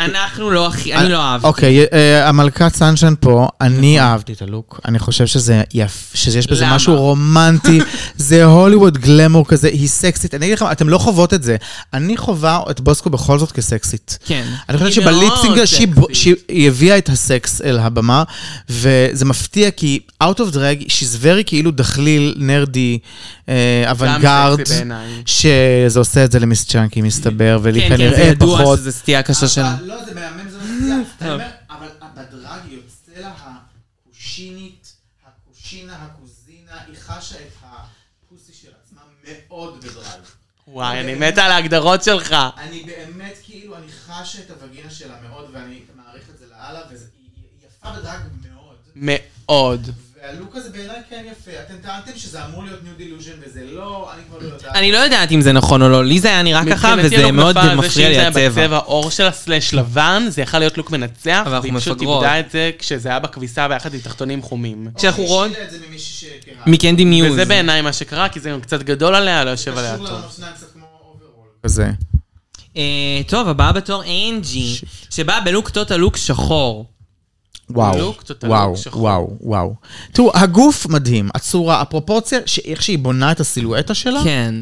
Speaker 2: אנחנו לא הכי, אני לא אהבתי.
Speaker 4: אוקיי, אה, המלכה סנשן פה, אני אהבתי את הלוק. אני חושב שזה יפ... שיש בזה
Speaker 3: למה?
Speaker 4: משהו רומנטי. זה הוליווד גלמור כזה, היא סקסית. אני אגיד לכם, אתם לא חוות את זה. אני חווה את בוסקו בכל זאת כסקסית.
Speaker 2: כן.
Speaker 4: אני חושב
Speaker 3: היא מאוד
Speaker 4: שבליפסינג שהיא ב-
Speaker 3: סקסית.
Speaker 4: שהיא היא הביאה את הסקס אל הבמה, וזה מפתיע כי out of drag, she's very כאילו דחליל, נרדי, אה, אוונגרד,
Speaker 3: סקסי בעיניי.
Speaker 4: שזה עושה את זה למיס צ'אנקי מסתבר, ולי
Speaker 2: כן, כן, זה
Speaker 4: כנראה
Speaker 2: ידוע
Speaker 4: פחות.
Speaker 2: שזה סטייה קשה שלה.
Speaker 4: לא, זה מהמם, זה לא מצליח. אבל בדרג יוצא לה הקושינית, הקושינה, הקוזינה, היא חשה את הפוסי של עצמה מאוד בדרג. לא
Speaker 3: וואי, אני מת על ההגדרות שלך.
Speaker 4: אני באמת, כאילו, אני חשה את הווגינה שלה מאוד, ואני מעריך את זה לאללה, והיא יפה בדרג מאוד.
Speaker 3: מאוד.
Speaker 4: והלוק הזה בעיניי כן יפה. אתם טענתם שזה אמור להיות ניו דילוז'ן, וזה לא, אני כבר לא יודעת.
Speaker 2: אני לא יודעת אם זה נכון או לא, לי זה היה נראה ככה,
Speaker 3: מבחינתי
Speaker 2: וזה
Speaker 3: הלוק
Speaker 2: מאוד
Speaker 3: נפל על זה
Speaker 2: מפריע
Speaker 3: שאם
Speaker 2: לי
Speaker 3: זה היה
Speaker 2: הצבע.
Speaker 3: בצבע עור שלה סלאש לבן, זה יכול להיות לוק מנצח,
Speaker 2: אבל אנחנו
Speaker 3: והיא פשוט
Speaker 2: מפגרות.
Speaker 3: איבדה את זה כשזה היה בכביסה ביחד עם תחתונים חומים.
Speaker 2: כשאנחנו
Speaker 4: אוקיי,
Speaker 2: רואות-
Speaker 4: השאילה את זה ממישהי שהכירה.
Speaker 2: מקנדי מיוז.
Speaker 3: וזה בעיניי מה שקרה, כי זה גם קצת גדול עליה, לא יושב עליה
Speaker 4: קשור
Speaker 3: טוב.
Speaker 4: לאופניים קצת כמו אוברול. כזה.
Speaker 2: אה, טוב, הבאה בתור אנג'י, שבאה בלוק טוטה לוק שחור.
Speaker 4: וואו,
Speaker 3: לוק, טוטל
Speaker 4: וואו,
Speaker 3: לוק שחור.
Speaker 4: וואו, וואו. תראו, הגוף מדהים, הצורה, הפרופורציה, ש- איך שהיא בונה את הסילואטה שלה,
Speaker 2: כן.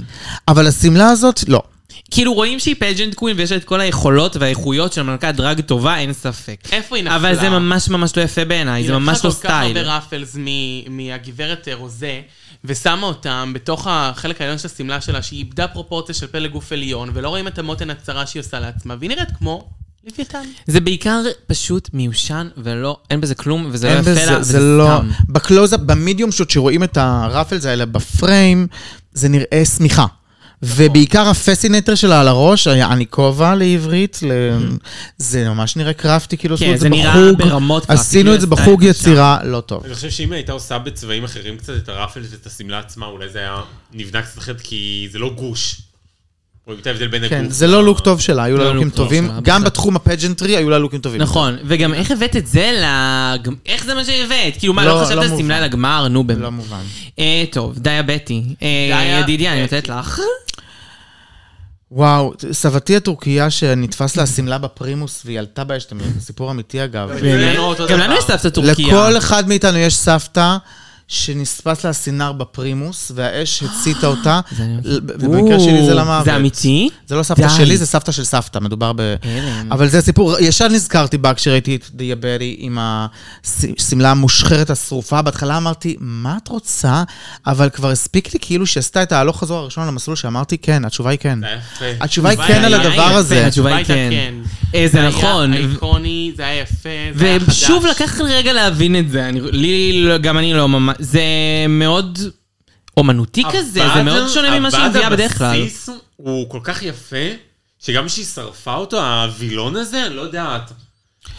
Speaker 4: אבל השמלה הזאת, לא.
Speaker 2: כאילו רואים שהיא פג'נט קווין ויש לה את כל היכולות והאיכויות של מלכת דרג טובה, אין ספק.
Speaker 3: איפה היא נפלה?
Speaker 2: אבל זה ממש ממש לא יפה בעיניי, זה ממש לא
Speaker 3: היא
Speaker 2: סטייל.
Speaker 3: לקחה כל כך הרבה ראפלס מ- מהגברת אה, רוזה, ושמה אותם בתוך החלק העליון של השמלה שלה, שהיא איבדה פרופורציה של פלג גוף עליון, ולא רואים את המותן הצרה שהיא עושה לעצמה, והיא נראית כמו לוויתן.
Speaker 2: זה בעיקר פשוט מיושן, ולא, אין בזה כלום, וזה לא
Speaker 4: אין
Speaker 2: יפה לה,
Speaker 4: בזה, זה
Speaker 2: וזה
Speaker 4: לא...
Speaker 2: סתם.
Speaker 4: בקלוזאפ, במדיום שוט שרואים את הרפלס האלה בפריים, זה נראה שמיכה. ובעיקר הפסינטר שלה על הראש, היה אני כובע לעברית, ל- זה ממש נראה קרפטי, כאילו
Speaker 2: כן,
Speaker 4: עשו את
Speaker 2: זה נראה
Speaker 4: בחוג.
Speaker 2: ברמות קרפטי,
Speaker 4: עשינו
Speaker 2: כאילו
Speaker 4: את זה
Speaker 2: הסטייל
Speaker 4: בחוג
Speaker 2: שם.
Speaker 4: יצירה, לא טוב.
Speaker 5: אני חושב שאם היא הייתה עושה בצבעים אחרים קצת את הראפל ואת השמלה עצמה, אולי זה היה נבנה קצת אחרת, כי זה לא גוש. רואים את ההבדל בין הגוף.
Speaker 4: כן, זה לא לוק טוב שלה, היו
Speaker 2: לא
Speaker 4: לה לוקים
Speaker 2: לוק טוב
Speaker 4: טובים.
Speaker 2: שלה,
Speaker 4: גם
Speaker 2: בכלל.
Speaker 4: בתחום הפג'נטרי היו לה לוקים טובים.
Speaker 2: נכון, וגם איך הבאת את זה ל... גם- איך זה מה שהבאת? כאילו מה,
Speaker 4: לא,
Speaker 2: לא חשבת
Speaker 4: לא
Speaker 2: על שמלה
Speaker 4: מובן.
Speaker 2: לגמר? נו באמת.
Speaker 4: לא מובן.
Speaker 2: אה, טוב, דיה בטי. אה,
Speaker 3: דיה
Speaker 2: ידידיה, אני
Speaker 3: בטי.
Speaker 2: נותנת לך.
Speaker 4: וואו, סבתי הטורקיה שנתפס לה שמלה בפרימוס והיא עלתה באש, אתם יודעים, זה סיפור אמיתי אגב.
Speaker 2: כן. גם לנו יש סבתא טורקיה.
Speaker 4: לכל אחד מאיתנו יש סבתא שנספס לה הסינר בפרימוס והאש
Speaker 2: אה,
Speaker 4: הציתה אותה. במקרה שלי זה למוות.
Speaker 2: זה אמיתי?
Speaker 4: זה לא סבתא
Speaker 2: די.
Speaker 4: שלי, זה סבתא של סבתא, מדובר ב...
Speaker 2: הלם.
Speaker 4: אבל זה סיפור, ישר נזכרתי בה כשראיתי את דיאברי עם השמלה המושחרת השרופה. בהתחלה אמרתי, מה את רוצה? אבל כבר הספיק לי כאילו שעשתה את ההלוך חזור הראשון למסלול, שאמרתי כן, התשובה היא כן.
Speaker 2: אה,
Speaker 5: זה היה יפה.
Speaker 4: התשובה היא
Speaker 3: התשובה
Speaker 4: כן
Speaker 3: היא
Speaker 4: על
Speaker 3: היה
Speaker 4: הדבר
Speaker 2: יפה.
Speaker 4: הזה.
Speaker 2: התשובה היא
Speaker 3: הייתה
Speaker 2: כן. אה, זה נכון.
Speaker 3: זה היה איקוני, זה היה יפה, זה היה אה, חדש.
Speaker 2: ושוב לקח רגע להבין את זה, אני- לי, לא- גם אני לא ממש, זה מאוד אומנותי כזה, זה מאוד שונה ממה שהיא מביאה בדרך כלל.
Speaker 5: הבסיס הוא כל כך יפה, שגם כשהיא שרפה אותו, הווילון הזה, אני לא יודעת.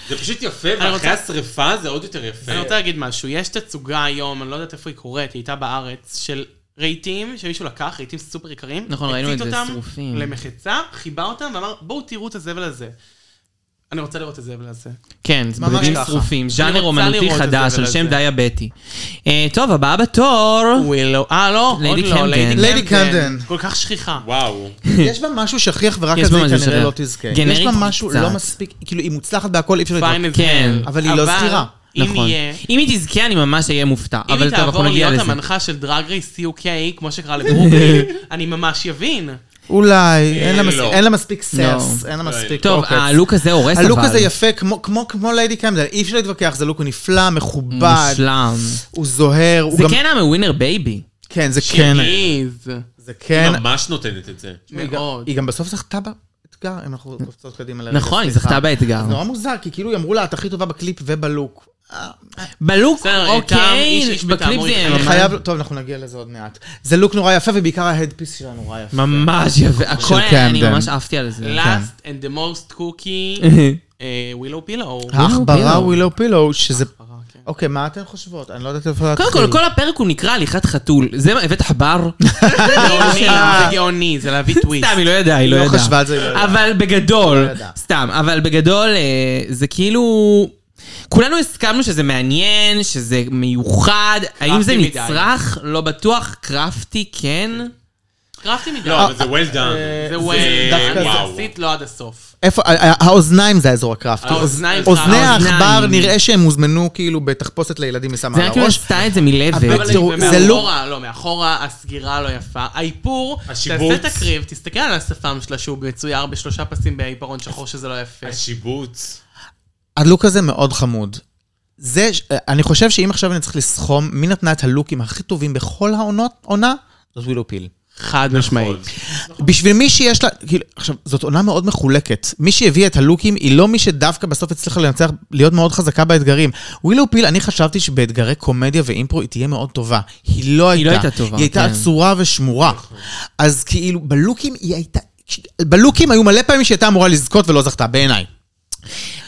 Speaker 5: זה פשוט יפה, ואחרי
Speaker 3: רוצה-
Speaker 5: השרפה זה עוד יותר יפה.
Speaker 3: אני רוצה להגיד משהו, יש תצוגה היום, אני לא יודעת איפה היא קורית, היא הייתה בארץ, של רהיטים שמישהו לקח, רהיטים סופר יקרים.
Speaker 2: נכון, ראינו
Speaker 3: הצית
Speaker 2: את זה,
Speaker 3: אותם
Speaker 2: שרופים.
Speaker 3: למחצה, חיבה אותם ואמר, בואו תראו את הזבל הזה. אני רוצה לראות את הזבל הזה.
Speaker 2: כן, זה
Speaker 4: ממש
Speaker 2: בודדים
Speaker 4: ככה.
Speaker 2: שרופים, ז'אנר
Speaker 3: רוצה
Speaker 2: אומנותי
Speaker 3: לראות את
Speaker 2: חדש,
Speaker 3: זה
Speaker 2: על
Speaker 3: ולזה.
Speaker 2: שם דייבטי. אה, טוב, הבאה בתור.
Speaker 3: ווילו, אה לא, עוד
Speaker 2: ליידי
Speaker 3: לא,
Speaker 2: קמפדן.
Speaker 4: ליידי קמפדן.
Speaker 3: כל כך שכיחה.
Speaker 2: כן.
Speaker 5: וואו.
Speaker 4: יש בה משהו שכיח ורק
Speaker 2: יש
Speaker 4: על זה
Speaker 2: בה
Speaker 4: היא
Speaker 2: משהו
Speaker 4: כנראה
Speaker 2: שכיח.
Speaker 4: לא תזכה.
Speaker 2: גנרית
Speaker 4: יש בה משהו
Speaker 2: קצת.
Speaker 4: לא מספיק, כאילו היא מוצלחת בהכל, אי אפשר
Speaker 3: פיין
Speaker 4: לדבר.
Speaker 3: אז כן,
Speaker 4: אבל היא לא סתירה.
Speaker 3: אם
Speaker 2: נכון.
Speaker 3: יהיה...
Speaker 2: אם היא תזכה, אני ממש אהיה מופתע.
Speaker 3: אם
Speaker 2: אבל
Speaker 3: היא
Speaker 2: טוב, אנחנו
Speaker 3: תעבור
Speaker 2: נגיע
Speaker 3: להיות
Speaker 2: לזה.
Speaker 3: המנחה של דרג רייס UK, כמו שקרה לברוקלין, אני ממש יבין.
Speaker 4: אולי, אין לה מס-
Speaker 5: לא.
Speaker 4: אין לה מספיק סרס,
Speaker 2: לא.
Speaker 4: אין לה מספיק
Speaker 2: טוב,
Speaker 4: עוקץ.
Speaker 2: הלוק הזה הורס אבל.
Speaker 4: אוקיי. הלוק הזה יפה, כמו- כמו כמו ליידי קמפדן, אי אפשר להתווכח, זה לוק נפלא, מכובד,
Speaker 2: מושלם.
Speaker 4: הוא זוהר, הוא
Speaker 2: זה
Speaker 4: גם...
Speaker 2: כן היה מווינר בייבי.
Speaker 4: כן, זה כן,
Speaker 3: שיריז.
Speaker 4: זה כן.
Speaker 5: ממש נותנת את זה.
Speaker 4: היא גם-
Speaker 3: מאוד.
Speaker 4: היא גם בסוף זכתה ב... את אתגר, אם אנחנו קופצות קדימה לרגע.
Speaker 2: נכון, היא
Speaker 4: סליחה.
Speaker 2: זכתה באתגר.
Speaker 4: זה נורא מוזר, כי כאילו היא אמרו לה, את הכי טובה בקליפ ובלוק. אה,
Speaker 2: בלוק,
Speaker 3: בסדר, טעם, איש-
Speaker 2: אוקיי,
Speaker 3: איש
Speaker 2: בקליפ
Speaker 3: בטעמו
Speaker 2: זה
Speaker 3: יחיים.
Speaker 2: ממש-
Speaker 4: חייב, טוב, אנחנו נגיע לזה עוד מעט. זה לוק נורא יפה, ובעיקר ההדפיס שלה נורא יפה.
Speaker 2: ממש יפה, הכל היה, אני
Speaker 4: קמדן.
Speaker 2: ממש עפתי על זה.
Speaker 3: last
Speaker 2: כן.
Speaker 3: and the most cookie,
Speaker 4: כן.
Speaker 3: אה, ווילו פילו.
Speaker 2: אה,
Speaker 4: העכברה
Speaker 2: פילו.
Speaker 4: ווילו פילו, שזה...
Speaker 3: אה, כן.
Speaker 4: אוקיי, מה אתן חושבות? אני לא יודעת איפה להתחיל.
Speaker 2: קודם כל, כל הפרק הוא נקרא הליכת חתול. זה מה, הבאת עכבר?
Speaker 3: זה גאוני, זה להביא טוויסט.
Speaker 2: סתם, היא לא ידעה, היא לא
Speaker 4: לא
Speaker 2: ידעה.
Speaker 4: חשבה על זה, היא לא ידעה.
Speaker 2: אבל בגדול,
Speaker 4: לא ידעה.
Speaker 2: סתם, אבל בגדול, אה, זה כאילו... כולנו הסכמנו שזה מעניין, שזה מיוחד, האם זה
Speaker 3: קראפטי מדי.
Speaker 2: נצרך? לא בטוח, קראפטי כן.
Speaker 3: קרפטי מדי.
Speaker 5: לא, אבל זה well done.
Speaker 3: זה
Speaker 4: דווקא
Speaker 3: וואי,
Speaker 5: זה.
Speaker 3: יחסית לא עד הסוף.
Speaker 4: איפה, ה- ה- האוזניים זה האזור
Speaker 3: אה,
Speaker 4: הקראפטי.
Speaker 3: האוזניים זה
Speaker 4: אוזני
Speaker 2: האוזניים.
Speaker 4: העכבר נראה שהם הוזמנו כאילו בתחפושת לילדים ושמה
Speaker 2: זה
Speaker 4: על
Speaker 2: היה כאילו
Speaker 4: הראש.
Speaker 2: עשתה את זה מלבד.
Speaker 3: אבל
Speaker 4: תראו,
Speaker 3: היא-
Speaker 4: זה לא-
Speaker 3: מאחורה, לא, מאחורה הסגירה לא יפה. האיפור,
Speaker 5: השיבוץ.
Speaker 3: תעשה את הקריב, תסתכל על השפם שלה שהוא מצויר בשלושה פסים בעיפרון שחור שזה לא יפה.
Speaker 5: השיבוץ.
Speaker 2: כאילו-
Speaker 4: הלוק הזה מאוד חמוד. זה, ש- אני חושב שאם עכשיו אני צריך לסכום מי נתנה את הלוקים הכי טובים בכל העונות, עונה, זאת ווילו פיל.
Speaker 3: חד
Speaker 5: נכון,
Speaker 3: משמעית.
Speaker 4: בשביל מי שיש לה, כאילו, עכשיו, זאת עונה מאוד מחולקת. מי שהביאה את הלוקים היא לא מי שדווקא בסוף הצליחה לנצח, להיות מאוד חזקה באתגרים. ווילו פיל, אני חשבתי שבאתגרי קומדיה ואימפרו היא תהיה מאוד טובה. היא לא הייתה.
Speaker 2: לא הייתה טובה,
Speaker 4: היא הייתה
Speaker 2: כן.
Speaker 4: עצורה ושמורה. אז כאילו, בלוקים היא הייתה... בלוקים היו מלא פעמים שהיא הייתה אמורה לזכות ולא זכתה, בעיניי.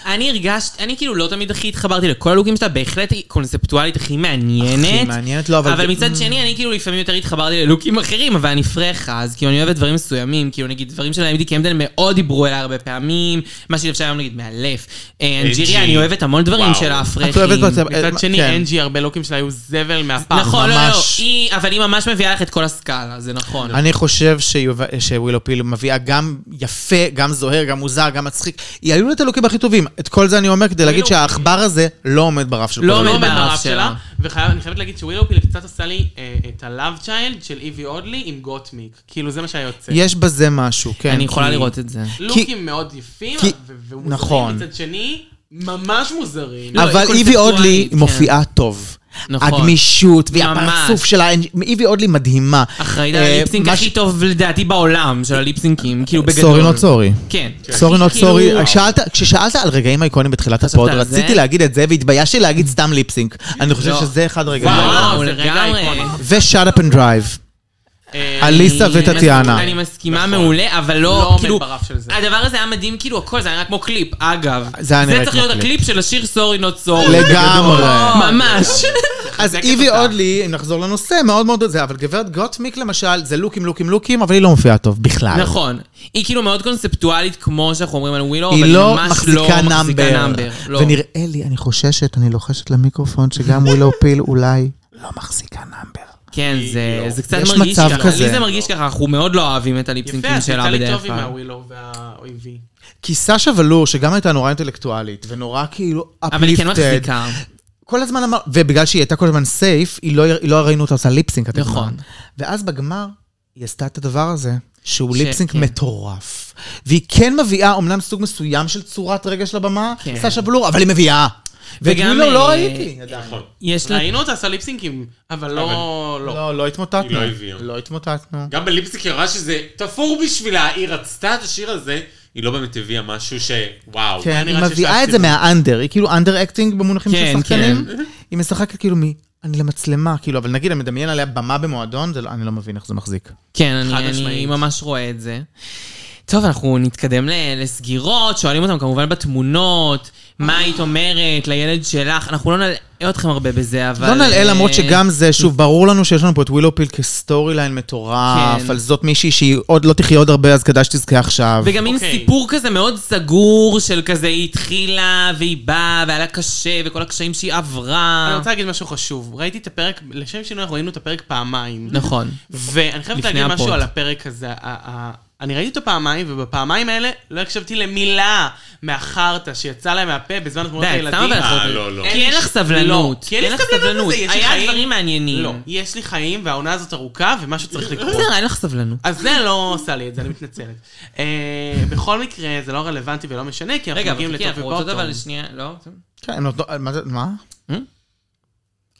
Speaker 2: אני הרגשתי, אני כאילו לא תמיד הכי התחברתי לכל הלוקים שלה, בהחלט היא קונספטואלית הכי מעניינת.
Speaker 4: הכי מעניינת, לא, אבל-
Speaker 2: אבל מצד שני, אני כאילו לפעמים יותר התחברתי ללוקים אחרים, אבל אני פרחה, אז כאילו אני אוהבת דברים מסוימים, כאילו נגיד דברים של אמיתי קמדן מאוד דיברו אליה הרבה פעמים, מה שאפשר היום נגיד מאלף. אה, אנג'יריה,
Speaker 5: NG.
Speaker 2: אני אוהבת המון דברים
Speaker 5: וואו.
Speaker 2: שלה,
Speaker 4: את אוהבת
Speaker 2: הפרחים.
Speaker 4: בצבא-
Speaker 3: מצד שני,
Speaker 4: כן.
Speaker 3: אנג'י, הרבה לוקים שלה היו זבל מהפעם.
Speaker 2: נכון, לא, לא, לא,
Speaker 4: ממש.
Speaker 2: היא- אבל היא ממש מביאה לך את כל הסקאלה, זה נכון.
Speaker 4: אני חושב שיוב- שווילו פיל מביאה גם יפה, גם זוהר, גם מוזר, גם מצחיק. היא היו לה את הלוקים הכי טובים. את כל זה אני אומר כדי להגיד
Speaker 3: ווילו-
Speaker 4: שהעכבר הזה לא עומד ברף של כל
Speaker 2: לא
Speaker 3: לא
Speaker 4: הלוקים.
Speaker 3: עומד
Speaker 2: ברף
Speaker 3: ברף שלה,
Speaker 2: שלה.
Speaker 3: ואני חייבת להגיד שווילו פיל קצת עושה לי אה, את ה-Love Child של איבי אודלי עם גוטמיק. כאילו, זה מה שהיה יוצא.
Speaker 4: יש בזה משהו, כן.
Speaker 2: אני יכולה
Speaker 4: כי-
Speaker 2: לראות את זה.
Speaker 3: לוקים מאוד יפים,
Speaker 4: כי-
Speaker 3: ו- ומוזרים
Speaker 4: נכון.
Speaker 3: מצד שני, ממש מוזרים.
Speaker 2: לא,
Speaker 4: אבל
Speaker 2: היא
Speaker 4: איבי אודלי
Speaker 2: קונספטואלית, כן.
Speaker 4: מופיעה טוב.
Speaker 2: נכון.
Speaker 4: הגמישות והפרצוף
Speaker 2: ממש.
Speaker 4: שלה, איבי אודלי מדהימה.
Speaker 2: אחראית
Speaker 4: אה,
Speaker 2: על הליפסינק
Speaker 4: מה ש-
Speaker 2: הכי טוב לדעתי בעולם, של הליפסינקים, כאילו בגדול.
Speaker 4: סורי נוט סורי.
Speaker 2: כן.
Speaker 4: סורי נוט
Speaker 2: כאילו-
Speaker 4: סורי, שאלת- כששאלת על רגעים אייקונים בתחילת
Speaker 2: חשבת
Speaker 4: הפוד,
Speaker 2: על זה?
Speaker 4: רציתי להגיד את זה והתביישתי להגיד סתם ליפסינק. אני חושב
Speaker 2: לא.
Speaker 4: שזה אחד הרגעים.
Speaker 3: וואו,
Speaker 2: וואו,
Speaker 3: זה רגע
Speaker 2: לגמרי.
Speaker 3: איקוני.
Speaker 4: ושאט אפ אנד דרייב.
Speaker 3: אה,
Speaker 4: אליסה
Speaker 2: אני
Speaker 4: וטטיאנה.
Speaker 2: מסכימה, אני מסכימה
Speaker 5: נכון.
Speaker 2: מעולה, אבל
Speaker 3: לא
Speaker 2: לא,
Speaker 3: עומד
Speaker 2: כאילו,
Speaker 3: ברף של זה.
Speaker 2: הדבר הזה היה מדהים, כאילו, הכל זה היה נראה כמו קליפ, אגב.
Speaker 4: זה היה נראה
Speaker 2: זה צריך
Speaker 4: כמו
Speaker 2: להיות
Speaker 4: קליפ.
Speaker 2: הקליפ של השיר סורי נוט סורי.
Speaker 4: לגמרי.
Speaker 2: נכון. ממש.
Speaker 4: אז איבי אודלי, אם נחזור לנושא, מאוד מאוד זה, אבל גברת גוטמיק למשל, זה לוקים, לוקים, לוקים, אבל היא לא מופיעה טוב בכלל.
Speaker 2: נכון. היא כאילו מאוד קונספטואלית, כמו שאנחנו אומרים על ווילו, אבל
Speaker 4: היא
Speaker 2: היא
Speaker 4: לא
Speaker 2: ממש לא
Speaker 4: מחזיקה נאמבר.
Speaker 2: לא.
Speaker 4: ונראה לי, אני חוששת, אני לוחשת למיקרופון, שגם ווילו פיל אולי לא מחזיקה נאמבר.
Speaker 2: כן, זה- זה קצת
Speaker 4: יש
Speaker 2: מרגיש
Speaker 4: מצב
Speaker 2: ככה.
Speaker 4: כזה.
Speaker 2: לי זה מרגיש ככה, אנחנו מאוד לא אוהבים את
Speaker 3: יפה,
Speaker 2: הליפסינקים
Speaker 3: אז יצא
Speaker 2: שלה
Speaker 3: לי
Speaker 2: בדרך
Speaker 3: טוב עם
Speaker 2: כלל.
Speaker 3: הווילו והאויבי.
Speaker 4: כי סשה ולור, שגם הייתה נורא אינטלקטואלית, ונורא כאילו
Speaker 2: אבל היא כן
Speaker 4: uplifted,
Speaker 2: מחזיקה.
Speaker 4: כל הזמן אמר, ובגלל שהיא הייתה כל הזמן סייף, היא לא, היא לא ראינו אותה עושה ליפסינק. את
Speaker 2: נכון.
Speaker 4: הגמר. ואז בגמר, היא עשתה את הדבר הזה, שהוא
Speaker 2: ש-
Speaker 4: ליפסינק
Speaker 2: כן.
Speaker 4: מטורף. והיא כן מביאה, אמנם סוג מסוים של צורת רגש לבמה,
Speaker 2: כן.
Speaker 4: סשה בלור, אבל היא מביאה.
Speaker 2: וגם,
Speaker 4: וגם... לא, לא
Speaker 2: אה,
Speaker 4: ראיתי. עדיין.
Speaker 5: נכון.
Speaker 2: יש לה...
Speaker 3: ראינו אותה עושה ליפסינקים, אבל לא... לא.
Speaker 4: לא, לא התמוטטנו.
Speaker 5: היא לא הביאה.
Speaker 4: לא התמוטטנו.
Speaker 5: גם בליפסיק היא אמרה שזה תפור בשבילה, היא רצתה את השיר הזה, היא לא באמת הביאה משהו שוואו.
Speaker 4: כן, היא
Speaker 3: נראה שיש
Speaker 4: מביאה
Speaker 3: לה
Speaker 4: את זה
Speaker 3: סיבוב.
Speaker 4: מהאנדר, היא כאילו אנדר אקטינג במונחים של
Speaker 2: כן,
Speaker 4: שחקנים. היא משחקת כאילו מ... אני למצלמה, כאילו, אבל נגיד, אני מדמיין עליה במה במועדון, זה לא- אני לא מבין איך זה מחזיק.
Speaker 2: כן, אני, אני
Speaker 3: משמעית.
Speaker 2: ממש רואה את זה. טוב, אנחנו נתקדם ל- לסגירות, שואלים אותם כמובן בתמונות, מה היית אומרת לילד שלך, אנחנו לא נלאה אתכם הרבה בזה, אבל...
Speaker 4: לא נלאה
Speaker 2: אה,
Speaker 4: למרות שגם זה, שוב, ברור לנו שיש לנו פה את ווילו פיל כסטורי ליין מטורף,
Speaker 2: כן.
Speaker 4: על זאת מישהי שהיא עוד לא תחיה עוד הרבה, אז כדאי שתזכה עכשיו.
Speaker 2: וגם מין
Speaker 3: אוקיי.
Speaker 2: סיפור כזה מאוד סגור של כזה, היא התחילה והיא באה והיה לה קשה וכל הקשיים שהיא
Speaker 3: אני
Speaker 2: עברה.
Speaker 3: רוצה להגיד משהו חשוב. ראיתי את הפרק, לשם שינוי אנחנו ראינו את הפרק פעמיים.
Speaker 2: נכון.
Speaker 3: ואני חייבת
Speaker 2: לפני
Speaker 3: להגיד משהו
Speaker 2: הפוד.
Speaker 3: על הפרק הזה. ה- ה- אני ראיתי אותו פעמיים, ובפעמיים האלה לא הקשבתי למילה מהחרטא שיצא להם מהפה בזמן תמונות
Speaker 2: די,
Speaker 3: הילדים.
Speaker 2: סתם אבל
Speaker 5: אה,
Speaker 2: אנחנו...
Speaker 5: לא, לא.
Speaker 2: כי אין לך סבלנות.
Speaker 3: לא, כי אין לי סבלנות לזה, יש לי
Speaker 2: היה
Speaker 3: חיים.
Speaker 2: דברים מעניינים.
Speaker 3: לא, יש לי חיים, והעונה הזאת ארוכה, ומשהו צריך לקרות.
Speaker 2: בסדר, אין לך סבלנות.
Speaker 3: אז זה לא עושה לי את זה, אני מתנצלת. אה, בכל מקרה, זה לא רלוונטי ולא משנה, כי אנחנו
Speaker 2: רגע, כן,
Speaker 3: מגיעים
Speaker 2: אבל חכי,
Speaker 3: לטופי
Speaker 2: אנחנו רוצות
Speaker 3: בוטום.
Speaker 2: אבל שנייה, לא?
Speaker 4: כן, הם נותנו... מה זה- מה?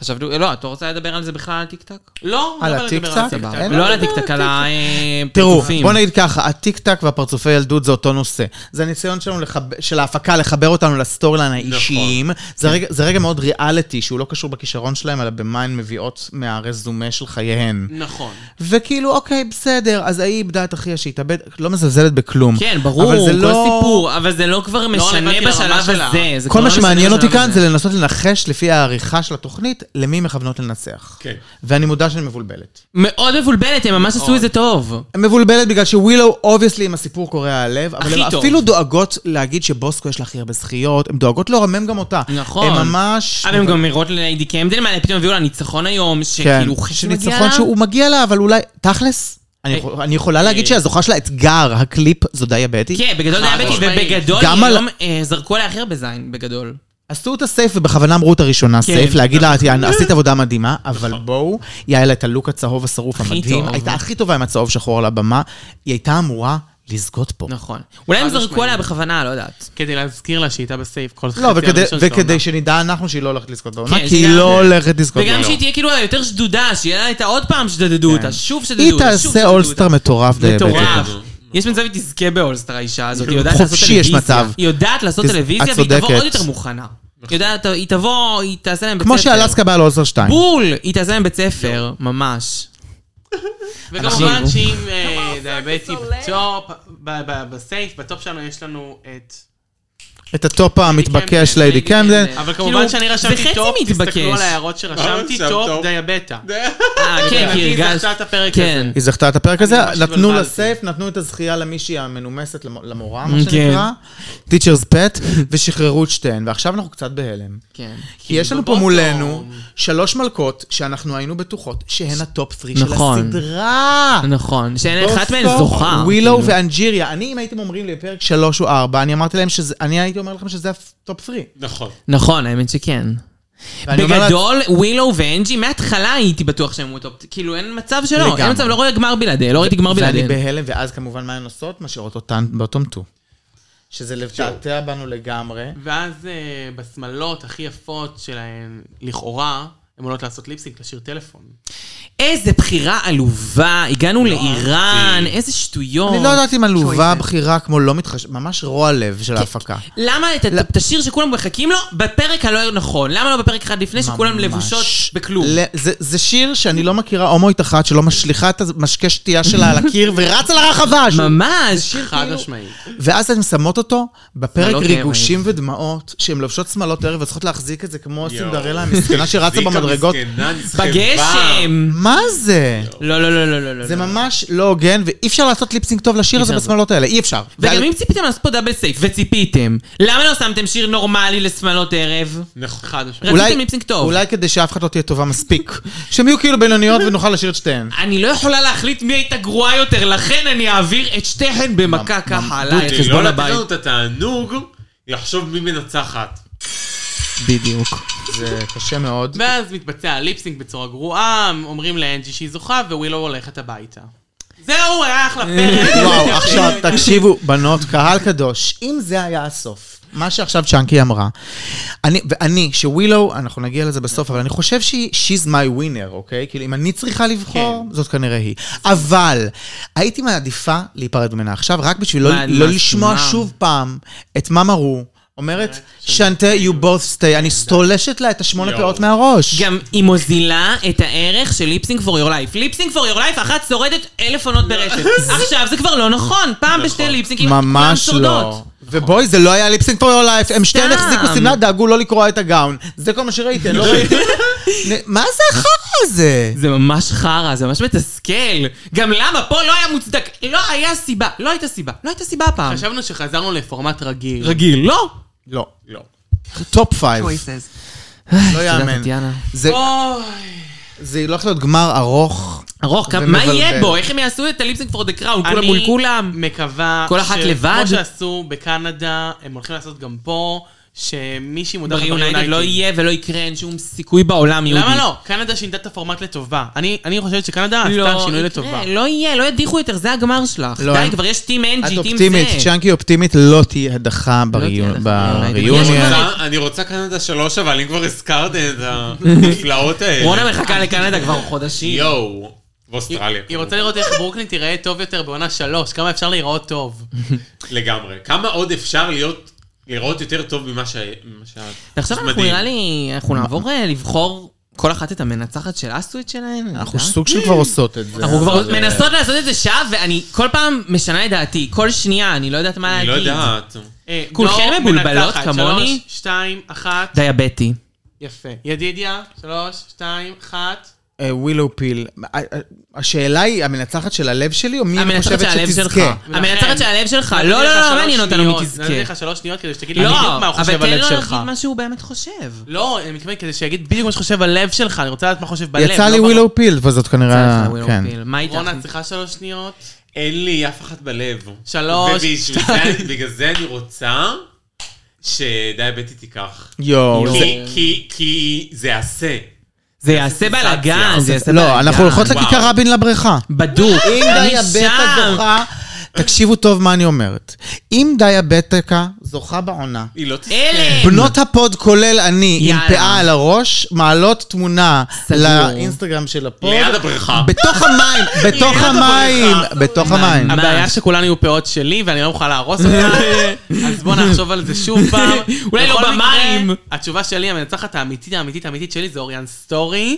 Speaker 2: חשבנו, לא, את לא רוצה לדבר על זה בכלל על טיק-טק?
Speaker 3: לא,
Speaker 4: על
Speaker 3: לא בא לדבר
Speaker 4: הטיק-טק?
Speaker 3: הטיק-טק.
Speaker 4: אין
Speaker 2: לא על הטיק-טק, על הפרצופים.
Speaker 4: תראו, בוא נגיד ככה, הטיק טק והפרצופי ילדות זה אותו נושא. זה הניסיון שלנו, לחב- של ההפקה, לחבר אותנו לסטורליין
Speaker 2: נכון.
Speaker 4: האישיים. זה
Speaker 2: כן.
Speaker 4: רגע- זה רגע מאוד ריאליטי, שהוא לא קשור בכישרון שלהם, אלא במה הן מביאות מהרזומה של חייהן.
Speaker 3: נכון.
Speaker 4: וכאילו, אוקיי, בסדר, אז ההיא איבדה את אחיה שהתאבד, לא מזלזלת בכלום.
Speaker 2: כן, ברור,
Speaker 4: אבל זה
Speaker 2: כל
Speaker 4: לא-
Speaker 2: סיפור, אבל זה לא כבר משנה
Speaker 3: רלוונטי לרמה
Speaker 2: בשלב
Speaker 3: שלה.
Speaker 2: הזה. זה
Speaker 4: כל
Speaker 2: כבר
Speaker 4: מה
Speaker 2: לא משנה
Speaker 4: שמעניין אותי
Speaker 2: בשלב
Speaker 4: כאן
Speaker 2: הזה.
Speaker 4: זה לנסות לנחש לפי העריכה של התוכנית, למי מכוונות לנצח.
Speaker 5: כן.
Speaker 4: ואני מודע שאני מבולבלת.
Speaker 2: מאוד מבולבלת, הם ממש
Speaker 3: נכון.
Speaker 2: עשו את זה טוב.
Speaker 4: מבולבלת בגלל שווילו, אובייסלי, עם הסיפור קורע הלב, אבל
Speaker 2: הכי
Speaker 4: הן
Speaker 2: טוב.
Speaker 4: אפילו דואגות להגיד שבוסקו יש לה הכי הרבה זכיות, הן דואגות לרמם גם אותה.
Speaker 2: נכון.
Speaker 4: הן ממש...
Speaker 2: אבל הם גם מראות לליידי קמדל, מה, פתאום הביאו לה ניצחון היום,
Speaker 4: כן,
Speaker 2: שכאילו חושב אה, שמגיע
Speaker 4: ניצחון
Speaker 2: לה.
Speaker 4: שהוא מגיע לה, אבל אולי... תכלס? אני יכול- אני יכולה להגיד שהזוכה של האתגר, הקליפ, זו דיאבטי.
Speaker 2: כן, בגדול זה היה בטי,
Speaker 3: משמעית.
Speaker 2: ובגדול
Speaker 4: גם
Speaker 2: היא
Speaker 4: על-
Speaker 2: היום אה, זרקו עליה הכי הרבה זין, בגדול.
Speaker 4: עשו אותה סייף ובכוונה אמרו את הראשונה
Speaker 2: כן. נכון.
Speaker 4: סייף, להגיד לה, "את- עשית עבודה מדהימה, אבל בואו, היא היה לה את הלוק הצהוב השרוף
Speaker 2: הכי
Speaker 4: המדהים,
Speaker 2: טוב.
Speaker 4: הייתה הכי טובה עם הצהוב שחור על הבמה, היא הייתה אמורה לזכות פה.
Speaker 2: נכון. אולי הם
Speaker 3: חד
Speaker 2: זרקו
Speaker 3: משמעית.
Speaker 2: עליה בכוונה, לא יודעת.
Speaker 3: כדי להזכיר לה שהיא הייתה בסייף כל חצי
Speaker 4: לא, וכדי-
Speaker 3: הראשון של העונה.
Speaker 4: וכדי שנדע אנחנו שהיא לא הולכת לזכות בעונה,
Speaker 2: כן,
Speaker 4: כי היא
Speaker 2: שגם-
Speaker 4: לא הולכת לזכות
Speaker 2: וגם
Speaker 4: בעונה.
Speaker 2: שהיא תהיה כאילו היותר שדודה, שיהיה לה את העוד פעם שדדדו אותה, שוב שדדו
Speaker 4: כן. היא
Speaker 2: אותה, שוב
Speaker 4: תעשה
Speaker 2: שדדו
Speaker 4: אולסטר
Speaker 2: אותה.
Speaker 4: מטורף
Speaker 2: מטורף.
Speaker 5: בטח.
Speaker 2: יש מצב היא תזכה באולסטר האישה הזאת, היא יודעת לעשות
Speaker 4: חופשי יש
Speaker 2: טלוויזיה.
Speaker 4: מצב.
Speaker 2: היא יודעת לעשות
Speaker 4: תז-
Speaker 2: טלוויזיה,
Speaker 4: את
Speaker 2: והיא תבוא
Speaker 4: צודקת.
Speaker 2: עוד יותר מוכנה. היא יודעת, היא תבוא, היא תעשה להם בית ספר.
Speaker 4: כמו שאלסקה באה לאולסטר 2.
Speaker 2: בול! היא תעשה להם בית ספר, ממש.
Speaker 3: וכמובן
Speaker 2: אנחנו-
Speaker 3: שאם אה, דיאבטי בטופ, ב- ב- בסייף, בטופ שלנו יש לנו את...
Speaker 4: את הטופ המתבקש
Speaker 3: קמדן,
Speaker 4: ליידי קמדן.
Speaker 3: אבל
Speaker 2: כאילו,
Speaker 3: כמובן שאני
Speaker 2: זה
Speaker 3: רשמתי
Speaker 2: חצי
Speaker 3: טופ, תסתכלו
Speaker 2: מתבקש.
Speaker 3: על ההערות שרשמתי,
Speaker 5: אה, שם
Speaker 3: טופ
Speaker 5: טופ.
Speaker 3: דיאבטה.
Speaker 2: אה, כן, כי
Speaker 3: לדעתי זה
Speaker 2: הרגשת...
Speaker 3: עשה את הפרק
Speaker 2: כן.
Speaker 3: הזה.
Speaker 4: היא זכתה את הפרק הזה,
Speaker 3: ממש
Speaker 4: נתנו לה
Speaker 3: התבלבלתי.
Speaker 4: סייף, נתנו את הזכייה למישהי המנומסת, למ- למורה,
Speaker 2: כן.
Speaker 4: מה שנקרא, טיצ'רס פט, ושחררו את שתיהן, ועכשיו אנחנו קצת בהלם.
Speaker 2: כן.
Speaker 4: כי יש לנו פה
Speaker 3: בבוטום.
Speaker 4: מולנו שלוש מלכות שאנחנו היינו בטוחות שהן הטופ 3 של
Speaker 2: נכון.
Speaker 4: הסדרה.
Speaker 2: נכון, שאין
Speaker 4: בוסקו,
Speaker 2: אחת מהן זוכה. כן. כאילו.
Speaker 4: ווילו ואנג'יריה. אני, אם הייתם אומרים לי בפרק שלוש או ארבע, אני אמרתי להם שזה, אני הייתי אומר לכם שזה הטופ 3.
Speaker 5: נכון.
Speaker 2: נכון, האמת שכן.
Speaker 4: ואני אומר
Speaker 2: בגדול, ווילו ואנג'י, מההתחלה הייתי בטוח שהם מוטופ... כאילו, אין מצב שלא. אין
Speaker 4: לגמרי.
Speaker 2: מצב, לא רואה גמר בלעדיהם, לא ראיתי גמר
Speaker 4: ואני
Speaker 2: בלעדיהם.
Speaker 4: בהלם, ואז כמובן מה הן עושות? משאירות אותן בטומטו. שזה לתעתע בנו לגמרי.
Speaker 3: ואז אה, בשמלות הכי יפות שלהן, לכאורה, הן עולות לעשות ליפסינק לשיר טלפון.
Speaker 2: איזה בחירה עלובה,
Speaker 4: לא
Speaker 2: הגענו לאיראן, איזה שטויות.
Speaker 4: אני לא יודעת אם עלובה בחירה כמו לא מתחשב, ממש רוע לב
Speaker 2: כן.
Speaker 4: של ההפקה.
Speaker 2: למה את- את השיר שכולם מחכים לו בפרק הלא נכון? למה לא בפרק אחד לפני שכולם
Speaker 4: ממש.
Speaker 2: לבושות בכלום?
Speaker 4: ל- זה- זה שיר שאני לא מכירה הומואית אחת שלא משליכה את המשקה שתייה שלה על הקיר ורצה לרחבה. שהוא-
Speaker 2: ממש.
Speaker 3: חד
Speaker 4: כאילו-
Speaker 3: משמעית.
Speaker 4: ואז הן שמות אותו בפרק
Speaker 2: שמלות
Speaker 4: ריגושים ודמעות, שהן לובשות שמלות ערב וצריכות להחזיק את זה כמו
Speaker 5: יואו.
Speaker 4: סינדרלה המסכנה שרצה
Speaker 5: זיקה
Speaker 4: במדרגות.
Speaker 5: מסכנה, נסחבה.
Speaker 2: בגשם.
Speaker 4: מה זה?
Speaker 2: לא, לא, לא, לא, לא, לא.
Speaker 4: זה
Speaker 2: לא.
Speaker 4: ממש לא הוגן, ואי אפשר לעשות ליפסינג טוב לשיר הזה
Speaker 2: אפשר.
Speaker 4: בשמלות האלה, אי אפשר.
Speaker 2: וגם
Speaker 4: ועל-
Speaker 2: אם ציפיתם לעשות פה דאבל סייף, וציפיתם, למה לא שמתם שיר נורמלי לשמאלות ערב?
Speaker 5: נכון.
Speaker 3: חד משמעית.
Speaker 4: אולי-
Speaker 2: רציתם ליפסינג טוב.
Speaker 4: אולי כדי שאף אחד לא תהיה טובה מספיק. שהם יהיו כאילו בינוניות ונוכל לשיר את שתיהן.
Speaker 2: אני לא יכולה להחליט מי הייתה גרועה יותר, לכן אני אעביר את שתיהן במכה ככה עליי, על
Speaker 5: בוטי, לא
Speaker 2: חשבון
Speaker 5: לתת
Speaker 2: הבית.
Speaker 5: לנו את התענוג לחשוב מי מנצחת.
Speaker 2: בדיוק.
Speaker 4: זה קשה מאוד.
Speaker 3: ואז מתבצע הליפסינק בצורה גרועה, אומרים לאנג'י שהיא זוכה, ווילו הולכת הביתה. זהו, היה אחלה פרק.
Speaker 4: וואו, עכשיו, תקשיבו, בנות, קהל קדוש, אם זה היה הסוף, מה שעכשיו צ'אנקי אמרה, אני, ואני, שווילו, אנחנו נגיע לזה בסוף, אבל אני חושב שהיא, she's my winner, אוקיי? כאילו, אם אני צריכה לבחור,
Speaker 2: כן.
Speaker 4: זאת כנראה היא. אבל, הייתי מעדיפה להיפרד ממנה עכשיו, רק בשביל לא,
Speaker 2: מה, אני
Speaker 4: לא לשמוע
Speaker 2: מסכימה.
Speaker 4: שוב פעם את מה מרו.
Speaker 2: אה,
Speaker 4: אומרת,
Speaker 2: כן.
Speaker 4: שנטה, you both stay, אני תולשת לה את השמונה
Speaker 5: יואו.
Speaker 4: פאות מהראש.
Speaker 2: גם היא מוזילה את הערך של ליפסינג פור יור לייף. ליפסינג פור יור לייף אחת שורדת אלף
Speaker 3: לא.
Speaker 2: עונות ברשת. עכשיו זה כבר לא נכון, פעם בשתי ליפסינגים כולן
Speaker 4: ממש
Speaker 2: שורדות.
Speaker 4: לא. ובואי, זה לא היה ליפסינג פור יור לייף, הם שתיהן
Speaker 2: סתם.
Speaker 4: החזיקו שמלה, דאגו לא לקרוע את הגאון. זה כל מה שראיתי, אני לא ראיתי... נ- מה זה החרא הזה?
Speaker 2: זה ממש חרא, זה ממש מתסכל. גם למה? פה לא היה מוצדק. לא היה סיבה, לא הייתה סיבה. לא הייתה סיבה הפעם.
Speaker 3: חשבנו שחזרנו לפורמט רגיל.
Speaker 2: רגיל. לא.
Speaker 4: לא.
Speaker 5: לא.
Speaker 4: טופ פייב,
Speaker 3: Choices.
Speaker 4: לא
Speaker 2: תודה,
Speaker 4: יאמן.
Speaker 2: טטיאנה.
Speaker 4: זה-
Speaker 3: אוי.
Speaker 4: זה הולך להיות גמר ארוך.
Speaker 2: ארוך, כמה- מה
Speaker 4: ומבלבל.
Speaker 2: יהיה בו? איך הם יעשו את הליפסינג פור דה קראון? כולם מול כולם?
Speaker 3: מקווה...
Speaker 2: כל אחת
Speaker 3: שכמו
Speaker 2: לבד?
Speaker 3: שעשו בקנדה, הם הולכים לעשות גם פה, שמישהי מודחת
Speaker 2: בריונייטד
Speaker 3: בריונייטד.
Speaker 2: לא יהיה ולא יקרה, אין שום סיכוי בעולם יהודי.
Speaker 3: למה לא? קנדה שינתה את הפורמט לטובה. אני אני חושבת שקנדה עשתה
Speaker 2: לא
Speaker 3: שינוי
Speaker 2: יקרה,
Speaker 3: לטובה.
Speaker 2: לא יהיה, לא ידיחו יותר, זה הגמר שלך.
Speaker 4: לא,
Speaker 2: די,
Speaker 4: אני-
Speaker 2: כבר יש טים
Speaker 4: את
Speaker 2: אנג'י, טים זה.
Speaker 4: אופטימית, צ'אנקי אופטימית, לא תהיה הדחה בריון-
Speaker 2: הדחה, אולי
Speaker 4: בריון.
Speaker 2: תהיה.
Speaker 5: אני רוצה- אני רוצה קנדה שלוש, אבל אם כבר הזכרתם את הנפלאות האלה.
Speaker 2: רונה מחכה לקנדה כבר חודשים.
Speaker 5: יואו. ואוסטרליה.
Speaker 3: היא רוצה לראות איך ברוקלין תיראה טוב יותר בעונה שלוש, כמה אפשר להיראות טוב.
Speaker 5: לגמרי. כמה עוד אפשר להיות, לראות יותר טוב ממה ש... ממה ש-
Speaker 2: עכשיו אנחנו
Speaker 5: מדהים.
Speaker 2: נראה לי, אנחנו נעבור אה, לבחור כל אחת את המנצחת של הסוויט שלהן. אני
Speaker 4: אנחנו
Speaker 2: יודעת.
Speaker 4: סוג של כבר עושות את זה.
Speaker 2: אנחנו
Speaker 4: אז,
Speaker 2: כבר
Speaker 4: אה,
Speaker 2: מנסות לעשות את זה שעה, ואני כל פעם משנה את דעתי. כל שנייה, אני לא יודעת מה
Speaker 5: אני
Speaker 2: להגיד.
Speaker 5: לא יודעת.
Speaker 3: אה,
Speaker 2: כולכן
Speaker 3: דור
Speaker 2: מבולבלות
Speaker 3: מנצחת,
Speaker 2: כמוני?
Speaker 3: שלוש, שתיים, אחת.
Speaker 2: דיאבטי.
Speaker 3: יפה. ידידיה, שלוש, שתיים, אחת.
Speaker 4: אה, ווילו פיל, אה, אה, השאלה היא, המנצחת של הלב שלי, או מי אני
Speaker 2: המנצחת
Speaker 4: חושבת
Speaker 2: של הלב שלך.
Speaker 4: שתזכה?
Speaker 2: המנצחת של הלב שלך. לא, לא,
Speaker 3: נתתי לך
Speaker 2: לא, לא
Speaker 3: שלוש
Speaker 2: מעניין אותנו מי
Speaker 3: שניות, נתתי
Speaker 2: תזכה.
Speaker 3: לך שלוש שניות כדי שתגיד לי בדיוק
Speaker 2: לא,
Speaker 3: מה
Speaker 2: אבל
Speaker 3: הוא חושב
Speaker 2: תן
Speaker 3: הלב
Speaker 2: לו
Speaker 3: שלך.
Speaker 2: להגיד מה שהוא באמת חושב.
Speaker 3: לא, אני מתכוון כדי שיגיד בדיוק מה שחושב הלב שלך, אני רוצה לדעת מה חושב בלב.
Speaker 4: יצא
Speaker 3: לא
Speaker 4: לי
Speaker 3: בראש.
Speaker 4: ווילו פיל, וזאת כנראה, כן.
Speaker 2: מה איתך?
Speaker 3: רונה, את צריכה שלוש שניות?
Speaker 5: אין לי אף אחת בלב.
Speaker 3: שלוש,
Speaker 5: ובשביל
Speaker 3: שתיים.
Speaker 5: זה- בגלל זה אני רוצה שדיאבטי תיקח.
Speaker 4: יואו,
Speaker 3: לא.
Speaker 5: כי-
Speaker 4: זה-
Speaker 5: כי- כי זה עשה.
Speaker 2: זה יעשה
Speaker 5: סנסציה.
Speaker 2: בלאגן, זה יעשה בלאגן.
Speaker 4: לא, אנחנו הולכות
Speaker 5: וואו.
Speaker 4: לכיכר רבין לבריכה.
Speaker 2: בדוק.
Speaker 4: אם
Speaker 2: אני
Speaker 4: דיאבטה
Speaker 2: שם.
Speaker 4: זוכה, תקשיבו טוב מה אני אומרת. אם דיאבטקה זוכה בעונה,
Speaker 5: היא לא תזכה.
Speaker 2: אלה!
Speaker 4: בנות הפוד, כולל אני, עם
Speaker 2: כן. יאללה.
Speaker 4: פאה על הראש, מעלות תמונה
Speaker 2: סגור.
Speaker 4: לאינסטגרם של הפוד.
Speaker 5: ליד הבריכה.
Speaker 4: בתוך המים, בתוך
Speaker 5: ליד
Speaker 4: המים,
Speaker 5: הבריכה.
Speaker 4: בתוך המים.
Speaker 2: מה?
Speaker 3: הבעיה שכולנו יהיו פאות שלי ואני לא מוכן להרוס אותם, אז בוא נחשוב על זה שוב פעם.
Speaker 2: אולי לא
Speaker 3: בכל מקרה,
Speaker 2: במים.
Speaker 3: התשובה שלי, המנצחת האמיתית האמיתית האמיתית שלי זה אוריאן סטורי,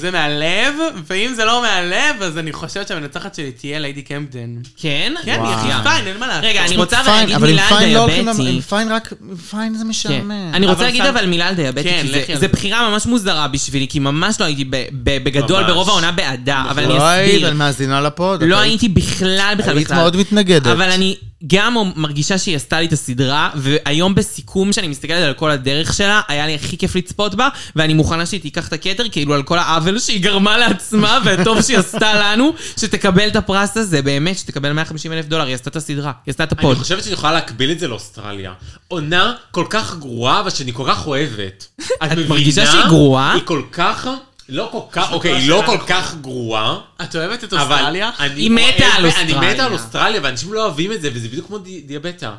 Speaker 3: זה מהלב, ואם זה לא מהלב, אז אני חושבת שהמנצחת שלי תהיה ליידי קמפדן.
Speaker 2: כן?
Speaker 3: כן, היא הכי
Speaker 2: וואו.
Speaker 3: פיין, אין מה לעשות.
Speaker 2: רגע, אני רוצה אבל
Speaker 4: פיין,
Speaker 2: להגיד
Speaker 4: אבל עם
Speaker 2: מילה על
Speaker 4: פיין לא הולכים
Speaker 2: דיאבטי.
Speaker 4: למ- עם פיין רק, עם פיין זה
Speaker 2: כן.
Speaker 4: משעמם.
Speaker 2: אני רוצה
Speaker 3: אבל
Speaker 2: להגיד
Speaker 3: סתם-
Speaker 2: אבל מילה על דיאבטי,
Speaker 3: כן,
Speaker 2: כי זה-
Speaker 3: לכי על
Speaker 2: זה
Speaker 3: זה.
Speaker 2: בחירה ממש מוזרה בשבילי, כי ממש לא הייתי ב- ב- בגדול
Speaker 5: ממש.
Speaker 2: ברוב העונה בעדה, אבל אני
Speaker 4: לא היית, אני
Speaker 2: אסביר.
Speaker 4: מאזינה לפוד.
Speaker 2: לא
Speaker 4: אתה-
Speaker 2: הייתי בכלל בכלל
Speaker 4: היית
Speaker 2: בכלל.
Speaker 4: מאוד מתנגדת.
Speaker 2: אבל אני גם מרגישה שהיא עשתה לי את הסדרה, והיום בסיכום שאני מסתכלת על כל הדרך שלה, היה לי הכי כיף לצפות בה, ואני מוכנה שהיא תיקח את הכתר, כאילו על כל העוול שהיא גרמה לעצמה, והטוב שהיא עשתה לנו, שתקבל את הפרס הזה, באמת, שתקבל 150 אלף דולר, היא עשתה את הסדרה, היא עשתה את
Speaker 5: אני
Speaker 2: הפוד.
Speaker 5: חושבת שאני יכולה להקביל את זה לאוסטרליה. עונה כל כך גרועה, אבל שאני כל כך אוהבת. את מבינה?
Speaker 2: מרגישה שהיא גרועה?
Speaker 5: היא כל כך... לא כל כך, אוקיי, היא לא כל כך גרועה,
Speaker 3: את אוהבת את
Speaker 5: אבל
Speaker 3: אוסטרליה?
Speaker 5: אני
Speaker 2: היא מתה
Speaker 5: אוהב-
Speaker 2: על
Speaker 5: אני
Speaker 2: אוסטרליה.
Speaker 5: מתה על אוסטרליה, ואנשים לא אוהבים את זה, וזה בדיוק כמו די- דיאבטה.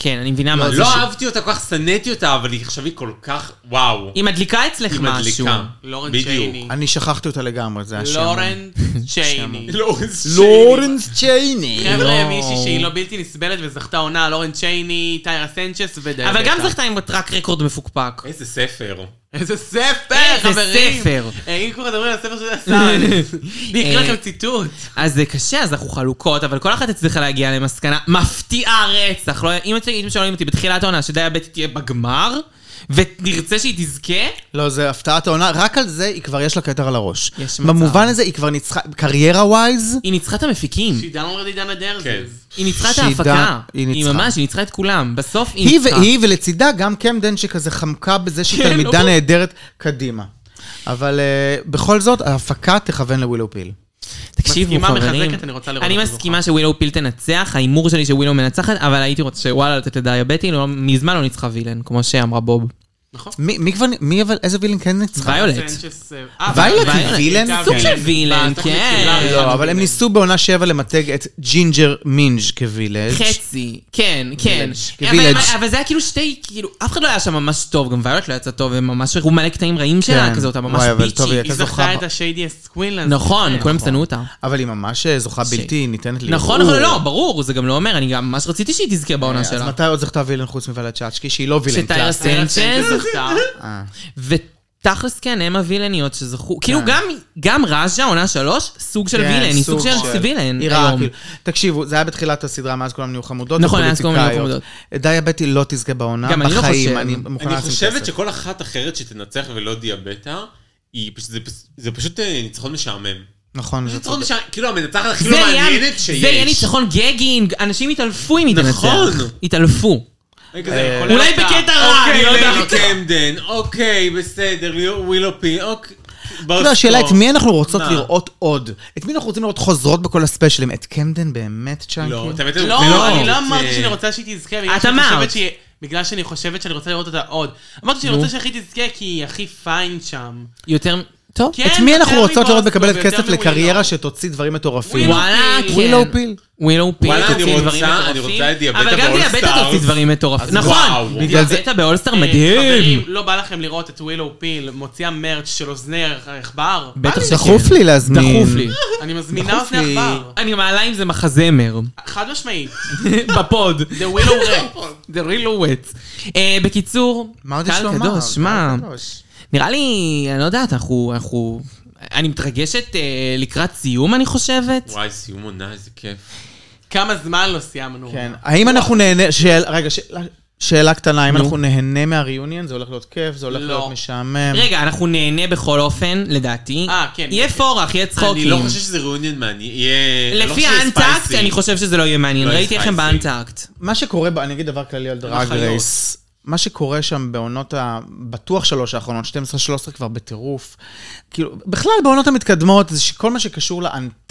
Speaker 2: כן, אני מבינה מה זה.
Speaker 5: לא
Speaker 2: ש-
Speaker 5: אהבתי אותה, כל כך שנאתי אותה, אבל היא עכשיו היא כל כך, וואו.
Speaker 2: היא מדליקה אצלך
Speaker 5: היא
Speaker 2: משהו.
Speaker 5: מדליקה. כן,
Speaker 3: לורן
Speaker 5: בדיוק.
Speaker 3: צ'ייני.
Speaker 4: אני שכחתי אותה לגמרי, זה השם.
Speaker 3: לורן צ'ייני.
Speaker 5: לורנס
Speaker 4: לורנס צ'ייני.
Speaker 3: חבר'ה,
Speaker 2: לא.
Speaker 3: מישהי שהיא לא בלתי נסבלת וזכתה עונה, לורן צ'ייני, טיירה סנצ'ס ודיאבטה.
Speaker 2: אבל גם זכתה עם טראק רקורד מפוקפק.
Speaker 5: איזה ספר.
Speaker 3: איזה ספר,
Speaker 2: איזה
Speaker 3: אה, חברים!
Speaker 2: ספר. אה,
Speaker 3: אה, אם כבר מדברים על הספר של הסל, אני אקריא לכם ציטוט.
Speaker 2: אז זה קשה, אז אנחנו חלוקות, אבל כל אחת הצליחה להגיע למסקנה מפתיעה רצח. לא, אם אתם אם שואלים אותי בתחילת העונה שדיאבטית תהיה בגמר, ונרצה שהיא תזכה,
Speaker 4: לא, זה הפתעת העונה, רק על זה היא כבר יש לה כתר על הראש.
Speaker 2: יש מצב.
Speaker 4: במובן הזה היא כבר ניצחה, קריירה ווייז,
Speaker 2: היא ניצחה את המפיקים.
Speaker 3: שהיא דאונרד עידנה
Speaker 5: כן.
Speaker 3: דרזיז.
Speaker 2: היא ניצחה את
Speaker 4: שידה,
Speaker 2: ההפקה. היא
Speaker 4: היא ניצחה.
Speaker 2: ממש, היא ניצחה את כולם. בסוף היא
Speaker 4: היא
Speaker 2: ניצחה.
Speaker 4: והיא ולצידה גם קמדן שכזה חמקה בזה שהיא
Speaker 2: כן,
Speaker 4: תלמידה
Speaker 2: לא.
Speaker 4: נהדרת קדימה. אבל אה, בכל זאת, ההפקה תכוון לווילו פיל.
Speaker 2: תקשיבו,
Speaker 3: מסכימה,
Speaker 2: חברים.
Speaker 3: מחזקת, אני רוצה לראות
Speaker 2: אני
Speaker 3: אותה
Speaker 2: מסכימה שווילו פיל תנצח, ההימור שלי שווילו מנצחת, אבל הייתי רוצה שוואלה לתת לדיאבטי, לא- מזמן לא ניצחה וילן, כמו שאמרה בוב.
Speaker 4: מי מי כבר, מי אבל, איזה וילן אה, כן ניצחה?
Speaker 2: ויולט.
Speaker 3: סנצ'ס, אה, אה,
Speaker 4: ויולט
Speaker 2: היא
Speaker 3: ויולט.
Speaker 4: וילן?
Speaker 3: הייתה
Speaker 2: סוג של
Speaker 3: וילן.
Speaker 2: וילן,
Speaker 3: בתוכנית
Speaker 2: כן.
Speaker 3: כולה.
Speaker 4: לא, אבל הם ניסו בעונה שבע למתג את ג'ינג'ר מינג' כווילג'.
Speaker 2: חצי, כן, כן.
Speaker 4: Village.
Speaker 2: אבל-
Speaker 4: Village.
Speaker 2: אבל זה היה כאילו שתי, כאילו, אף אחד לא היה שם ממש טוב, גם ויולט לא יצא טוב, הם ממש הראו מלא קטעים רעים שלה,
Speaker 4: כן.
Speaker 2: כזה אותה ממש
Speaker 4: וואי, אבל טוב,
Speaker 2: ביצ'י.
Speaker 4: הייתה
Speaker 3: היא
Speaker 4: זוכה
Speaker 3: זכתה
Speaker 4: ב-
Speaker 3: את השיידיאסט קווינלנד.
Speaker 2: נכון, כולם שנאו אותה.
Speaker 4: אבל היא ממש אה, זוכה
Speaker 2: שי.
Speaker 4: בלתי ניתנת לערעור.
Speaker 2: נכון, נכון, לא, ברור, זה גם לא אומר, אני גם ממש רציתי שהיא תזכה
Speaker 4: אה,
Speaker 2: בעונה
Speaker 4: אז
Speaker 2: שלה.
Speaker 4: מתי עוד זכתה וילן חוץ מוולד צ'אצ'קי, שהיא לא וילן
Speaker 2: שטיירה
Speaker 4: קלאסי?
Speaker 3: טיירה
Speaker 2: סנצ'ז.
Speaker 3: סנצ'ז זכתה.
Speaker 4: אה.
Speaker 2: ותכלס כן, הם הווילניות שזכו, כאילו גם- גם ראז'ה, עונה שלוש, סוג של
Speaker 4: כן,
Speaker 2: וילן, היא סוג
Speaker 4: סוג
Speaker 2: של
Speaker 4: של-
Speaker 2: וילן
Speaker 4: היא רעה,
Speaker 2: היום.
Speaker 4: כאילו. תקשיבו, זה היה בתחילת הסדרה, מאז כולם נהיו חמודות.
Speaker 2: נכון, מאז כולם נהיו
Speaker 4: ופוליטיקאיות. דיאבטי לא תזכה בעונה,
Speaker 2: גם אני לא חושב.
Speaker 4: בחיים, אני מוכנה
Speaker 5: אני
Speaker 4: לשים
Speaker 5: חושבת
Speaker 4: כסף.
Speaker 5: שכל אחת אחרת שתנצח ולא דיאבטה, היא פשוט- זה פס- זה פשוט אה, ניצחון משעמם.
Speaker 4: נכון, זה
Speaker 5: ניצחון
Speaker 4: צודק.
Speaker 5: משעמם, כאילו המנצחת הכי
Speaker 2: זה
Speaker 5: לא
Speaker 2: יהיה-
Speaker 5: מעניינת שיש.
Speaker 2: זה יהיה ניצחון גגינג, אנשים יתעלפו אם היא תנצח.
Speaker 5: נכון.
Speaker 2: יתעלפו.
Speaker 5: רגע, זה יכול
Speaker 2: אולי
Speaker 5: להיות ה-
Speaker 2: בקטע רע, אני לא
Speaker 5: אוקיי,
Speaker 2: יודעת.
Speaker 5: ליידי אה, קמדן, אוקיי, בסדר, ווילו פי, אוקיי.
Speaker 4: לא, השאלה את מי אנחנו רוצות
Speaker 5: מה?
Speaker 4: לראות עוד. את מי אנחנו רוצים לראות חוזרות בכל הספיישלים? את קמדן באמת, צ'אנקי?
Speaker 5: לא, אה, את האמת,
Speaker 3: לא,
Speaker 5: זה-
Speaker 3: אני
Speaker 5: זה-
Speaker 3: לא אמרתי שאני רוצה שהיא תזכה. בגלל
Speaker 2: את
Speaker 3: שאני
Speaker 2: אה, אמרת.
Speaker 3: חושבת שהיא- בגלל שאני חושבת שאני רוצה לראות אותה עוד. אמרתי שאני
Speaker 2: נו.
Speaker 3: רוצה שהכי תזכה, כי היא הכי פיין שם.
Speaker 2: יותר... טוב.
Speaker 3: כן,
Speaker 4: את מי
Speaker 3: יותר
Speaker 4: אנחנו רוצות לראות
Speaker 3: מבוסקו
Speaker 4: מקבלת
Speaker 3: ויותר
Speaker 4: כסף
Speaker 3: מווילאו.
Speaker 2: לא.
Speaker 4: לקריירה שתוציא דברים מטורפים?
Speaker 3: ווילאו
Speaker 2: וואלה,
Speaker 3: פיל.
Speaker 2: כן.
Speaker 4: ווילאו פיל.
Speaker 2: ווילאו פיל,
Speaker 5: וואלה, אני
Speaker 2: תוציא
Speaker 5: רוצה-
Speaker 2: דברים
Speaker 5: אני
Speaker 2: מטורפים.
Speaker 5: רוצה את דיאבטה
Speaker 2: אבל גם
Speaker 5: באולסטאר.
Speaker 2: דיאבטה תוציא דברים מטורפים.
Speaker 5: אז
Speaker 2: נכון,
Speaker 5: וואו.
Speaker 4: בגלל זה-
Speaker 2: דיאבטה באולסטאר
Speaker 3: אה,
Speaker 2: מדהים.
Speaker 3: חברים, לא בא לכם לראות את ווילו פיל מוציאה מרץ' של אוזני עכבר?
Speaker 2: בטח שכן.
Speaker 4: דחוף לי להזמין.
Speaker 2: דחוף לי.
Speaker 3: אני מזמינה
Speaker 4: דחוף
Speaker 3: אוזני
Speaker 4: לי.
Speaker 3: עכבר.
Speaker 2: אני מעלה עם זה מחזמר.
Speaker 3: חד משמעית.
Speaker 2: בפוד.
Speaker 3: The Willow Rap.
Speaker 2: The real wet. אה, בקיצור,
Speaker 4: מה עוד יש
Speaker 2: קהל
Speaker 4: לומר?
Speaker 2: קדוש, מה? נראה לי, אני לא יודעת, אנחנו... אנחנו- אני מתרגשת אה, לקראת סיום, אני חושבת.
Speaker 5: וואי, סיום עונה, איזה כיף.
Speaker 3: כמה זמן לא סיימנו.
Speaker 4: כן. האם אנחנו נהנה... שאל- רגע, שאלה- שאלה קטנה, האם
Speaker 2: נו.
Speaker 4: אנחנו נהנה מהריוניון? זה הולך להיות כיף? זה הולך
Speaker 3: לא.
Speaker 4: להיות משעמם?
Speaker 2: רגע, אנחנו נהנה בכל אופן, לדעתי.
Speaker 3: אה, כן.
Speaker 2: יהיה פורח, יהיה צחוקים.
Speaker 5: אני לא חושב שזה ריאיון מעניין. יהיה- אני לא חושב
Speaker 2: לפי
Speaker 5: שזה
Speaker 2: האנטקט,
Speaker 5: ספייסי.
Speaker 2: אני חושב שזה לא יהיה מעניין.
Speaker 5: לא יהיה
Speaker 2: ראיתי איך הם
Speaker 5: ספייסי.
Speaker 2: באנטקט.
Speaker 4: מה שקורה, ב- אני אגיד דבר כללי על דרג
Speaker 3: החיות.
Speaker 4: רייס. מה שקורה שם בעונות ה... בטוח שלוש האחרונות, 12-13 כבר בטירוף. כאילו, בכלל בעונות המתקדמות, זה שכל מה שקשור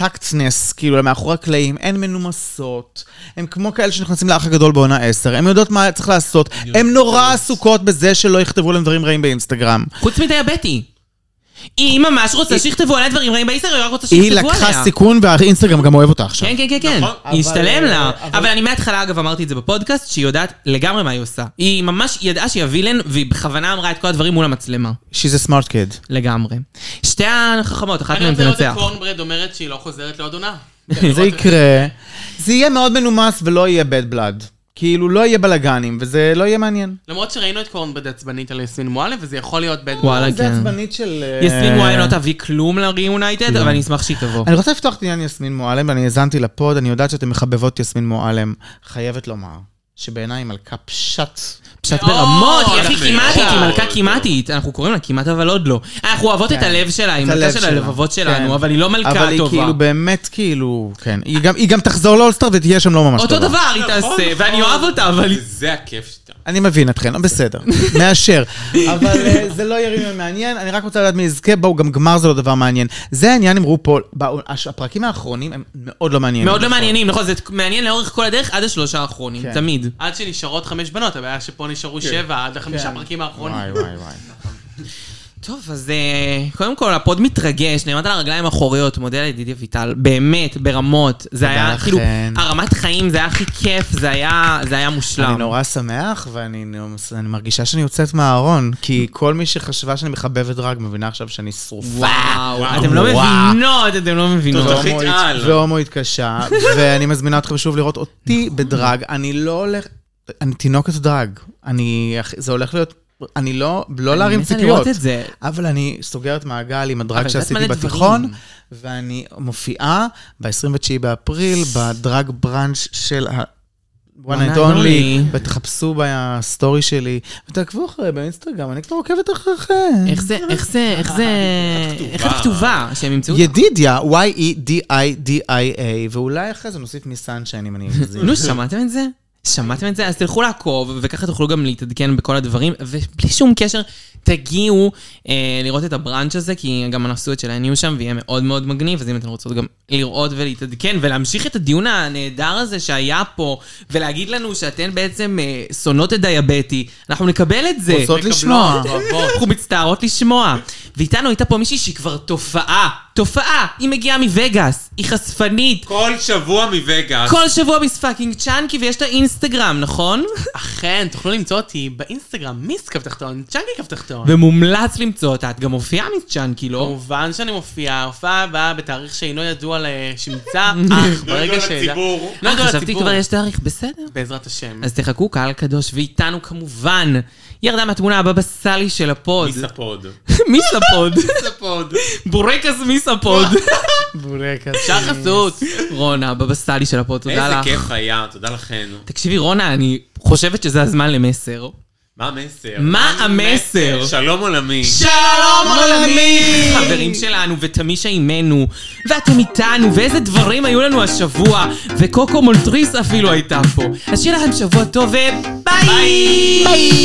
Speaker 4: לאנטקטנס, כאילו, למאחורי הקלעים, הן מנומסות, הן כמו כאלה שנכנסים לאח הגדול בעונה 10, הן יודעות מה צריך לעשות, הן נורא עסוקות בזה שלא יכתבו להם דברים רעים באינסטגרם.
Speaker 2: חוץ מדיאבטי. היא ממש רוצה שיכתבו עליה דברים רעים באינסטגרם, היא רק רוצה
Speaker 4: היא
Speaker 2: שיכתבו עליה.
Speaker 4: לקחה סיכון והאינסטגרם גם אוהב אותה עכשיו.
Speaker 2: כן, כן, כן, כן.
Speaker 5: נכון,
Speaker 2: היא
Speaker 4: אבל- אה,
Speaker 2: השתלם לה.
Speaker 4: אבל-
Speaker 2: אבל אני מההתחלה, אגב, אמרתי את זה בפודקאסט, שהיא יודעת לגמרי מה היא עושה. היא ממש ידעה שהיא הווילן, והיא בכוונה אמרה את כל הדברים מול המצלמה.
Speaker 4: She's a smart kid.
Speaker 2: לגמרי. שתי החכמות, אחת
Speaker 3: אני
Speaker 2: מהן
Speaker 3: רוצה לראות את
Speaker 2: תנצח.
Speaker 3: קורנברד אומרת שהיא לא חוזרת לעוד עונה.
Speaker 2: כן,
Speaker 4: זה יקרה. זה יהיה מאוד מנומס ולא יהיה bad blood. כאילו, לא יהיה בלאגנים, וזה לא יהיה מעניין.
Speaker 3: למרות שראינו את קורנברד עצבנית על יסמין מועלם, וזה יכול להיות בד
Speaker 2: וואלה,
Speaker 4: זה
Speaker 2: כן.
Speaker 4: עצבנית של... אה,
Speaker 2: יסמין וואי לא תביא כלום לריאונייטד, אבל אני אשמח שהיא תבוא.
Speaker 4: אני רוצה לפתוח את עניין יסמין מועלם, ואני האזנתי לפוד, אני יודעת שאתם מחבבות יסמין מועלם. חייבת לומר, שבעיניי היא מלכה פשט.
Speaker 2: פשט
Speaker 3: מאוד,
Speaker 2: ברמות, היא הכי
Speaker 3: מאוד.
Speaker 2: כמעטית, היא מלכה
Speaker 5: מאוד.
Speaker 2: כמעטית. אנחנו קוראים לה כמעט אבל עוד לא. אנחנו אוהבות את הלב שלה, היא
Speaker 4: כן. את הלב
Speaker 2: מלכה של
Speaker 4: שלה.
Speaker 2: הלבבות
Speaker 4: כן.
Speaker 2: שלנו, אבל היא לא מלכה
Speaker 4: אבל
Speaker 2: טובה.
Speaker 4: היא כאילו באמת כאילו, כן. היא גם- היא גם תחזור לאולסטאר ותהיה שם לא ממש טובה.
Speaker 2: אותו דבר היא
Speaker 5: נכון,
Speaker 2: תעשה, ואני
Speaker 5: נכון.
Speaker 2: אוהב אותה, אבל היא...
Speaker 5: זה הכיף שאתה.
Speaker 4: אני מבין אתכן, בסדר, מאשר. אבל אה, זה לא יהיה ריאיון מעניין, אני רק רוצה לדעת מי יזכה, בואו, גם גמר זה לא דבר מעניין. זה העניין עם רופול, בא- הש- הפרקים האחרונים הם מאוד לא מעניינים.
Speaker 2: מאוד לא מעניינים, נכון? זה מעניין לאורך כל הדרך עד השלושה האחרונים,
Speaker 4: כן.
Speaker 2: תמיד.
Speaker 3: עד שנשארות חמש בנות, הבעיה שפה
Speaker 2: כן.
Speaker 3: נשארו שבע, עד החמישה
Speaker 5: כן.
Speaker 3: פרקים
Speaker 4: וואי
Speaker 3: האחרונים.
Speaker 4: וואי וואי.
Speaker 2: טוב, אז אה, קודם כל, הפוד מתרגש, נעמד על הרגליים האחוריות, מודה לידידי אביטל, באמת, ברמות. זה היה
Speaker 4: לכן.
Speaker 2: כאילו, הרמת חיים, זה היה הכי כיף, זה היה זה היה
Speaker 4: אני
Speaker 2: מושלם.
Speaker 4: נורא שמח, ואני אני מרגישה שאני יוצאת מהארון, כי כל מי שחשבה שאני מחבבת דרג מבינה עכשיו שאני שרופה.
Speaker 2: וואו,
Speaker 5: וואו,
Speaker 2: אתם לא
Speaker 4: וואו.
Speaker 2: מבינות, אתם לא מבינות.
Speaker 5: תותחית
Speaker 4: והומואית-
Speaker 5: על.
Speaker 4: והומואית קשה, ואני מזמינה אתכם שוב לראות אותי בדרג. אני לא הולך... אני תינוקת דרג. אני... זה הולך להיות... אני לא... לא להרים
Speaker 2: מתה לראות
Speaker 4: ציפיות.
Speaker 2: את זה.
Speaker 4: אבל אני סוגרת מעגל עם הדרג
Speaker 2: אבל יודעת
Speaker 4: שעשיתי
Speaker 2: מלא
Speaker 4: בתיכון,
Speaker 2: דברים.
Speaker 4: ואני מופיעה ב-29 באפריל בדרג בראנץ' של ה... one
Speaker 2: One Night
Speaker 4: night only,
Speaker 2: Only.
Speaker 4: ותחפשו בסטורי שלי, ותעקבו אחרי באינסטגרם, אני כבר עוקבת אחריכם.
Speaker 2: איך זה, איך זה, איך זה, איך
Speaker 5: הכתובה.
Speaker 2: הכתובה שהם ימצאו?
Speaker 4: ידידיה, E Y-E-D-I-D-I-A, ואולי אחרי זה נוסיף מסנשיין אם אני אגזים.
Speaker 2: נו, שמעתם את זה? שמעתם את זה? אז תלכו לעקוב, וככה תוכלו גם להתעדכן בכל הדברים, ובלי שום קשר, תגיעו אה, לראות את הבראנץ' הזה, כי גם הנשאות שלהן יהיו שם, ויהיה מאוד מאוד מגניב, אז אם אתן רוצות גם לראות ולהתעדכן, ולהמשיך את הדיון הנהדר הזה שהיה פה, ולהגיד לנו שאתן בעצם אה, שונאות את דיאבטי, אנחנו נקבל את זה.
Speaker 4: רוצות לשמוע.
Speaker 2: רבות. אנחנו מצטערות לשמוע. ואיתנו הייתה פה מישהי שהיא כבר תופעה. תופעה. היא מגיעה מווגאס, היא חשפנית,
Speaker 5: כל שבוע מווגאס.
Speaker 2: כל שבוע מיס פאקינג צ'אנקי ויש לה אינסטגרם, נכון?
Speaker 3: אכן, תוכלו למצוא אותי באינסטגרם, מיס קו תחתון, צ'אנקי קו תחתון.
Speaker 2: ומומלץ למצוא אותה, את גם מופיעה מיס צ'אנקי, לא?
Speaker 3: כמובן שאני מופיע, ההופעה הבאה בתאריך שאינו ידוע לשמצה, אך
Speaker 5: לא ידוע
Speaker 3: ברגע שאדע...
Speaker 5: לציבור.
Speaker 3: לא ידוע
Speaker 2: אה, חשבתי
Speaker 3: לציבור.
Speaker 2: כבר יש תאריך, בסדר.
Speaker 3: בעזרת השם.
Speaker 2: אז תחכו, קהל קדוש, ואיתנו כמובן, ירדה מהתמונה הבבא סאלי של הפוד.
Speaker 5: מיס הפוד.
Speaker 2: מיס הפוד.
Speaker 3: הפוד.
Speaker 2: בורקס מיס הפוד.
Speaker 3: אפשר חסות.
Speaker 2: רונה, הבבא סאלי של הפוד, תודה
Speaker 5: איזה
Speaker 2: לך.
Speaker 5: כיף היה, תודה לכן.
Speaker 2: תקשיבי, רונה, אני חושבת שזה הזמן למסר.
Speaker 5: מה המסר?
Speaker 2: מה המסר?
Speaker 5: שלום עולמי.
Speaker 2: שלום עולמי! חברים שלנו ותמישה עימנו, ואתם איתנו, ואיזה דברים היו לנו השבוע, וקוקו מולטריס אפילו הייתה פה. אז שיהיה לכם שבוע טוב וביי! ביי!